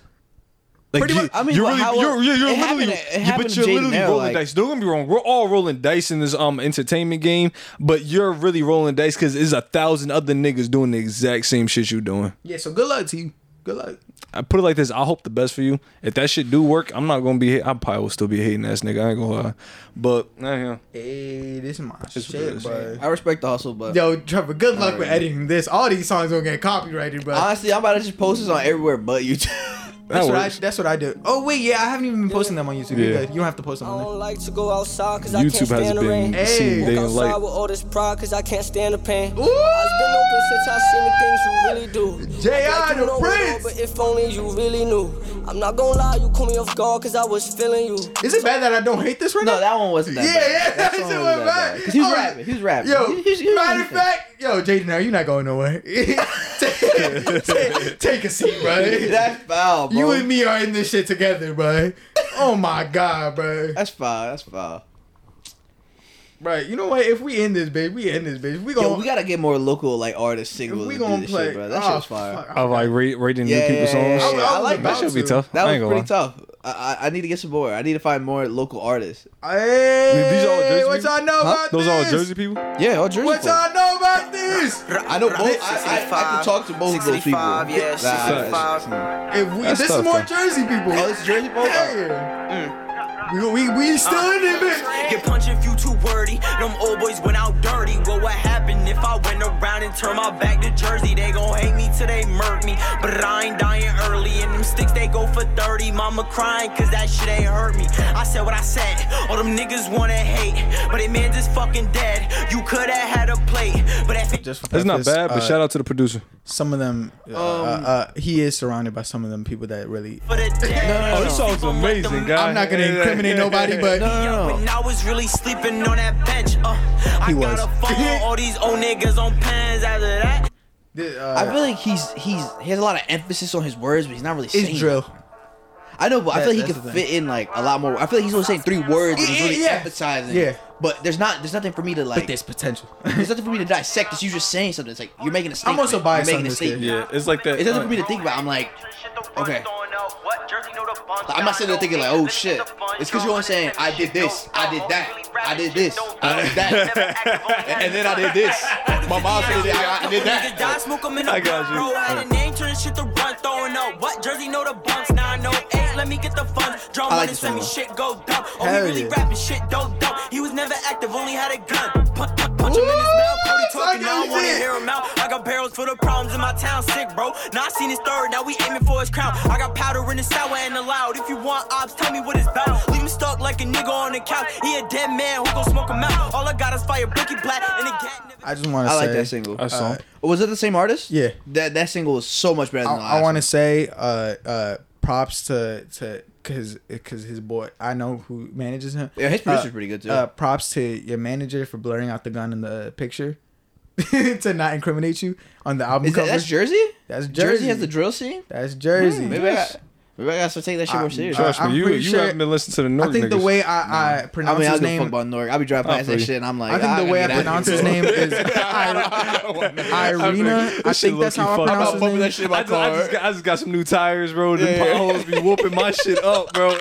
S6: Like,
S3: pretty
S6: you,
S3: much-
S4: I mean,
S6: you're
S4: but
S6: really,
S4: how-
S6: you're, you're, you're
S4: it happened
S6: literally,
S4: to- it
S6: you-
S4: happened
S6: but
S4: to
S6: you're
S4: Jaden
S6: literally
S4: Arrow,
S6: rolling
S4: like-
S6: dice. Don't get me wrong, we're all rolling dice in this um entertainment game, but you're really rolling dice because there's a thousand other niggas doing the exact same shit you doing.
S3: Yeah. So good luck to you. Good luck.
S6: I put it like this: I hope the best for you. If that shit do work, I'm not gonna be. I probably will still be hating ass nigga. I ain't gonna lie, but nah, yeah.
S3: Hey, this is my
S6: what it
S3: shit,
S6: is.
S3: bro.
S4: I respect the hustle, but
S3: Yo, Trevor. Good luck with
S4: Alright.
S3: editing this. All these songs gonna get copyrighted, bro.
S4: honestly, I'm about to just post this on everywhere but YouTube.
S3: That's
S15: That
S3: what I.
S15: works.
S3: That's what I do. Oh wait, yeah, I haven't even been posting them on YouTube. You're
S15: Yeah.
S3: good. You don't have to post them on there.
S16: like to go outside cause I
S15: YouTube
S16: can't stand
S15: has
S16: the
S15: been
S16: rain.
S15: seen day
S16: Walk
S15: and
S16: outside
S15: light.
S16: with all this pride cause I can't stand the pain. I've been open since I seen the things you really do. J.I. Like you know it all, but if only you really knew. I'm not gonna lie, you caught me off guard cause I was feeling you.
S3: Is it bad that I don't hate this right
S4: no, that one wasn't that
S3: Yeah,
S4: bad.
S3: yeah,
S4: that
S3: that shit
S4: one
S3: went
S4: wasn't
S3: back.
S4: that bad. 'Cause he was
S3: Oh,
S4: rapping. He was rapping.
S3: Yo,
S4: He- he- he was
S3: matter of
S4: rapping.
S3: fact, yo, Jaden, now you're not going nowhere. take, take- take a seat, bro.
S4: That's foul, bro.
S3: You and me are in this shit together, bro. Oh my god, bro.
S4: That's foul. That's foul.
S3: Right, you know what? If we end this bitch, we end this bitch. We
S4: Yo,
S3: gonna
S4: we gotta get more local like artists singles.
S3: we
S4: to do
S3: gonna
S4: this
S3: play-
S4: Shit, bro. That
S3: oh,
S4: shit's fire.
S3: fuck.
S15: Of like ra- rating new
S4: Yeah,
S15: people's
S4: yeah, yeah,
S15: songs.
S4: yeah, yeah. I like
S15: that.
S4: that.
S15: should be tough.
S4: That
S15: I
S4: was
S15: ain't
S4: pretty
S15: gonna lie.
S4: tough. I, I I need to get some more. I need to find more local artists.
S3: Hey,
S15: These all Jersey
S3: what
S15: people?
S3: y'all know
S15: Huh?
S3: about
S15: Those all
S3: this?
S15: Jersey people?
S4: Yeah, all Jersey.
S3: What
S4: folks.
S3: y'all know about this?
S4: I know both. I, I, I can talk to both of those people.
S16: yeah,
S4: Nah,
S3: If we,
S15: That's
S3: this is
S15: tough,
S3: more
S15: though.
S3: Jersey people.
S4: Oh, it's Jersey Mm. Uh, folks?
S3: Yeah. We, we, we still in it, bitch.
S11: Get punched if you too wordy. Them old boys went out dirty. What would happen if I went around and turned my back to Jersey? They gon' hate me till they murk me. But I ain't dying early. And them sticks, they go for 30. Mama crying cause that shit ain't hurt me. I said what I said. All them niggas wanna hate. But it man just fucking dead. You could've had a plate. But that
S3: Just for
S15: It's not
S3: purpose,
S15: bad, but
S3: uh,
S15: shout out to the producer.
S3: some of them.
S4: Um,
S3: Uh, uh, uh, he is surrounded by some of them people that really.
S11: for the dead.
S15: Oh, this song's amazing, guys.
S3: I'm not gonna incriminate nobody, but
S11: When I was really sleeping on that bench, uh, I
S3: He was.
S11: gotta follow all these old niggas on pens after that.
S3: uh,
S4: I feel like he's he's he has a lot of emphasis on his words, but he's not really saying.
S3: it's drill.
S4: I know, but I
S3: That-
S4: feel like he
S3: that's
S4: could
S3: the thing.
S4: fit in like a lot more. I feel like he's only saying three words. And he's
S3: Yeah,
S4: really
S3: yeah.
S4: emphasizing.
S3: Yeah.
S4: But there's not there's nothing for me to like.
S3: But there's potential.
S4: There's nothing for me to dissect. It's you just saying something. It's like you're making a statement.
S3: I'm also biased
S4: You're
S3: on
S4: making a
S3: this kid.
S4: statement.
S15: Yeah, it's like that. uh,
S4: It's nothing for me to think about. I'm like, okay. Like, I'm not sitting there thinking like, oh shit. It's because you're only saying I did this, I did that, I did this, I did that, and, and then I did this. My mom said I, I did
S11: Niggas die,
S4: that.
S11: smoke 'em in the
S15: I got you.
S11: front row. I had a name, turn shit to run, throwing up. What jersey know the bunks? Nah, no eight. Let me get the fun. Drum
S4: I like
S11: on it,
S4: this
S11: send me
S4: one.
S11: shit go dumb. Oh, he
S3: Hell
S11: really
S3: yeah.
S11: rapping shit dope dumb. He was never active, only had a gun. Punch, punch, punch him in his mouth. Cody
S3: Ooh,
S11: talking, now I
S3: talking
S11: wanna
S3: shit.
S11: hear him out. I got barrels for the problems in my town, sick bro. Now I seen his third, now we aiming for his crown. I got powder in the sour and the loud. If you want ops, tell me what it's about. Leave him stuck like a nigga on the couch. He a dead man, who gon' smoke him out? All I got is fire, blicky black, and a gat.
S3: I just want to
S4: I
S3: say.
S4: like that single.
S15: That song.
S4: Was it the same artist?
S3: Yeah.
S4: That that single was so much better than the last
S3: I, I want
S4: one.
S3: to say uh, uh, props to to because because his boy I know who manages him.
S4: Yeah, his producer's
S3: Uh,
S4: pretty good, too.
S3: Uh, props to your manager for blurring out the gun in the picture to not incriminate you on the album
S4: Is that,
S3: cover.
S4: that's Jersey?
S3: That's Jersey.
S4: Jersey has the drill scene. Hmm,
S3: That's Jersey.
S4: Maybe I got, maybe I got to take that shit more serious.
S3: I-
S15: Trust
S3: I'm
S15: me, you
S3: pretty
S15: you
S3: sure-
S15: haven't been listening to the North
S3: I think the
S15: niggas.
S3: way I, I
S4: I
S3: pronounce
S4: mean, I
S3: his
S4: give a fuck
S3: name.
S4: about Norg. I be driving past that
S15: pretty-
S4: shit, and I'm like,
S3: I think the
S4: gotta
S3: way I
S4: get out of
S3: pronounce
S4: here.
S3: his name is Irina. I
S15: This shit
S3: think that's
S15: low-key
S3: how I
S15: fucked
S3: pronounce
S15: up.
S3: his
S4: bumping
S3: name.
S4: that shit in my
S15: I just, I
S4: car.
S15: just got, I just got some new tires, bro. The
S4: Yeah.
S15: potholes be whooping my shit up, bro.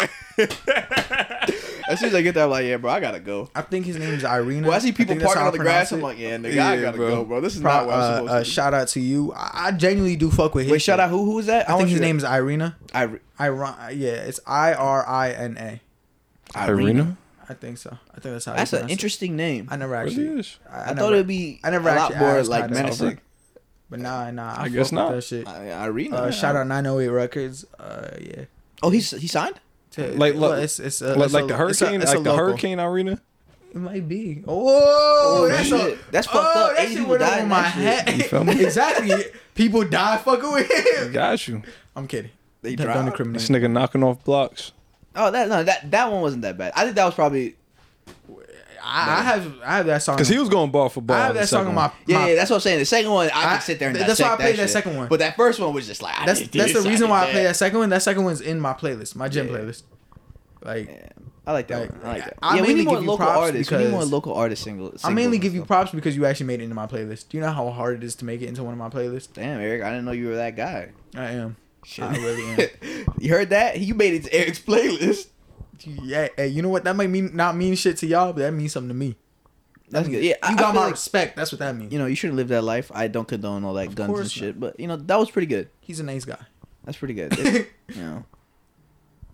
S4: As soon as I get there, I'm like, yeah, bro, I gotta go.
S3: I think his name is Irina.
S4: Well, I see
S3: think
S4: people
S3: that's how
S4: parking
S3: I
S4: on the grass.
S3: pronounce
S4: I'm
S3: it.
S4: like, yeah, nigga, I
S15: Yeah,
S4: gotta
S15: bro.
S4: go, bro. This is
S3: Pro-
S4: not where I'm
S3: uh,
S4: supposed
S3: uh,
S4: to. be.
S3: Shout out to you. I, I genuinely do fuck with his.
S4: Wait, shout
S3: shit.
S4: out who? Who was that?
S3: I
S4: want
S3: think his
S4: you to-
S3: name is Irina.
S4: Iri-
S3: Iron. Yeah, it's I R I N A.
S15: Irina?
S3: I think so. I think that's how. you
S4: That's an
S3: pronounce it.
S4: interesting name.
S3: I
S4: I,
S3: never
S15: Really
S3: actually.
S15: is.
S3: I, I
S4: thought
S3: never-
S4: it'd be
S3: I never
S4: a lot
S3: actually
S4: more
S3: asked how
S4: like
S3: to spell
S4: menacing.
S3: But nah, nah. I,
S15: guess
S3: guess
S15: not.
S3: not. uh, That shit.
S4: I- Irina.
S3: Uh,
S4: man.
S3: shout out 908 Records. Uh, yeah.
S4: Oh, he's he signed.
S3: To-
S15: Like,
S3: well,
S15: look,
S3: it's, it's uh, a,
S15: like,
S3: it's
S15: like
S3: a-
S15: the
S3: it's a-
S15: hurricane,
S3: it's a
S15: like the
S3: local.
S15: hurricane arena.
S3: It might be. Oh, that's a,
S4: shit. That's fucked
S3: oh,
S4: up.
S3: That
S4: 80
S3: shit
S4: people
S3: went
S4: died
S3: over
S4: in
S3: my
S4: that shit.
S3: head.
S15: You feel me?
S3: exactly. People die fucking with him.
S15: Got you.
S3: I'm kidding.
S4: They
S3: Don't-
S4: dropped.
S3: Don't
S15: This
S3: incriminate. me.
S15: nigga knocking off blocks.
S4: Oh, that no, that that one wasn't that bad. I think that was probably
S3: I, I have I have that song.
S15: Cause he was going ball for ball.
S3: I have
S15: in the
S3: that song
S15: second
S3: on my.
S15: one.
S4: yeah,
S3: my-
S4: yeah. That's what I'm saying. The second one, I,
S3: I-
S4: can sit there and
S3: that's why I
S4: dissect
S3: played that
S4: shit.
S3: second one.
S4: But that first one was just like I
S3: That's
S4: did
S3: that's
S4: this,
S3: the reason why I
S4: did
S3: play
S4: that.
S3: that second one. That second one's in my playlist, my gym playlist. Like
S4: I like that.
S3: Like,
S4: one. I like that.
S3: I
S4: yeah, we
S3: mainly
S4: need more
S3: give you
S4: local
S3: props
S4: artists. We need more
S3: because-
S4: local artist singles.
S3: I mainly give you props because you actually made it into my playlist. Do you know how hard it is to make it into one of my playlists?
S4: Damn, Eric, I didn't know you were that guy.
S3: I am.
S4: Shit.
S3: I really am.
S4: you heard that? You made it to Eric's playlist.
S3: Yeah, hey, you know what? That might mean not mean shit to y'all, but that means something to me.
S4: That's good. Yeah, I-
S3: you
S4: I
S3: got
S4: feel
S3: my
S4: like,
S3: respect. That's what that means.
S4: You know, you should have lived that life. I don't condone all that guns and
S3: course
S4: shit, but you know that was pretty good.
S3: He's a nice guy.
S4: That's pretty good. It- you know,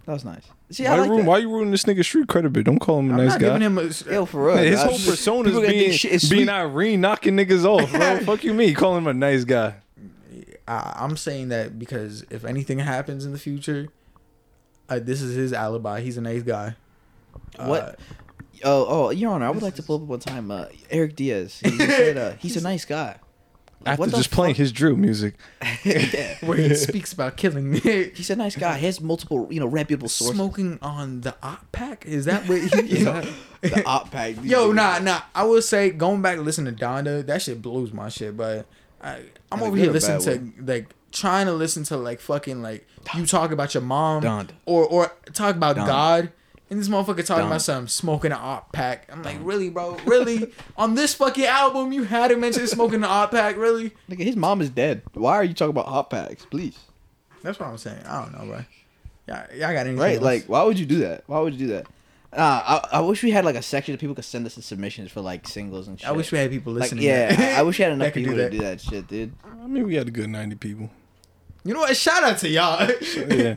S4: that was nice. See,
S15: Why,
S4: I
S15: you
S4: like
S15: ruin,
S4: that.
S15: why you ruining this nigga's street credit? Bit? Don't call him a
S3: I'm
S15: nice
S3: not
S15: guy.
S3: giving him a.
S4: Yo, for real.
S15: His
S4: bro.
S15: whole persona
S4: People
S15: is
S4: gonna think
S15: being,
S4: shit is
S15: being
S4: sweet.
S15: Irene knocking niggas off, bro. Fuck you, me calling him a nice guy.
S3: I, I'm saying that because if anything happens in the future, uh, this is his alibi. He's a nice guy. Uh,
S4: What? oh, oh, Your Honor, I would like to pull up one time. Uh, Eric Diaz. He said, uh, he's a nice guy.
S15: After
S4: What the
S15: just playing his Drew music.
S3: where he speaks about killing me.
S4: He's a nice guy. He has multiple, you know, reputable sources.
S3: Smoking on the op pack? Is that what he
S4: the op pack?
S3: Yo, nah, nah. I will say going back to listen to Donda, that shit blows my shit. But I, I'm
S4: In a
S3: over
S4: good
S3: here
S4: or bad
S3: listening to like trying to listen to like fucking like you talk about your mom
S4: Donda.
S3: or or talk about
S4: Donda.
S3: God. And this motherfucker talking about
S4: Donda.
S3: something smoking an op pack. I'm like, really, bro? Really? On this fucking album, you had to mention smoking an op pack? Really?
S4: Nigga, his mom is dead. Why are you talking about op packs? Please.
S3: That's what I'm saying. I don't know, bro. Yeah, y'all got anything?
S4: Right?
S3: else?
S4: Like, why would you do that? Why would you do that? Uh, I, I wish we had like a section that people could send us in submissions for like singles and shit.
S3: I wish we had people
S4: Like,
S3: listening
S4: yeah,
S3: that-
S4: I, I wish we had
S3: that
S4: enough
S3: could do
S4: people
S3: that.
S4: to do that shit, dude.
S15: I mean, we had a good 90 people.
S3: you know what? Shout out to y'all.
S15: Yeah.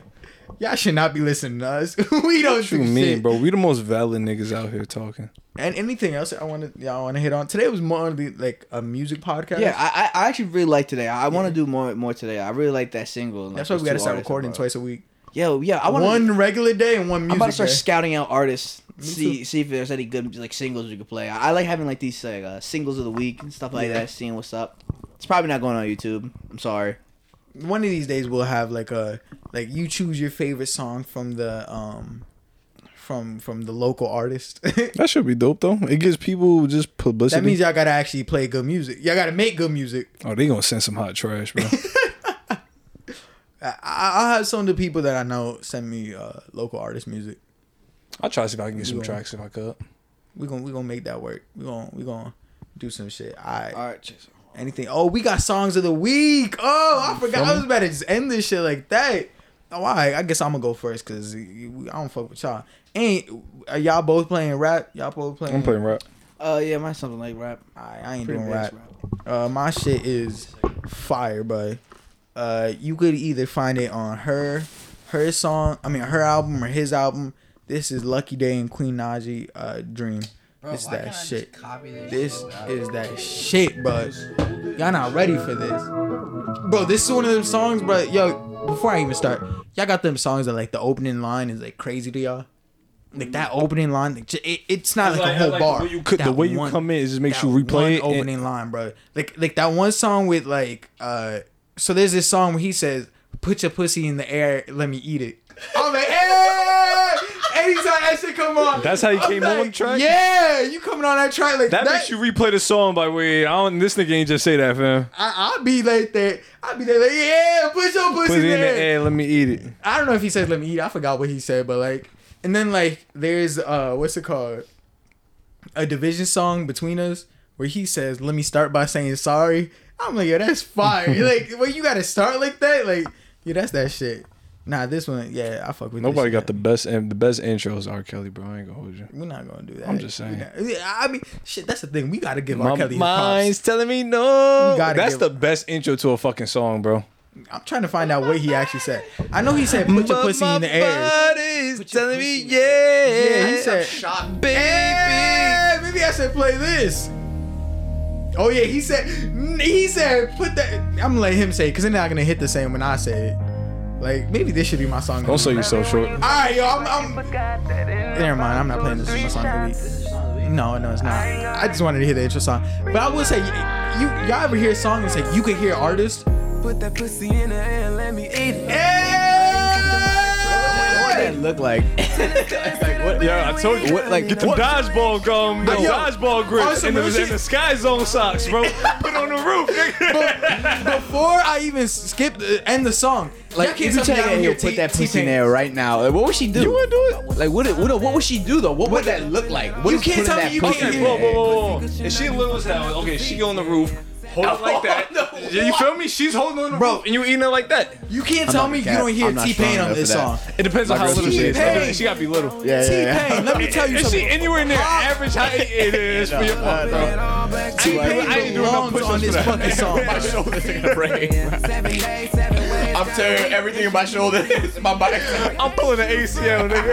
S3: y'all should not be listening to us. we don't
S15: What you
S3: do shit.
S15: mean, bro? We the most valid niggas out here talking.
S3: And anything else I want to y'all want to hit on today was more of the, like a music podcast.
S4: Yeah, I, I I actually really like today. I, want to do more more today. I really like that single. and,
S3: that's why
S4: like,
S3: we got
S4: those
S3: to
S4: two
S3: start
S4: artists
S3: recording
S4: above.
S3: twice a week.
S4: Yo, yeah, I want
S3: one regular day and one
S4: I'm
S3: music.
S4: about to start
S3: day.
S4: scouting out artists,
S3: Me
S4: see
S3: too.
S4: see if there's any good like singles we could play. I, I like having like these like uh, singles of the week and stuff like
S3: Yeah.
S4: that. Seeing what's up. It's probably not going on YouTube. I'm sorry.
S3: one of these days we'll have like a like you choose your favorite song from the um from from the local artist.
S15: That should be dope, though. It gives people just publicity.
S3: that means y'all gotta actually play good music. Y'all gotta make good music.
S15: oh, they gonna send some hot trash, bro.
S3: I, I- I'll have some of the people that I know send me uh local artist music.
S15: I'll try to see if I can get some
S3: Yeah.
S15: tracks if I could.
S3: We gonna we gonna make that work. We gonna we gonna do some shit. All right.
S4: All right, cheers.
S3: Anything? Oh, we got songs of the week. Oh, I forgot. I was about to just end this shit like that. Oh, all right. I guess I'm gonna go first because I don't fuck with y'all. Ain't are y'all both playing rap? Y'all both playing?
S15: I'm playing rap.
S4: Uh, yeah, mine's something like rap.
S3: I, I ain't
S4: Pretty
S3: doing
S4: much
S3: rap. Uh, my shit is fire, but uh, you could either find it on her, her song. I mean, her album or his album. This is Lucky Day and Queen Najee. Uh, Dream.
S4: Bro,
S3: it's
S4: why
S3: that
S4: can't I just
S3: shit.
S4: copy this
S3: This
S4: shit out?
S3: is that shit, but y'all not ready for this, bro. This is one of them songs, bro. Yo, before I even start, y'all got them songs that like the opening line is like crazy to y'all. Like that opening line, like, j- it, it's not
S15: It's
S3: like,
S15: like-
S3: a whole
S15: like the
S3: bar.
S15: way you cook- the
S3: That
S15: way you
S3: one-
S15: come in, it just makes
S3: that
S15: you replay
S3: one
S15: it and-
S3: opening line, bro. Like like that one song with like uh. So there's this song where he says, "Put your pussy in the air, let me eat it." I'm like, hey! Anytime that shit come on,
S15: That's how you
S3: I'm
S15: came
S3: like,
S15: on the track?
S3: Yeah, you coming on that track like
S15: That, makes you replay the song by way. I don't. This nigga ain't just say that, fam.
S3: I, I'll be like that. I'll be there like, yeah, put your pussy
S15: Put it in
S3: in
S15: the
S3: there.
S15: air. Let me eat it.
S3: I don't know if he says let me eat. I forgot what he said, but like, and then like, there's uh, what's it called? A division song between us where he says, "Let me start by saying sorry." I'm like, yo, that's fire. like, well, you gotta start like that. Like, yeah, that's that shit. Nah, this one, yeah, I fuck with.
S15: Nobody
S3: this
S15: got the best. and The best intros, R. Kelly, bro. I ain't gonna hold you.
S3: We're not gonna do that.
S15: I'm just saying.
S3: We not- I mean, shit. That's the thing. We gotta give
S15: My
S3: R. Kelly his props.
S15: mind's telling me no.
S3: You gotta
S15: That's
S3: give-
S15: the best intro to a fucking song, bro.
S3: I'm trying to find out what he actually said. I know he said, "Put your
S15: But
S3: pussy in
S15: my
S3: the air."
S15: body's telling me
S3: Yeah, he
S15: yeah.
S3: said, baby. maybe I should play this. Oh yeah, he said, he said, put that. I'm gonna let him say it, cause they're not gonna hit the same when I say it. Like maybe this should be my song.
S15: Don't sell yourself short.
S3: All right, yo, I'm. I'm Never mind, I'm not playing this as my song of the week. No, no, it's not. I just wanted to hear the intro song, but I will say, you y'all ever hear a song and say you could hear artists?
S8: Put that pussy in the air, let me eat it.
S4: What did it look like?
S15: Yeah, I told you.
S4: What, like,
S15: get the
S4: what-
S15: dodgeball gum, the
S3: Yo,
S15: dodgeball grips,
S3: also,
S15: and the,
S3: real shit-
S15: and the sky zone socks, bro. Put on the roof, nigga.
S3: Before I even skip the end the song,
S4: Like, if you take it and you put that pussy in there right now, like, what would she do?
S15: You wanna do
S4: Like, what, did- what, what would she do though? What, would that look like? What
S3: You
S4: is
S3: can't
S4: putting
S3: tell me
S4: that
S3: you
S4: pussy
S3: can't-
S4: in
S15: Whoa,
S4: there?
S15: whoa, whoa, whoa. If she little as hell, okay, she on the roof. Hold it like that. Yeah, You feel me? She's holding on the
S3: Bro.
S15: roof, and you eating it like that.
S3: You can't
S4: I'm
S3: tell
S4: not
S3: me
S4: a
S3: you
S4: cat.
S3: don't hear
S4: I'm not
S3: T Pain
S4: strong
S3: on
S4: enough
S3: this
S4: for
S3: song.
S4: that.
S15: It depends on
S4: My
S15: how
S4: girl
S15: little she is.
S3: T-Pain.
S15: though. She gotta be little.
S4: Yeah,
S3: T
S4: yeah, yeah.
S3: Pain, let me tell you
S15: Is she
S3: something.
S15: anywhere near average height? It is for your part, bro.
S3: T Pain belongs on this fucking song.
S4: My
S3: bro.
S4: shoulders in the brain. I'm tearing everything in my shoulder. my back.
S15: I'm pulling an ACL, nigga.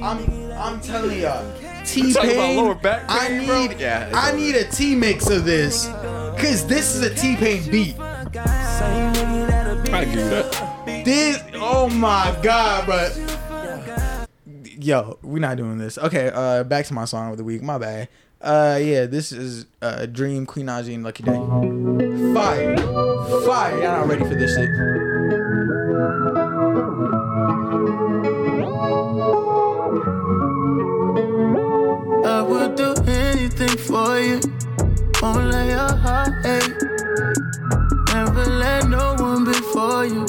S3: I'm, I'm telling y'all, T
S15: You talking about
S3: Pain.
S15: lower back
S3: I
S15: pain,
S3: need,
S15: bro?
S4: Yeah, it's
S3: I
S4: over.
S3: need a T mix of this. Cause this is a T Pain beat.
S6: I give you that.
S3: This, oh my god, but yo, we're not doing this. Okay, uh, back to my song of the week. My bad. Uh, yeah, this is uh, Dream, Queen Najee, and Lucky Day. Fire, fire. Y'all not ready for this shit.
S17: I would do anything for you. Won't let your heart ache. Never let no one before you.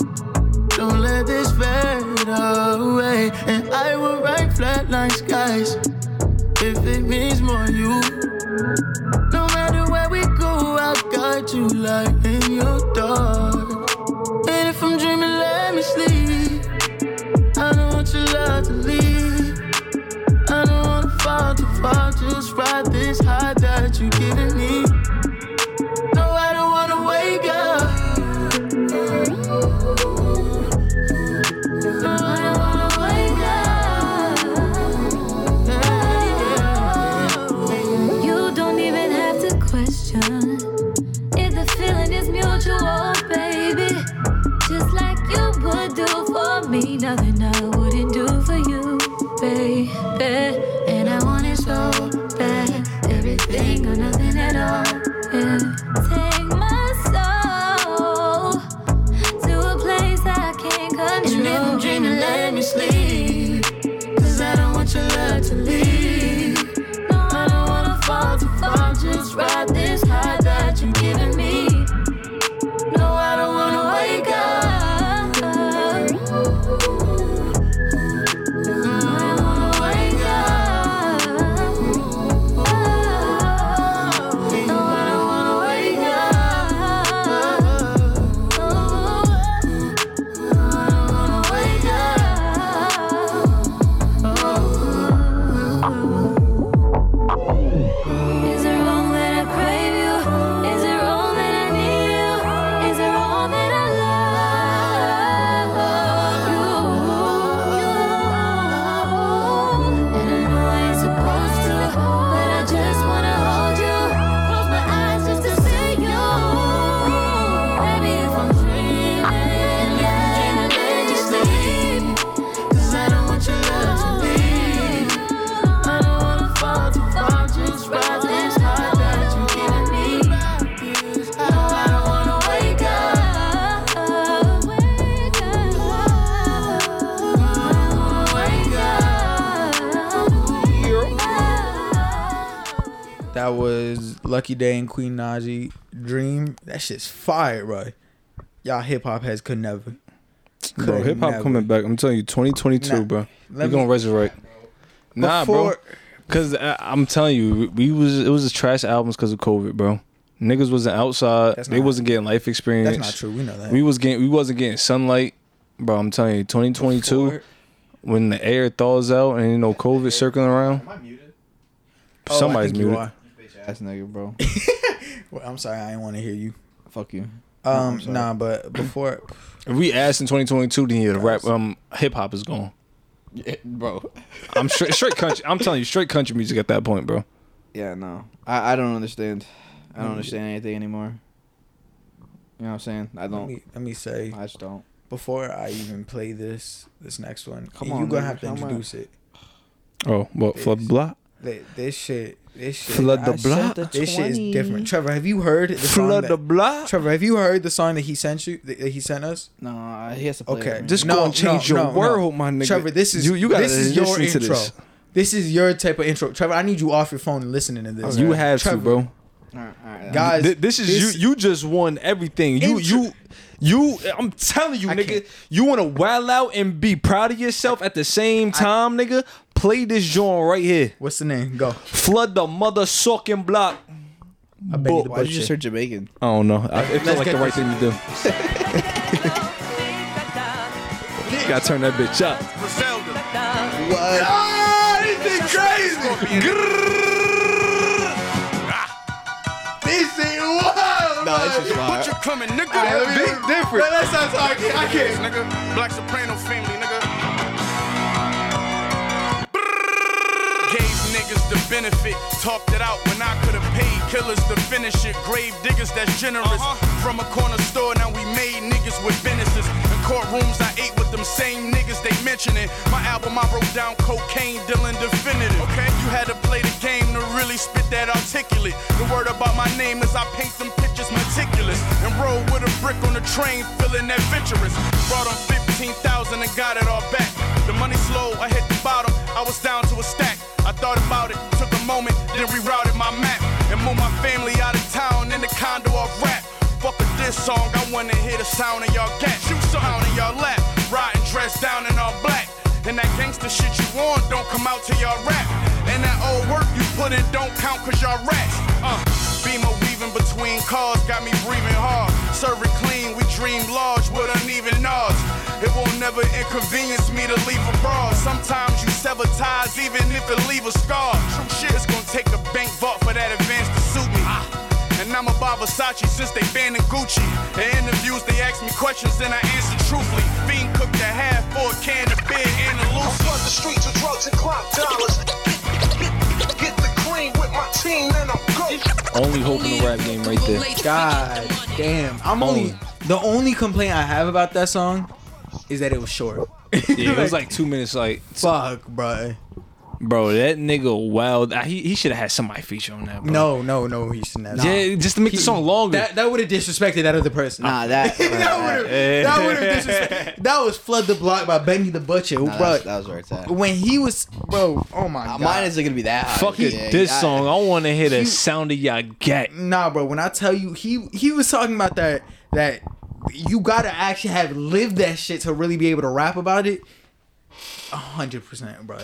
S17: Don't let this fade away. And I will write flatline skies if it means more you. No matter where we go, I've got you like in your dark. And if I'm dreaming, let me sleep. I don't want your love to leave. I don't wanna fall too far, just ride this high that you giving me. No, I don't wanna wake up. No, I don't wanna wake up. Yeah, yeah.
S9: You don't even have to question if the feeling is mutual, baby. Just like you would do for me, nothing I wouldn't do for you, baby. And I want it so bad, everything or nothing at all. Yeah. Take my soul to a place I can't
S17: And if
S9: control.
S17: I'm dreaming, let me sleep. Cause I don't want your love to leave. No, I don't wanna fall too far, just ride this high that you're giving me. No, I don't wanna wake up. No, I don't wanna wake up. No, I don't wanna wake up. No, I don't wanna wake
S9: Is it wrong that I crave you? Is it wrong that I need you? Is it wrong that I love you? You. And I know I ain't supposed to, but I just wanna hold you. Close my eyes just to see you. Maybe if I'm dreaming, yeah, let you sleep.
S17: Cause I don't want your love to leave. I don't wanna fall too far, just ride this high that you're giving me. No, I don't wanna wake up.
S3: That was Lucky Day and Queen Najee. Dream. That shit's fire, bro. Y'all hip hop heads could never.
S6: Bro,
S3: Could
S6: hip hop
S3: never.
S6: coming back. I'm telling you, 2022,
S3: Nah,
S6: bro.
S3: let
S6: We're gonna
S3: me-
S6: resurrect. Nah, bro.
S3: Before-
S6: Cause I, I'm telling you, we was it was just trash albums because of COVID, bro. Niggas wasn't outside.
S3: That's
S6: they
S3: not-
S6: wasn't getting life experience.
S3: true. We know that.
S6: We was getting we wasn't getting sunlight, bro. I'm telling you, 2022, when the air thaws out and you know COVID circling around. Am I muted?
S3: Oh, I
S6: Somebody's
S3: think you
S6: muted.
S3: are.
S4: Ass nigga, bro.
S3: Well, I'm sorry, I didn't want to hear you.
S4: Fuck you.
S3: Um, nah, but before
S6: If we asked in 2022, then yeah, the rap um hip hop is gone.
S4: Yeah, bro.
S6: I'm straight straight country. I'm telling you, straight country music at that point, bro.
S4: Yeah, no. I, I don't understand. I don't understand anything anymore. You know what I'm saying? I
S3: let
S4: don't.
S3: me, let me say,
S4: I just don't.
S3: Before I even play this this next one,
S4: Come
S3: you
S4: on,
S3: gonna
S4: nigga,
S3: have to
S4: come on.
S3: introduce it.
S6: Oh, what for blah?
S3: Th- This shit, this shit,
S6: Flood the I block.
S3: block.
S6: said the
S3: This shit is
S6: 20.
S3: different. Trevor, have you heard the song
S6: Flood
S3: that-
S6: the block.
S3: Trevor, have you heard the song that he sent you? That that he sent us?
S4: No, he has to play it
S3: Okay,
S4: for me.
S6: This gonna change your world, my nigga.
S3: Trevor, this is
S6: You-
S3: you.
S6: you gotta
S3: this is your
S6: listen to
S3: intro.
S6: this.
S3: This. is your type of intro, Trevor. I need you off your phone and listening to this.
S6: You have
S3: Trevor,
S6: to, bro.
S3: Guys,
S6: Th- this is
S3: this-
S6: you. You just won everything. You you you. I'm telling you, nigga. You want to wild out and be proud of yourself at the same time, nigga. Play this joint right here.
S3: What's the name? Go.
S6: Flood the mother sucking block. I
S3: beg you to
S4: Why did you just heard Jamaican?
S6: I don't know. I, it felt
S4: Let's
S6: like
S4: get
S6: the right
S4: this-
S6: thing to do. Gotta turn that bitch up.
S17: Ah, this is crazy.
S3: This is wild.
S17: No, it's just wild. Butcher coming, nigga. big difference.
S3: That sounds like I can't,
S17: nigga. Black soprano family, nigga. Gave niggas the benefit, talked it out when I could have paid
S18: Killers to finish it, grave diggers that's generous.
S17: Uh-huh.
S18: From a corner store, now we made niggas with businesses. In courtrooms, I ate with them same niggas they mentioning. My album, I wrote down cocaine, Dylan definitive. Okay, you had to play the game to really spit that articulate. The word about my name is I paint them pictures meticulous and roll with a brick on the train, feeling adventurous. Brought on 15,000 and got it all back. The money slow, I hit the bottom, I was down to a stack. I thought about it, took a moment, then rerouted my map and moved my family out of town in the condo of rap. Fuck with this song, I wanna hear the sound of y'all gat. Shoot sound in y'all lap, riding dressed down in all black. And that gangster shit you on don't come out till y'all rap. And that old work you put in don't count cause y'all rats. Uh, beamer weaving between cars got me breathing hard. Serve it clean, we dream large with uneven odds. It won't never inconvenience me to leave abroad. Sometimes you sever ties even if it leave a scar. True shit, it's gonna take a bank vault for that advance to suit me. And I'm about Versace since they banned Gucci. In interviews, they ask me questions and I answer truthfully. Being cooked at half for a can of beer and a loose.
S19: Flood the streets with drugs and clock dollars. Get the cream with my team and I'm go.
S2: Only hope in the rap game right there.
S3: God damn. I'm only the only complaint I have about that song is that it was short.
S15: Yeah, it was like two minutes. Like
S3: fuck, bro.
S15: Bro, that nigga wild. He, he should have had somebody feature on that. Bro.
S3: No, no, no, he shouldn't have.
S15: Yeah, just to make the song longer.
S3: That that would have disrespected that other person.
S4: Nah, that-
S3: that would have that would have disrespected. That was flood the block by Benny the Butcher,
S4: Nah,
S3: bro.
S4: that's- that was where it's at.
S3: When he was, bro. Oh my god.
S4: Mine isn't gonna be that high.
S15: Fuck it,
S4: Yeah,
S15: this
S4: I-
S15: song. I want to hear the
S3: He-
S15: sound of y'all get.
S3: Nah, bro. When I tell you, he he was talking about that that you gotta actually have lived that shit to really be able to rap about it. A hundred percent, bro.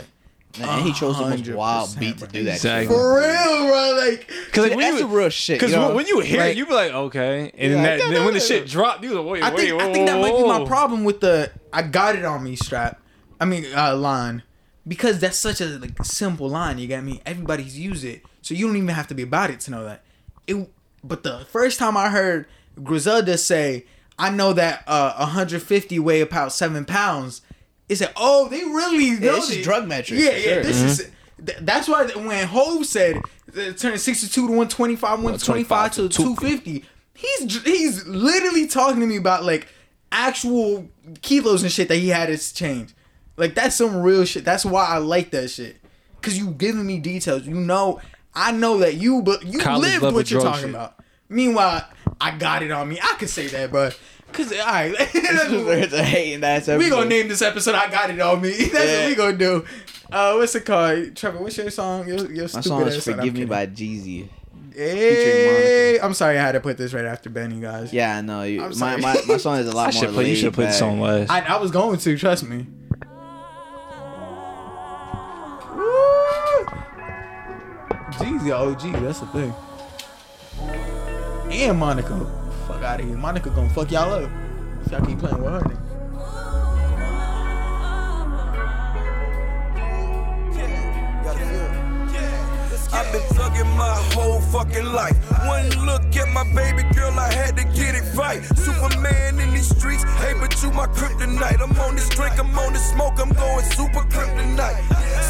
S4: And he chose the most wild beat to do that.
S15: Exactly.
S4: shit on.
S3: For real, bro. Like,
S15: Cause like, when
S4: that's
S15: you,
S4: the real shit.
S15: Because
S4: you know?
S15: when you hear
S4: Like,
S15: it, you be like, okay. And
S4: Yeah,
S15: then, that,
S4: I got
S15: then when the
S4: that.
S15: shit dropped, you was like, wait,
S3: I
S15: wait,
S3: think
S15: wait,
S3: I think that might be my
S15: whoa.
S3: problem with the I got it on me strap. I mean uh, line because that's such a like simple line. You got me. Everybody's used it, so you don't even have to be about it to know that. It. But the first time I heard Griselda say, "I know that uh, 150 weigh about seven pounds," it said, "Oh, they really know
S4: this is
S3: it."
S4: drug metrics,
S3: Yeah,
S4: for
S3: yeah.
S4: sure.
S3: This is." th- That's why when Hove said uh, turn 62 to 125, 125 to 250, he's dr- he's literally talking to me about like actual kilos and shit that he had to change. Like that's some real shit. That's why I like that shit because you giving me details. You know, I know that you but you
S15: College
S3: lived
S15: level
S3: what you're
S15: drug
S3: talking
S15: shit.
S3: about. Meanwhile, I got it on me. I could say that, bro. Cause all right,
S4: There's a hating ass
S3: we gonna
S4: episode.
S3: name this episode. I got it on me. That's
S4: Yeah.
S3: what we gonna do. Uh, what's it called, Trevor? What's your song? Your, your
S4: my
S3: stupid
S4: song is
S3: ass song.
S4: "Forgive
S3: I'm
S4: Me" by Jeezy.
S3: kidding. Hey, I'm sorry I had to put this right after Benny, guys.
S4: Yeah, I know. You,
S3: I'm
S4: my,
S3: sorry.
S4: my, my song is a lot
S15: I
S4: more.
S15: should play- you should play the
S4: laid back.
S15: song last.
S3: I, I was going to, trust me. Jeezy, OG, that's the thing. And Monica. Fuck out of here. Monica gonna fuck y'all up. If y'all keep playing with her. nigga.
S13: I've been thugging my whole fucking life. One look at my baby girl, I had to get it right. Superman in these streets, hey, but you my kryptonite. I'm on this drink, I'm on this smoke, I'm going super kryptonite.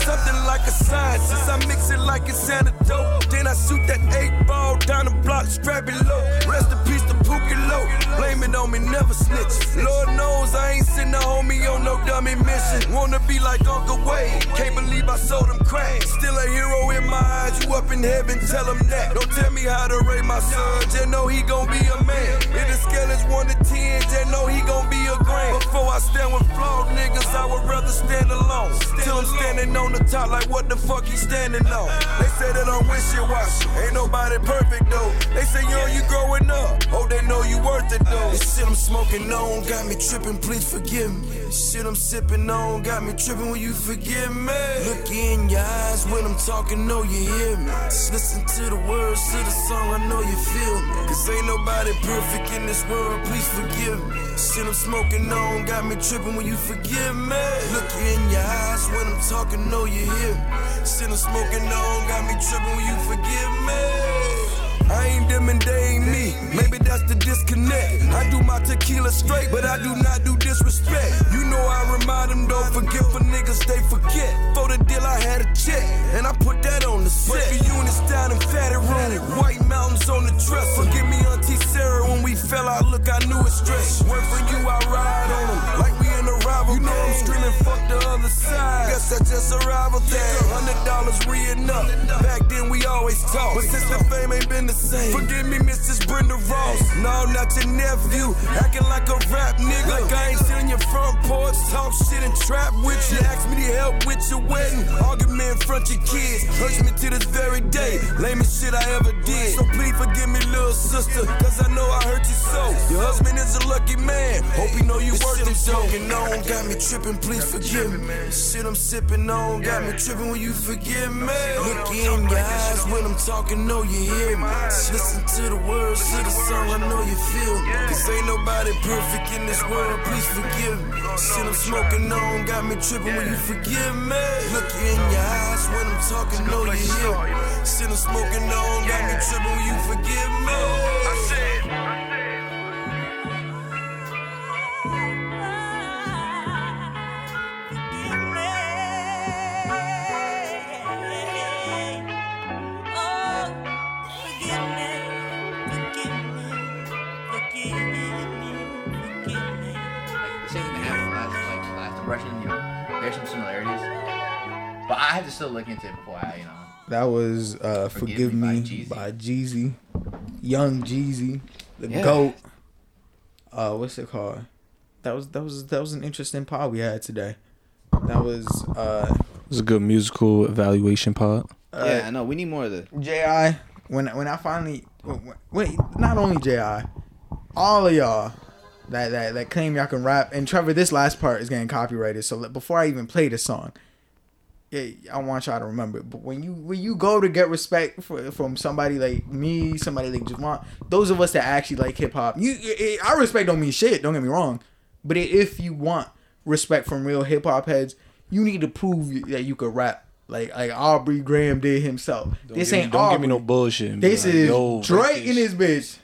S13: Something like a science, since I mix it like it's antidote. Then I shoot that eight ball down the block, strap it low. Rest in peace to Pookie Low. Blame it on me, never snitch. Lord knows I ain't sent a homie on no dummy mission. Wanna be like Uncle Wade, can't believe I sold him crack. Still a hero in my eyes, you up in heaven, tell him that. Don't tell me how to rate my son, just know he gon' be a man. If the scale is 1 to 10, just know he gon' be a grand. Before I stand with flawed niggas, I would rather stand alone. Still I'm standing on the top, like what the fuck he standing on? They say that I'm wishy washy, ain't nobody perfect though. They say, yo, you growing up, oh, they know you worth it though. This shit I'm smoking on got me tripping, please forgive me. This shit I'm sipping on got me tripping, will you forgive me? Look in your eyes when I'm talking, know you hear me. Just listen to the words to the song, I know you feel me. Cause ain't nobody perfect in this world, please forgive me. Shit I'm smoking on got me tripping, will you forgive me? Look in your eyes when I'm talking, know you hear me. Shit I'm smoking on got me tripping, will you forgive me? I ain't them and they ain't me. Maybe that's the the disconnect. I do my tequila straight, but I do not do disrespect. You know I remind them, don't forget for niggas, they forget. For the deal, I had a check, and I put that on the set. Breaking units down in fatty room, white mountains on the dresser. Give me Auntie Sarah when we fell out, look, I knew it's stress. Work for you, I ride on 'em like we in a rival You know I'm screaming, fuck the other side. Guess that's just a rival thing. Hundred dollars reading up. Back then we always talk, but since the fame ain't been the same. Forgive me, Mrs. Brenda Ross. No, not your nephew. Acting like a rap nigga. Like I ain't sitting your front porch, talk shit and trap with you. Ask me to help with your wedding. Argument in front your kids. Hurts me to this very day. Lamest shit I ever did. So please forgive me, little sister, cause I know I hurt you so. Your husband is a lucky man. Hope you know you
S19: This
S13: worth
S19: shit
S13: it,
S19: I'm
S13: though.
S19: smoking on
S13: Got me tripping, please forgive me. Shit I'm sipping on, got me tripping when you forgive me. Look in your eyes when I'm talking, know you hear me. Listen to the words to the song, I know you feel me. Cause ain't nobody perfect in this world, please forgive me. Shit I'm smoking on, got me tripping when you forgive me. Look in your eyes when I'm talking, know you hear me. Shit I'm smoking on, got me tripping when you forgive me. I said,
S4: Like, the same thing that happened last, like, last depression, you know, there's some similarities. But I have to still look into it before I, you know.
S3: That was uh, Forgive, Me, by, Jeezy. Young Jeezy, the
S4: Yeah.
S3: GOAT. Uh, what's it called? That was that was that was an interesting pod we had today. That was uh,
S15: was a good musical evaluation pod.
S3: Yeah, I
S4: know. We need more of the
S3: Ji. When when I finally wait, wait, not only Ji, all of y'all that that that claim y'all can rap. And Trevor, this last part is getting copyrighted. So let- before I even play the song, yeah, I want y'all to remember. But when you when you go to get respect for, from somebody like me, somebody like Javon, those of us that actually like hip hop, you it, it- I respect don't mean shit. Don't get me wrong, but i- if you want respect from real hip hop heads, you need to prove that you could rap. Like like Aubrey Graham did himself. this
S15: give me-
S3: ain't
S15: don't
S3: Aubrey.
S15: give me no bullshit. and be
S3: This
S15: like,
S3: is
S15: yo,
S3: Drake in this bitch.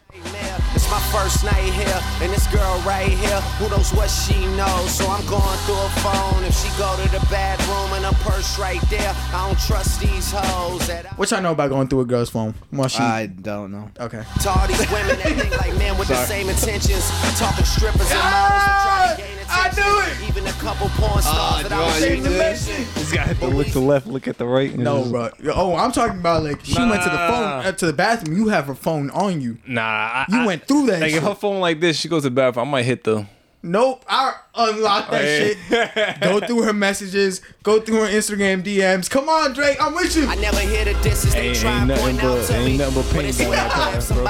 S12: It's my first night here, and this girl right here, who knows what she knows. So I'm going through a phone. If she go to the bathroom and her purse right there, I don't trust these hoes. That
S3: What y'all know about going through a girl's phone? While she-
S4: I don't know.
S3: Okay.
S12: to all these women that think like men with the
S3: Sorry.
S12: same intentions, talking strippers and models and trying to gain attention. I knew it. Even a couple porn
S3: Ah,
S12: stars that I was
S15: Ah, you
S12: seen to
S15: did.
S12: mention.
S15: This guy had to look to left, look at the right. and
S3: No,
S15: just-
S3: bro. Oh, I'm talking about like she went to the
S15: Nah.
S3: phone uh, to the bathroom. You have her phone on you.
S15: Nah, I,
S3: You
S15: I-
S3: went through that
S15: Like
S3: shit.
S15: if her phone like this, she goes to the bathroom. I might hit the.
S3: Nope, I unlocked that shit. go through her messages. Go through her Instagram DMs. Come on, Drake, I'm with you. I
S12: never hear the disses
S3: they
S15: Ain't, ain't nothing but ain't nothing but pain down that path, bro.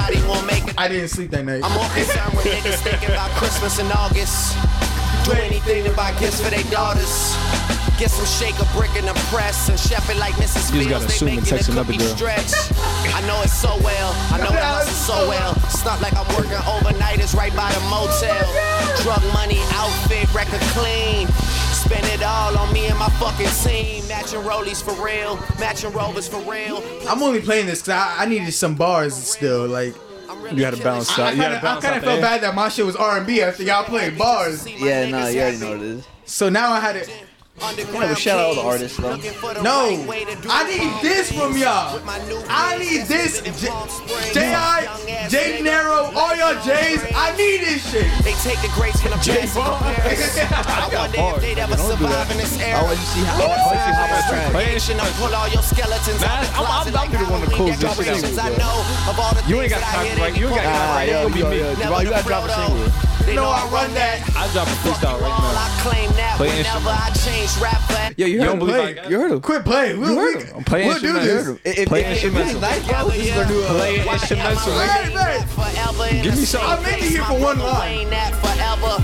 S3: I didn't sleep that night.
S12: I'm more concerned with niggas thinking about Christmas in August. Do anything to buy gifts for their daughters. Get some shake a brick in the press and chef it like Mrs.
S15: You just gotta
S12: Fields.
S15: assume
S12: They
S15: and
S12: making the
S15: text another
S12: cookie
S15: girl.
S12: stretch. I know it so well. I know the hustle so well. It's not like I'm working overnight. It's right by the motel. Drug money, outfit, record clean. Spend it all on me and my fucking team. Matching rollies for real. Matching rovers for real.
S3: I'm only playing this because I, I needed some bars still. Like
S15: you had to bounce
S3: I,
S15: out. You had
S3: kinda,
S15: to bounce
S3: I
S15: out
S3: kinda
S15: the
S3: felt
S15: air.
S3: bad that my shit was R and B after y'all played bars.
S4: Yeah, no, you already know what it is.
S3: So now I had to.
S4: Yeah, but shout out all the artists, though.
S3: No, I need this from y'all. I need this. J- J.I., J. Nero, all y'all J's. I need this shit.
S12: They take the grace from the
S3: J.
S12: best. I wonder if they'd ever survive in this era. Creation, I pull all your skeletons out the closet like Halloween
S15: close this shit out.
S12: decorations. I know of all the
S15: You ain't
S12: things
S15: got
S12: that I hear
S15: copyright. You ain't got
S4: Ah,
S15: copyright. It'll be me. Javon, you gotta drop a single.
S12: They know I run that.
S15: I drop a freestyle right
S12: I claim that
S15: Play
S12: whenever
S15: instrument.
S12: I change rap. but-
S15: Yo, you heard him play. You heard him.
S3: Quit playing.
S15: You heard him. I'm playing
S12: we'll do
S15: instrumental.
S12: this. If-
S15: Play
S12: if- if
S15: instrumental.
S12: it's like, bro, this is our new, uh,
S15: Play
S12: Why am I
S15: instrumental.
S12: waiting forever in
S15: Give
S12: the
S15: me some.
S12: same
S15: I'm in
S12: place?
S15: here
S12: My
S15: for one
S12: brother
S15: line.
S12: Wayne at forever.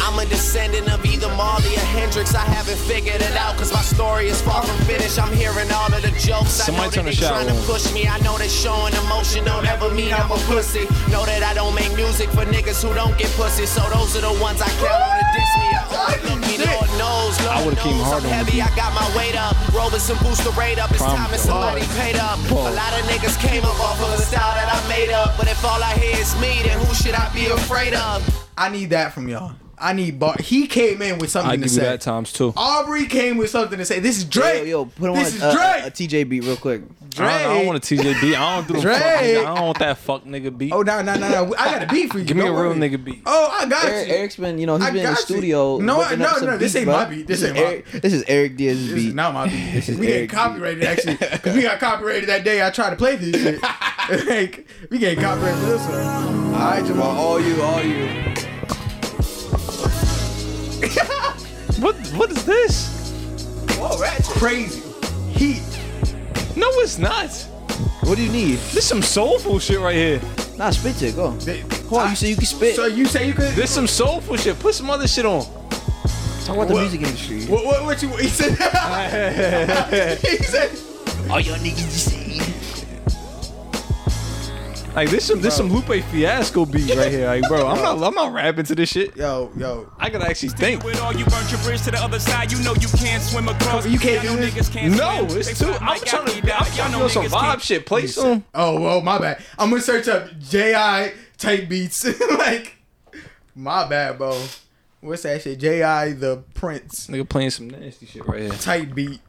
S12: I'm a descendant of either Marley or Hendrix. I haven't figured it out because my story is far from finished. I'm hearing all of the jokes. I
S15: Somebody
S12: know that
S15: turn the
S12: they
S15: shower
S12: trying to
S15: on.
S12: push me. I know they showing emotion don't ever mean I'm a pussy. Know that I don't make music for niggas who don't get pussy. So those are the ones I count on to diss me. Look me, Lord knows,
S15: I
S12: Lord
S15: would've came
S12: knows
S15: hard on the
S12: I'm heavy.
S15: beat.
S12: I got my weight up. Robinson boost the rate up. It's
S15: Prime
S12: time and
S15: God.
S12: somebody paid up.
S15: Pause.
S12: A lot of niggas came up off of the style that I made up. but if all I hear is me, then who should I be afraid of?
S3: I need that from y'all. I need Bar. He came in with something
S6: I
S3: to
S6: give you
S3: say.
S6: that times two.
S3: Aubrey came with something to say. This is Drake. Yo,
S4: Put on
S3: this is
S4: a,
S3: Drake.
S4: a, a TJ beat real quick.
S6: I don't, I don't want a TJ beat. I don't do the fuck.
S3: Drake.
S6: I don't want that fuck nigga beat.
S3: Oh no no no no! I got a beat for you.
S6: Give me
S3: Don't
S6: a real
S3: worry.
S6: nigga beat.
S3: Oh, I got
S4: Eric,
S3: you.
S4: Eric's been, you know, he's
S3: I
S4: been in the
S3: got you.
S4: studio.
S3: No, I-
S4: whipping up
S3: no,
S4: some
S3: no, this
S4: beats,
S3: ain't
S4: bro.
S3: my beat. This
S4: is
S3: ain't my
S4: Eric, This is Eric Diaz's beat. This is
S3: not my beat.
S4: This is
S3: we getting
S4: Eric.
S3: copyrighted actually because we got copyrighted that day I tried to play this shit. like we getting copyrighted for this one. All right, Jamal, all you, all you.
S6: what what is this?
S3: Whoa, that's crazy. Heat.
S6: No, it's not.
S4: What do you need?
S6: This some soulful shit right here.
S4: Nah, spit it. Go.
S6: Hold
S4: on, you say you can spit.
S3: So you say you could.
S6: This some soulful shit. Put some other shit on.
S4: Talk about the music industry.
S3: What what what you he said? he said.
S4: All y'all niggas just
S6: Like this some this some Lupe Fiasco beat right here. Like bro, I'm not I'm not rapping to this shit.
S3: Yo yo,
S6: I gotta actually think.
S18: With all you burnt your bridge to the other side, you know you can't swim across.
S3: You can't
S18: Y'all
S3: do
S18: know
S3: this?
S18: niggas can't
S6: No,
S18: swim.
S6: it's
S18: They
S6: too-
S18: flop
S6: I'm
S18: like
S6: trying to-
S18: Aphrodite.
S6: I'm trying
S18: Y'all
S6: to
S18: know
S6: feel some
S18: niggas
S6: vibe
S18: can't-
S6: shit. Play some.
S3: Oh well, my bad. I'm gonna search up JI type beats. like my bad, bro. What's that shit? JI the Prince
S6: Nigga playing some nasty shit right here.
S3: type beat.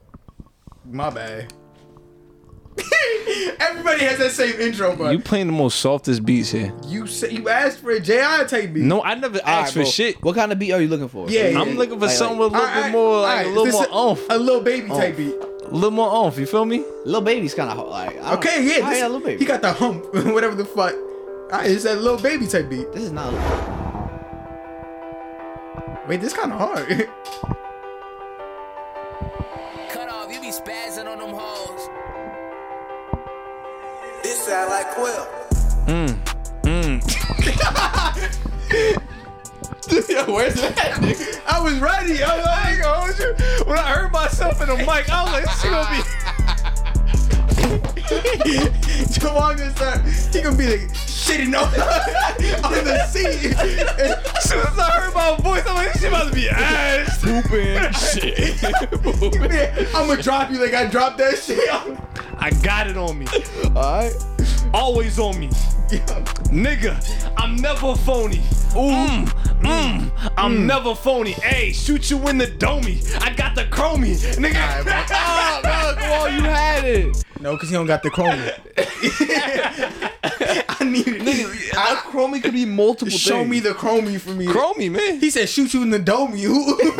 S3: My bad. Everybody has that same intro, but
S6: You
S3: you,
S6: playing the most softest beats here.
S3: say, you asked for a JI type beat.
S6: No, I never asked for shit.
S4: What kind of beat are you looking for?
S3: Yeah,
S6: I'm
S3: yeah.
S6: looking for
S4: Like-
S6: something with a little bit more, like a little more oomph.
S3: A little baby type beat.
S6: A little more oomph. You feel me?
S4: Little baby's kind of like. I don't-
S3: Okay, yeah,
S4: Alright,
S3: this,
S4: Lil Baby.
S3: he got the hump, whatever the fuck. I it's that little baby type beat.
S4: This is not.
S3: Wait, this kind of hard.
S20: Cut off, you be spazzing on them hoes.
S21: This sound like Quill.
S6: Mm. Mm.
S3: Yo, where's that? nigga? I was ready. I was like, I was sure. when I heard myself in the mic, I was like, this shit gonna be. Javon gonna start. He gonna be like shitting on, on the seat. As soon as I heard my voice, I'm like, this shit about to be ass.
S6: Pooping shit.
S3: I'm gonna drop you like I dropped that shit.
S6: I got it on me. Alright. Always on me. Nigga, I'm never phony. Ooh, mm, mm, I'm never phony. Hey, shoot you in the domey. I got the chromie. Nigga. Oh,
S4: bro, come on, you had it.
S3: No, cause he don't got the chrome. I need it. Nigga, I,
S4: chromie could be multiple
S3: Show
S4: things.
S3: me the chromie for me.
S6: Chromie, man.
S3: He said, shoot you in the dome, you.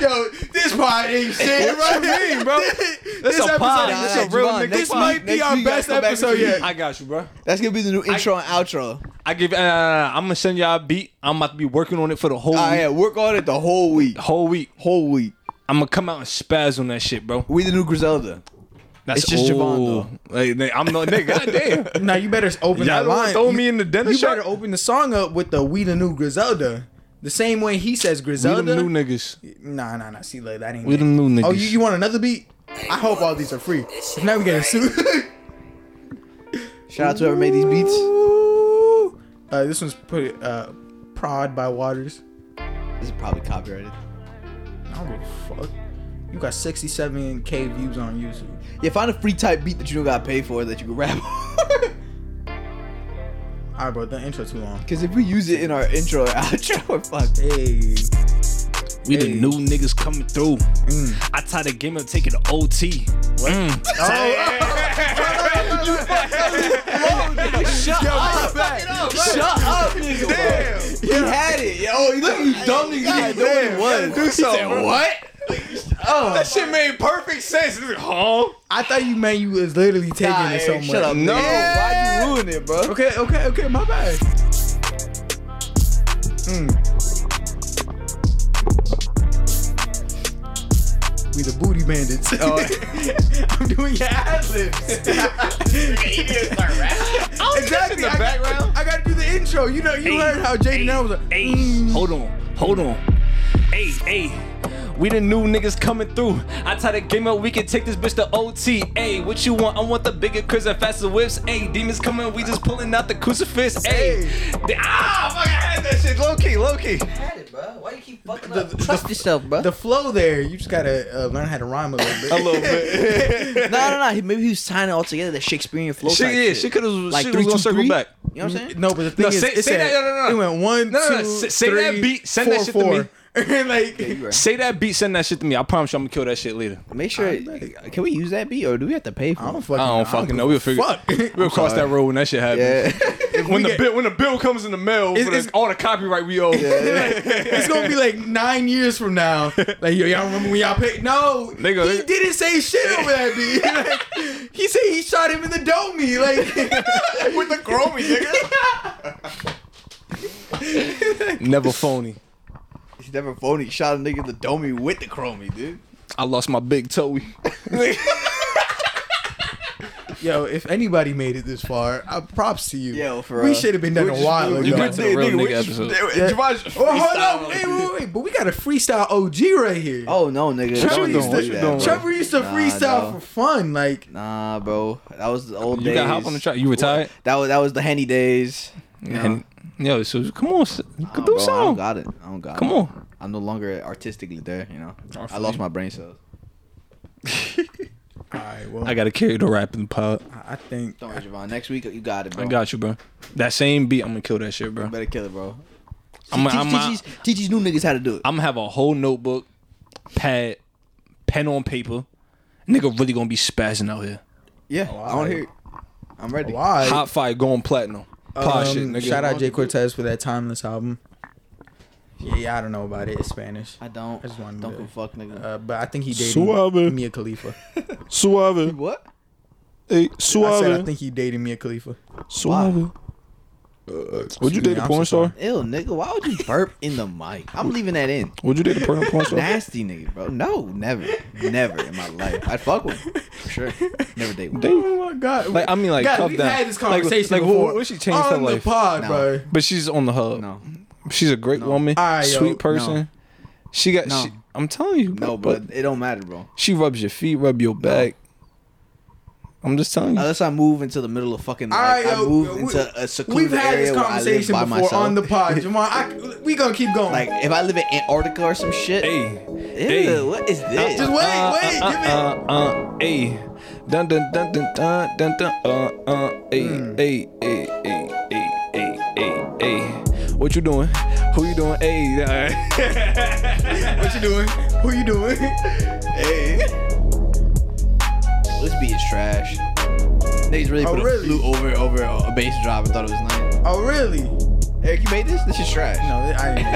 S3: Yo, this pod ain't shit.
S6: What
S3: Right?
S6: you mean, bro?
S3: this
S6: That's a
S3: episode
S6: pod.
S3: is-
S6: That's
S3: this
S6: a real
S4: Javon,
S6: nigga
S4: next
S3: This
S4: week-
S3: might be
S4: next
S3: our
S4: week, y'all
S3: best
S4: come back
S3: episode
S4: with
S3: yet.
S6: I got you, bro.
S4: That's gonna be the new intro and outro.
S6: I give. Uh, I'm gonna send y'all a beat. I'm about to be working on it for the whole
S4: All
S6: week.
S4: right, work on it the whole week.
S6: Whole week.
S4: Whole week.
S6: I'm gonna come out and spaz on that shit, bro.
S4: We the new Griselda.
S6: That's
S4: It's just Javon,
S6: old. Like, nigga, I'm not nigga. Goddamn.
S3: Now you better open
S6: Y'all
S3: that
S6: don't wanna
S3: line.
S6: throw
S3: You-
S6: me in the dinner
S3: You
S6: shop?
S3: better open the song up with the "We the New Griselda," the same way he says
S6: We
S3: Griselda.
S6: them new niggas.
S3: Nah, nah, nah. See, like that ain't.
S6: We
S3: it.
S6: them new
S3: Oh,
S6: niggas.
S3: you, you want another beat? I hope all these are free. Now we getting sued.
S4: Shout out to whoever made these beats.
S3: uh, this one's put uh, prod by Waters.
S4: This is probably copyrighted.
S3: I don't give a fuck. You got 67k views on YouTube.
S4: Yeah, find a free type beat that you don't gotta pay for that you can rap.
S3: All right, bro. The intro too long.
S4: Because if we use it in our intro or outro, we're fucked.
S3: Hey.
S6: We the new niggas coming through.
S4: Mm.
S6: I tie the Mm. game up, take it to OT. What?
S4: Oh, Shut up. Shut up, nigga. Damn. He had it. Yo, look at you dumb nigga. You had no one. was.
S6: do something. bro.
S4: Oh.
S6: That shit made perfect sense. This is- Huh?
S3: I thought you meant you was literally taking
S4: Nah,
S3: it
S4: Eric,
S3: so much.
S4: shut up.
S6: No.
S4: Why you ruin it, bro?
S3: Okay, okay, okay. My bad. Mm. We the booty bandits.
S6: Oh.
S3: I'm doing your ad libs.
S6: Exactly.
S3: exactly. I, got- I gotta do the intro. You
S4: Mm.
S3: know, you heard how Jaden L was like,
S6: Hey, hold on, hold on. Hey, hey. We the new niggas coming through. I tie the game up, we can take this bitch to OT. Ayy, what you want? I want the bigger cribs and faster whips. Ayy, demons coming, we just pulling out the crucifix. Ayy. Ah, fuck, I had that shit. Low key, low key.
S4: Trust yourself, bro.
S3: The flow there, you just gotta uh, learn how to rhyme a little bit.
S4: A little bit. no, no, no. he- Maybe he was tying it all together. The Shakespearean flow.
S3: Shit,
S4: type
S3: yeah,
S4: shit.
S3: shit could've-
S4: like
S3: shit
S4: three,
S3: was
S4: two,
S3: gonna circle
S4: three?
S3: back.
S4: You know what I'm saying?
S3: No, but the thing
S4: No,
S3: is,
S4: say-
S3: it
S4: say
S3: said,
S4: that- no, no, no.
S3: It went one,
S6: No, no, no,
S3: two,
S6: say- say that
S3: three,
S6: beat, send that
S3: four,
S6: shit to me.
S3: four. like,
S6: Say that beat, send that shit to me. I promise you, I'm gonna kill that shit later.
S4: Make sure. Can we use that beat or do we have to pay for? it? I don't
S6: I don't fucking know. We'll figure.
S4: Fuck.
S6: We'll cross
S4: sorry.
S6: that road when that shit happens. when
S3: we
S6: the
S3: get-
S6: bill when the bill comes in the mail, for the- all the copyright we owe.
S3: it's gonna be like nine years from now. Like, yo, y'all remember when y'all paid? No,
S6: Nigga,
S3: he
S6: nigga.
S3: didn't say shit over that beat. Like, he said he shot him in the domey, like with the chromie, nigga.
S6: Never phony.
S4: He's never phony. Shot a nigga in the domey with the chromie, dude.
S6: I lost my big toe.
S3: Yo, if anybody made it this far, uh, props to you. Yo,
S4: for
S3: we
S4: real.
S3: should have been done
S4: We
S3: a
S4: just-
S3: while
S4: we
S3: ago.
S4: got to the real nigga episode.
S3: Yeah.
S4: Javon's
S3: Oh, hold
S4: freestyling.
S3: up, wait, wait, wait, but we got a freestyle OG right here.
S4: Oh no, nigga.
S3: Trevor
S4: don't
S3: used
S4: do
S3: to,
S4: that, bro.
S3: Trevor used to
S4: Nah,
S3: freestyle
S4: no.
S3: for fun, like.
S4: Nah, bro. That was the old
S6: You
S4: days.
S6: got hop on the track. You retired?
S4: That was that was the handy days. You know?
S6: And, yo, so come on, s- do
S4: bro, I don't
S6: something.
S4: got it. I don't got
S6: Come
S4: it.
S6: on. Oh,
S4: I'm no longer artistically there, you know. I
S6: feel
S4: lost
S6: you.
S4: my brain cells.
S3: Alright, well
S6: I gotta carry the rap in the pod.
S3: I think
S4: Don't worry, Javon. Next week you got it, bro.
S6: I got you, bro. That same beat, I'm gonna kill that shit,
S4: You
S6: bro.
S4: better kill it, bro.
S6: I'm
S4: Teach-
S6: gonna
S4: teach these- teach these new niggas how to do it.
S6: I'm gonna have a whole notebook, pad, pen on paper. Nigga really gonna be spazzing out here.
S4: Yeah, I want to hear it. I'm ready.
S3: Why?
S6: Hot fire going platinum. Pod
S3: Um,
S6: shit, nigga.
S3: Shout out Jay Cortez for that timeless album. Yeah, yeah, I don't know about it. It's Spanish. I
S4: don't.
S3: I just wanted
S4: Don't
S3: to,
S4: go fuck nigga.
S3: Uh, but I think he dated
S6: Suave.
S3: Mia Khalifa.
S6: Suave.
S4: What?
S6: Hey,
S3: I said I think he dated Mia Khalifa.
S6: Suave. Would you
S3: Excuse me,
S6: date a
S3: I'm
S6: porn
S3: so
S6: star?
S4: Ew, nigga, why would you burp in the mic? I'm leaving that in.
S6: Would you date a porn, porn star?
S4: Nasty nigga, bro. No, never, never in my life. I'd fuck with him for sure. Never date one.
S3: Oh my god.
S6: Like I mean, like
S3: God,
S6: calm
S3: we've
S6: down.
S3: had this
S6: Like,
S3: conversation
S6: like,
S3: before.
S6: what, what she changed
S3: on
S6: her life?
S3: the pod,
S6: No.
S3: bro.
S6: But she's on the hub.
S4: No.
S6: She's a great woman,
S3: Alright, yo.
S6: sweet person.
S4: No.
S6: She got.
S4: No.
S6: She, I'm telling you,
S4: No, but
S6: but
S4: it don't matter, bro.
S6: she rubs your feet, rub your back. I'm just telling you.
S4: Unless I move into the middle of fucking,
S3: All
S4: like,
S3: right,
S4: I
S3: yo,
S4: move
S3: yo, we-
S4: into a secluded
S3: We've had
S4: area
S3: this
S4: where I live
S3: conversation
S4: by
S3: before
S4: myself.
S3: on the pod, Jamar. I, we gonna keep going.
S4: like if I live in Antarctica or some shit. Hey, ew,
S6: hey.
S4: what is this?
S3: Uh, Just wait, wait, give me.
S6: Uh, uh, hey. Dun dun dun dun dun dun dun. Uh, uh, eh, hey,
S3: Hmm.
S6: hey, hey, hey, hey, hey, hey, hey. eh, What you doing? Who you doing? Hey, alright.
S3: what you doing? Who you doing?
S6: uh.
S4: Hey. This beat is trash. Niggas really
S3: Oh,
S4: put
S3: really?
S4: a flute over over a bass drop and thought it was nice.
S3: Oh really?
S4: Eric, you made this? This is trash.
S3: No, I didn't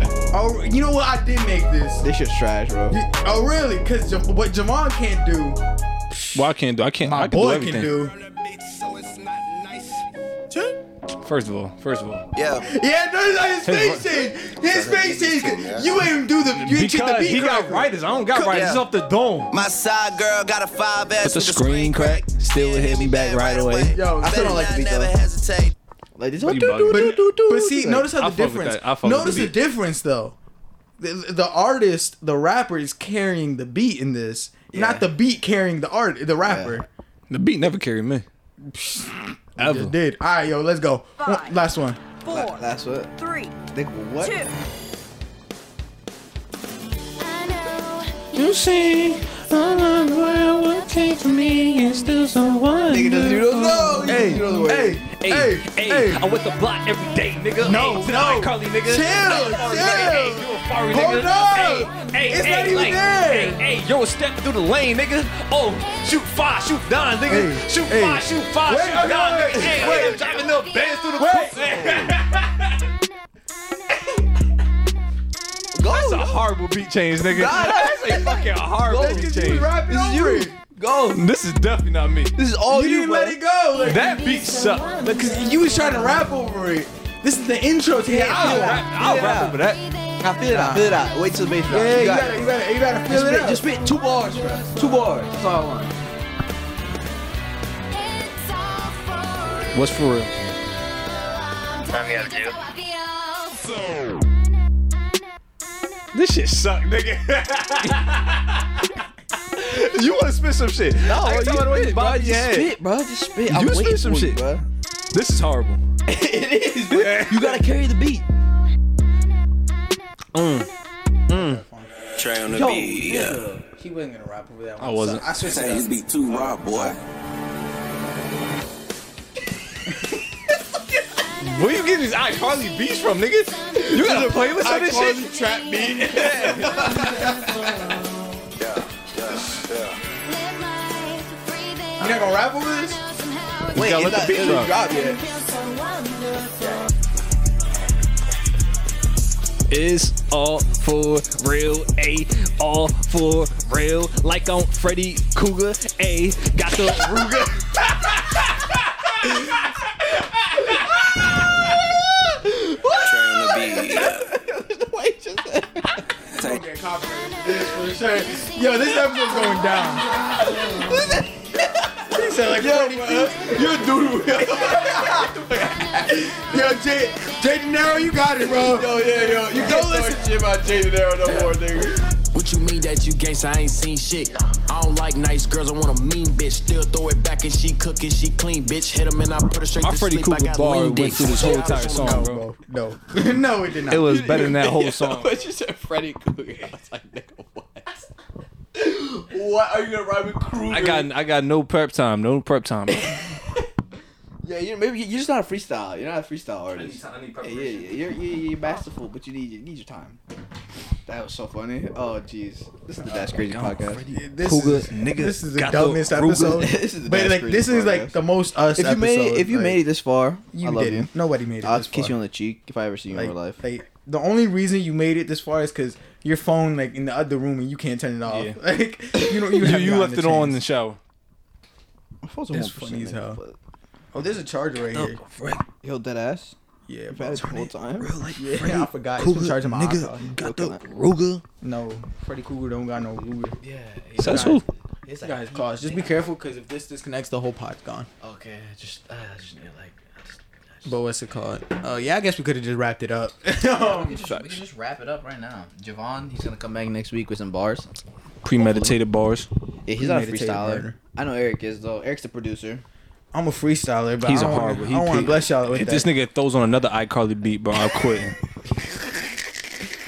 S3: make this. oh, you know what? I did make this.
S4: This shit's trash, bro.
S3: You- oh really? Cause Jam- what Jamar can't do,
S6: Well, I can't do. I can't.
S3: my
S6: I can do
S3: boy
S6: everything.
S3: can do.
S6: First of all, first of all,
S12: Yeah.
S3: Yeah, no, no, his
S6: His
S3: face change. His face change. You ain't even do the. You ain't cheat the
S6: because
S3: beat.
S6: he got
S3: correctly.
S6: writers. I don't got
S3: Come-
S6: writers. It's
S3: Yeah.
S6: off the dome.
S12: My side girl got a five
S6: But
S12: ass
S6: the
S12: with a
S6: screen crack still hit me back right away.
S3: Yo, I still don't like the beat
S12: Never
S3: though.
S12: hesitate.
S4: Like this
S6: You
S4: do-
S6: bugging.
S4: do- do-
S3: But,
S4: do- do-
S3: but see,
S4: do-
S3: notice
S6: I
S3: how the
S6: fuck with
S3: difference.
S6: that. I fuck with
S3: Notice
S6: the
S3: the,
S6: beat.
S3: difference though. The, the artist, the rapper is carrying the beat in this, not the beat carrying the art, the rapper.
S6: The beat never carried me. Ever.
S3: Just did. All right, yo, let's go. One-
S22: Five.
S3: last one.
S22: Four,
S4: That's what.
S22: three,
S4: Nigga, what?
S22: two.
S6: You see, I'm not what came to me is still someone.
S4: Nigga doesn't do those. No,
S3: Hey,
S4: hey, do those
S3: hey,
S4: words.
S3: hey, hey, hey.
S6: I'm with the block every day, nigga.
S3: No,
S6: Ayy, to
S3: no.
S6: the Carly, nigga.
S3: Chill,
S6: Ayy, Carly, nigga.
S3: chill.
S6: Ayy, you a Fari, nigga.
S3: Hold up.
S6: Ayy, ayy,
S3: It's not
S6: ayy,
S3: even
S6: like,
S3: there.
S6: ayy, ayy, yo, step through the lane, nigga. Oh, shoot five, shoot nine, nigga.
S3: Ayy,
S6: shoot
S3: ayy.
S6: five, shoot five,
S3: Wait,
S6: shoot
S3: okay,
S6: nine,
S3: wait,
S6: nigga. Ayy,
S3: wait.
S6: I'm driving up bands through the
S3: Wait.
S6: course. That's a horrible beat change, nigga.
S4: Nah,
S6: That's a fucking horrible beat change.
S3: Rapping over it.
S4: Go.
S6: This is definitely not me.
S4: This is all
S3: You
S4: you,
S3: didn't
S4: bro.
S3: let it go. Like,
S6: That beat sucked.
S3: Because you was trying to rap over it. This is the intro to his
S6: I'll
S3: album.
S6: rap, I'll rap over that.
S4: I feel it out. Feel it out. Wait till the bass drop.
S3: Yeah, you
S4: got
S3: gotta, you gotta, you gotta feel
S4: Just
S3: it
S4: spit,
S3: out.
S4: just spit two bars, bro. Two bars. That's all I want.
S6: What's for real?
S9: I'm
S6: This shit suck, nigga. you want to spit some shit?
S4: No,
S6: I can
S4: you
S6: tell by the way
S4: spit,
S6: bob
S4: bro.
S6: your
S4: Just
S6: head.
S4: spit, bro. Just
S6: You
S4: spit. I'm waiting
S6: spit some
S4: for you,
S6: shit,
S4: bro.
S6: This is horrible.
S4: it is, bro. You gotta carry the beat.
S6: Mm. Mm.
S13: Trey on
S3: Yo, nigga, he wasn't gonna rap over that one.
S6: I wasn't.
S3: So I switched
S13: His
S3: it
S13: beat too raw, boy.
S6: Where you getting these iCarly beats from, nigga? You got a playlist of this shit?
S13: Trap
S3: up. You not gonna rap over this?
S4: Wait,
S3: gotta
S4: it's
S3: let the
S4: not-
S3: beat
S4: it
S3: drop.
S4: didn't drop yet.
S9: It's all for real, a all for real, like on Freddy Cougar, a got the Ruger.
S3: Yo, this episode's going down. he said like, yo, you're a dude. yo, Jay, Jay De Niro, you got it, bro. Yo, yeah, yo, you don't listen to about Jay De Niro no more, nigga.
S12: What you mean that you gangsta? I ain't seen shit. I don't like nice girls. I want a mean bitch. Still throw it back and she cook and she clean, bitch. Hit 'em and I put her straight
S6: My
S12: to
S6: Freddy
S12: sleep.
S6: Krueger
S12: I got
S6: bar
S12: lean
S6: went
S12: dick.
S6: through this whole entire song, bro.
S3: No, no, it did not.
S6: It was better than that whole song.
S4: But you said Freddy Cougar. I was like, nigga, what?
S3: What are you gonna rhyme with Kruger?
S6: I got I got no prep time, no prep time.
S4: Yeah, you maybe you're just not a freestyle. You're not a freestyle artist. I need, yeah, yeah, yeah, you're, you're, you're masterful, but you need you need your time. That was so funny. Oh, jeez, this is the That's Crazy podcast.
S3: This is, this is the
S4: Gato,
S3: dumbest
S4: Ruger.
S3: episode.
S4: This is the
S3: but
S4: That's
S3: like,
S4: Crazy
S3: this is like
S4: podcast.
S3: the most us.
S4: If you made it,
S3: episode,
S4: if you
S3: like-
S4: made it this far,
S3: You
S4: I love
S3: didn't.
S4: you.
S3: Nobody made it
S4: I'll
S3: this
S4: kiss
S3: far.
S4: you on the cheek if I ever see you in real life.
S3: Like the only reason you made it this far is because your phone like in the other room and you can't turn it off.
S6: Yeah.
S3: Like you know
S6: You,
S3: you
S6: you,
S3: haven't gotten
S6: left
S3: the
S6: it on in the
S3: chance.
S6: shower.
S3: It's funny as hell. Oh, there's a charger right here.
S4: Yo, dead ass.
S3: Yeah,
S4: You've had it the whole time.
S3: Yeah, I forgot. It's been charging my iPhone.
S4: got the
S3: Ruger. No, Freddy Cougar don't got no Ruger. Yeah,
S4: So that's cool.
S3: It's got his claws. Just be careful because if this disconnects, the whole pot's gone.
S4: Okay, just uh, just need like.
S3: But what's it called? Oh yeah, I guess we could have just wrapped it up. Oh, Um,
S4: we, can just, we can just wrap it up right now. Javon, he's gonna come back next week with some bars.
S6: Premeditated bars.
S4: Yeah, he's not a
S3: Premeditated
S4: freestyler.
S3: murder.
S4: I know Eric is though. Eric's the producer.
S3: I'm a freestyler, but
S6: He's
S3: I
S6: a
S3: don't wanna-
S6: horrible.
S3: I
S6: He
S3: don't want to
S6: picked-
S3: bless y'all with
S6: If
S3: that.
S6: this nigga throws on another iCarly beat, bro, I'm quitting.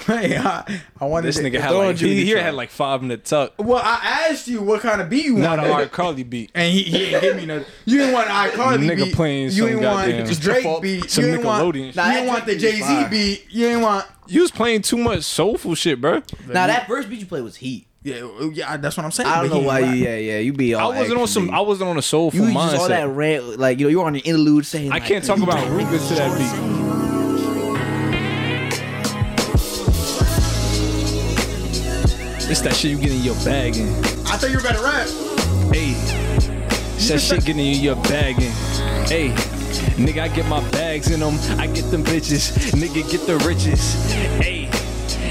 S3: Hey, I, I wanted
S6: this
S3: to-
S6: nigga
S3: to
S6: had
S3: throw
S6: like
S3: a Judy
S6: he, he
S3: track.
S6: had like five in the tuck.
S3: Well, I asked you what kind of beat you
S6: Not
S3: wanted,
S6: an iCarly beat.
S3: and he, he didn't give me nothing. You didn't want iCarly
S6: Nigga
S3: beat.
S6: playing
S3: you
S6: some
S3: didn't want
S6: goddamn- Just
S3: Drake
S6: default-
S3: beat.
S6: some
S3: you didn't want.
S6: Nickelodeon shit.
S3: you didn't want the Jay Z beat. You didn't want.
S6: You was playing too much soulful shit, bro.
S4: Now that first beat you played was heat.
S3: Yeah, yeah, that's what I'm saying. but
S4: I don't
S3: he
S4: know why.
S3: ain't
S4: You,
S3: rap.
S4: yeah, yeah, you be.
S6: I
S4: All
S6: wasn't on some.
S4: action,
S6: I wasn't on a soulful
S4: B. You was
S6: mindset.
S4: just all that rant, like you know, you were on your interlude saying.
S6: I
S4: like,
S6: can't talk about Rugas to that beat. It's that shit you get in your bag in.
S3: I thought you were better rap.
S6: Hey, it's that shit getting in your bag in. Hey, nigga, I get my bags in them. I get them bitches. Nigga, get the riches. Hey,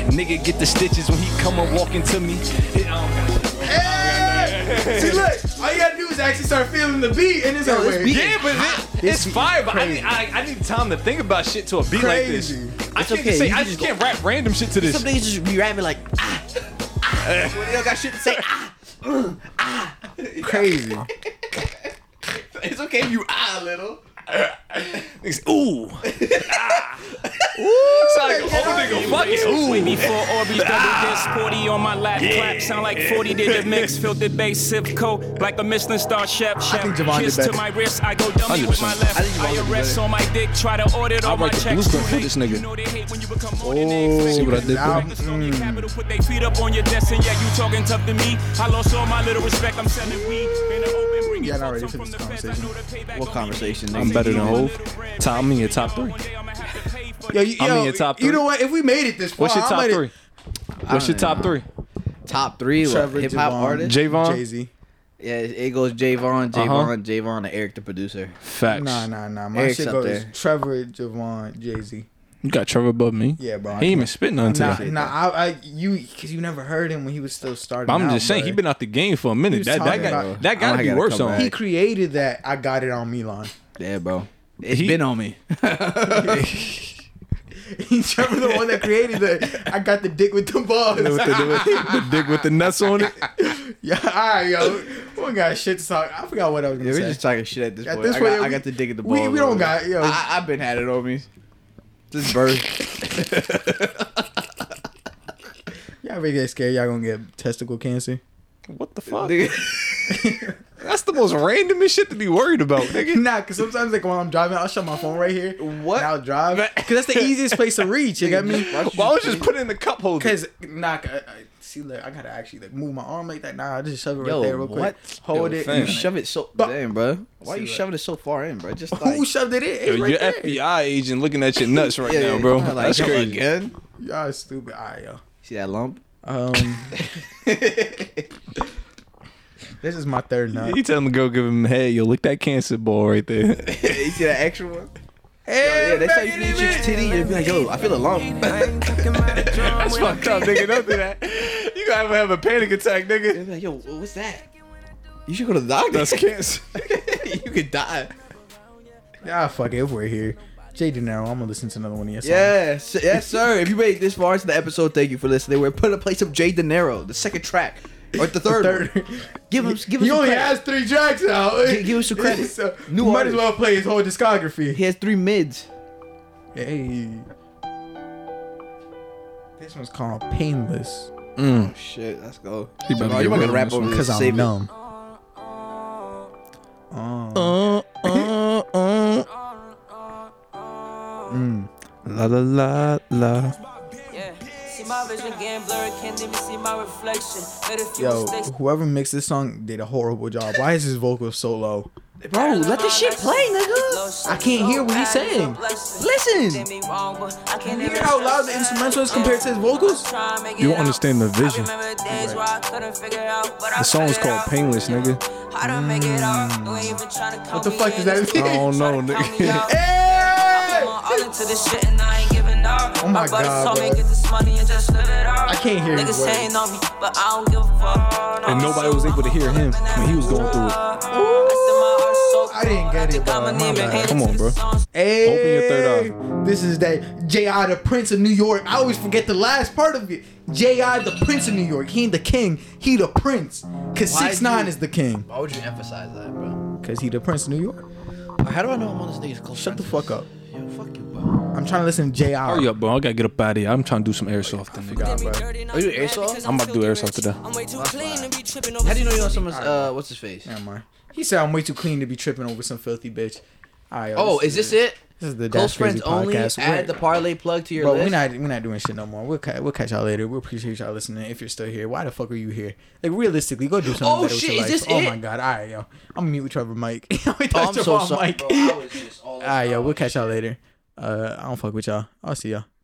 S6: nigga, get the stitches when he come and walk into me. It- I don't got shit, bro.
S3: Hey! See, look, all you gotta do is actually start feeling the beat, and it's
S6: Yo,
S3: like,
S6: this
S3: wait,
S6: beat yeah, but it, it's fire. But I need, I, I need time to think about shit to a beat
S3: Crazy.
S6: like this. I
S4: It's
S6: can't
S4: okay,
S6: say
S4: you
S6: I
S4: can
S6: just
S4: just
S6: can't rap random shit to this.
S4: Some niggas just be rapping like ah, ah. when they don't got shit to say. Ah, mm, ah.
S3: crazy.
S4: It's okay if you ah a little.
S6: Niggas, ooh, ah,
S18: Sound like an old nigga, fuck it. Ooh. before Orbeez double
S4: Ah.
S18: disc, 40 on my lap,
S6: Yeah.
S18: clap. Sound like 40 did the mix, filtered bass, sip coat, like a Michelin star chef. chef.
S6: think Javon
S18: Kiss
S6: did
S18: to
S6: better.
S18: my wrist, I go dummy with my
S6: 100%.
S18: left.
S6: I think Javon
S18: I
S6: did
S18: arrest
S6: better.
S18: on my dick, try to audit
S6: I
S18: all my
S6: write the
S18: checks.
S6: blueprint for this nigga.
S18: Oh,
S6: See what I did there?
S18: Capital put they feet up on your desk, and yeah, you talking tough to me. I lost all my little respect. I'm selling weed. Been an open bringing
S3: Yeah, not ready for this conversation.
S4: What conversation?
S6: I'm
S4: nigga?
S6: better than Hove. Tom, I'm in your top three.
S3: Yo, you,
S6: I'm
S3: yo,
S6: in your top
S3: You
S6: three.
S3: know what? If we made it this far,
S6: What's your
S3: I
S6: top
S3: might-
S6: three? What's your top three?
S4: Top three
S3: Trevor,
S4: hip hop
S3: Javon,
S4: artists.
S6: Javon?
S3: Jay Z.
S4: Yeah, it it goes Javon,
S6: Uh-huh.
S4: Javon, Javon, and Eric the producer.
S6: Facts.
S3: Nah, nah, nah. My
S4: Eric's
S3: shit
S4: up
S3: goes
S4: there.
S3: Trevor, Javon, Jay Z.
S6: You got Trevor above me.
S3: Yeah, bro.
S6: He ain't even spit nothing
S3: Nah,
S6: today.
S3: nah. I, I, you, because you never heard him when he was still starting.
S6: I'm
S3: out,
S6: just saying,
S3: bro.
S6: he been out the game for a
S3: He
S6: minute.
S3: was
S6: That that
S3: talking
S6: got
S3: about-
S6: that
S4: I
S6: gotta be
S4: gotta
S6: worse
S4: come
S6: on.
S4: back.
S3: He created that. I got it on Milan.
S4: Yeah, bro. It's
S6: He-
S4: been on me.
S3: Trevor, the one that created the. I got the dick with the balls.
S6: With the, with the dick with the nuts on it.
S3: yeah, all right, yo. We don't got shit to talk. I forgot what I was gonna
S4: Yeah,
S3: say.
S4: we just talking shit at this
S3: At
S4: point.
S3: this
S4: I,
S3: point,
S4: got,
S3: yeah,
S4: I
S3: we-
S4: got the dig at the
S3: we-
S4: balls.
S3: we don't
S4: over.
S3: got- yo.
S4: I, I've been had it on me. This birth.
S3: Y'all ever get scared y'all gonna get testicle cancer?
S6: What the fuck? That's the most randomest shit to be worried about, nigga.
S3: nah, cause sometimes like when I'm driving, I'll shut my phone right here. What? And I'll drive. Cause that's the easiest place to reach. You got me?
S6: Why don't you just put it in the cup holder?
S3: Cause nah, I, I, see, look, I gotta actually like move my arm like that. Nah, I just shove it right
S4: Yo,
S3: there real quick.
S4: what?
S3: Hold
S4: Yo,
S3: it.
S4: fam, You shove it so. damn, bro. Why
S3: See
S4: you
S3: that.
S4: shoving it so far in, bro? Just
S3: Who
S4: like.
S3: shoved it in? It's
S6: Yo,
S3: right
S6: your
S3: there.
S6: FBI agent looking at your nuts right
S4: Yeah,
S6: now, bro.
S4: yeah, like,
S6: That's
S4: yo,
S6: crazy.
S4: again?
S3: Y'all is stupid. All right, yo.
S4: See that lump?
S3: Um. this is my third nut.
S6: You tell him to go give him hey, yo, lick that cancer ball right there.
S4: you see that extra one? Yo, yeah, they say you need your titty. You'd be like, yo, I feel a lump.
S6: That's fucked up, nigga. Don't do that. You gotta have a panic attack, nigga.
S4: Like, yo, what's that? You should go to the doctor.
S6: That's cancer.
S4: you could die.
S3: Ah, fuck it. If we're here, Jay Denaro, I'm gonna listen to another one of your songs.
S4: Yes, yes, sir. if you made it this far into the episode, thank you for listening. We're putting a play some Jay De Niro, the second track, or the third. one. Give him, give him.
S3: He
S4: some
S3: only
S4: credit.
S3: has three tracks out.
S4: Gi- give him some credit.
S3: So,
S4: New
S3: might as
S4: artist.
S3: well play his whole discography.
S4: He has three mids.
S3: Hey, this one's called Painless.
S4: Mm. Shit, let's go.
S3: He
S4: So, you might gonna rap over
S3: because
S4: this?
S3: I'm
S4: Save it.
S3: numb. Oh.
S4: Oh.
S6: Uh, uh, uh. Mm. La la la la.
S10: Yeah. See my vision getting blurry, can't even see my reflection. Made a few
S3: Yo,
S10: mistakes.
S3: whoever mixed this song did a horrible job. Why is his vocal so low?
S10: Bro, let the shit play,
S3: nigga. I can't hear what he's saying.
S10: Listen. Can you
S3: hear how loud the instrumental is compared to his vocals?
S6: You don't understand the vision. The song is called Painless, nigga. Mm.
S3: What the fuck does that
S6: I
S3: mean?
S6: don't know, nigga.
S10: All into this shit and I ain't giving up.
S3: Oh my
S10: buddies
S3: God,
S10: told me
S3: bro.
S10: get this money and just live it up.
S3: I can't hear
S10: Niggas
S3: his words.
S10: hating on me, but I don't give a fuck.
S6: and nobody was able to hear him when he was going through it.
S3: I didn't get it, bro. Uh, My bad.
S6: Come on, bro.
S3: Hey,
S6: Open your third
S3: eye. This is that J.I. the Prince of New York. I always forget the last part of it. J.I. the Prince of New York. He ain't the king. He the prince. Cause
S4: Why'd
S3: six nine
S4: you-
S3: is the king.
S4: Why would you emphasize that, bro?
S3: Cause he the Prince of New York.
S4: How do I know I'm on this nigga's close?
S3: Shut the fuck up.
S4: Yo, fuck you, bro.
S3: I'm trying to listen to J.I.
S6: Hurry up, bro. I gotta get up out of here. I'm trying to do some airsoft. Then, nigga.
S4: Are you airsoft?
S6: I'm about to do airsoft today.
S4: How do you know you're on someone's? Uh, what's his face?
S3: Never mind. He said I'm way too clean to be tripping over some filthy bitch. All right, yo,
S4: Oh, is this it?
S3: This is the
S4: Close
S3: That's Crazy
S4: friends only.
S3: Podcast.
S4: Add
S3: We're-
S4: the parlay plug to your
S3: Bro,
S4: list.
S3: we're not we're not doing shit no more. We'll ca- we'll catch y'all later. We appreciate y'all listening. If you're still here, why the fuck are you here? Like realistically, go do something.
S4: Oh,
S3: better with
S4: shit,
S3: your
S4: is
S3: life.
S4: this
S3: Oh
S4: it?
S3: my god! All right, yo, I'm gonna mute with Trevor Mike. oh,
S4: Oh, I'm so sorry, bro. I was
S3: all right, yo, we'll catch y'all later. Uh, I don't fuck with y'all. I'll see y'all.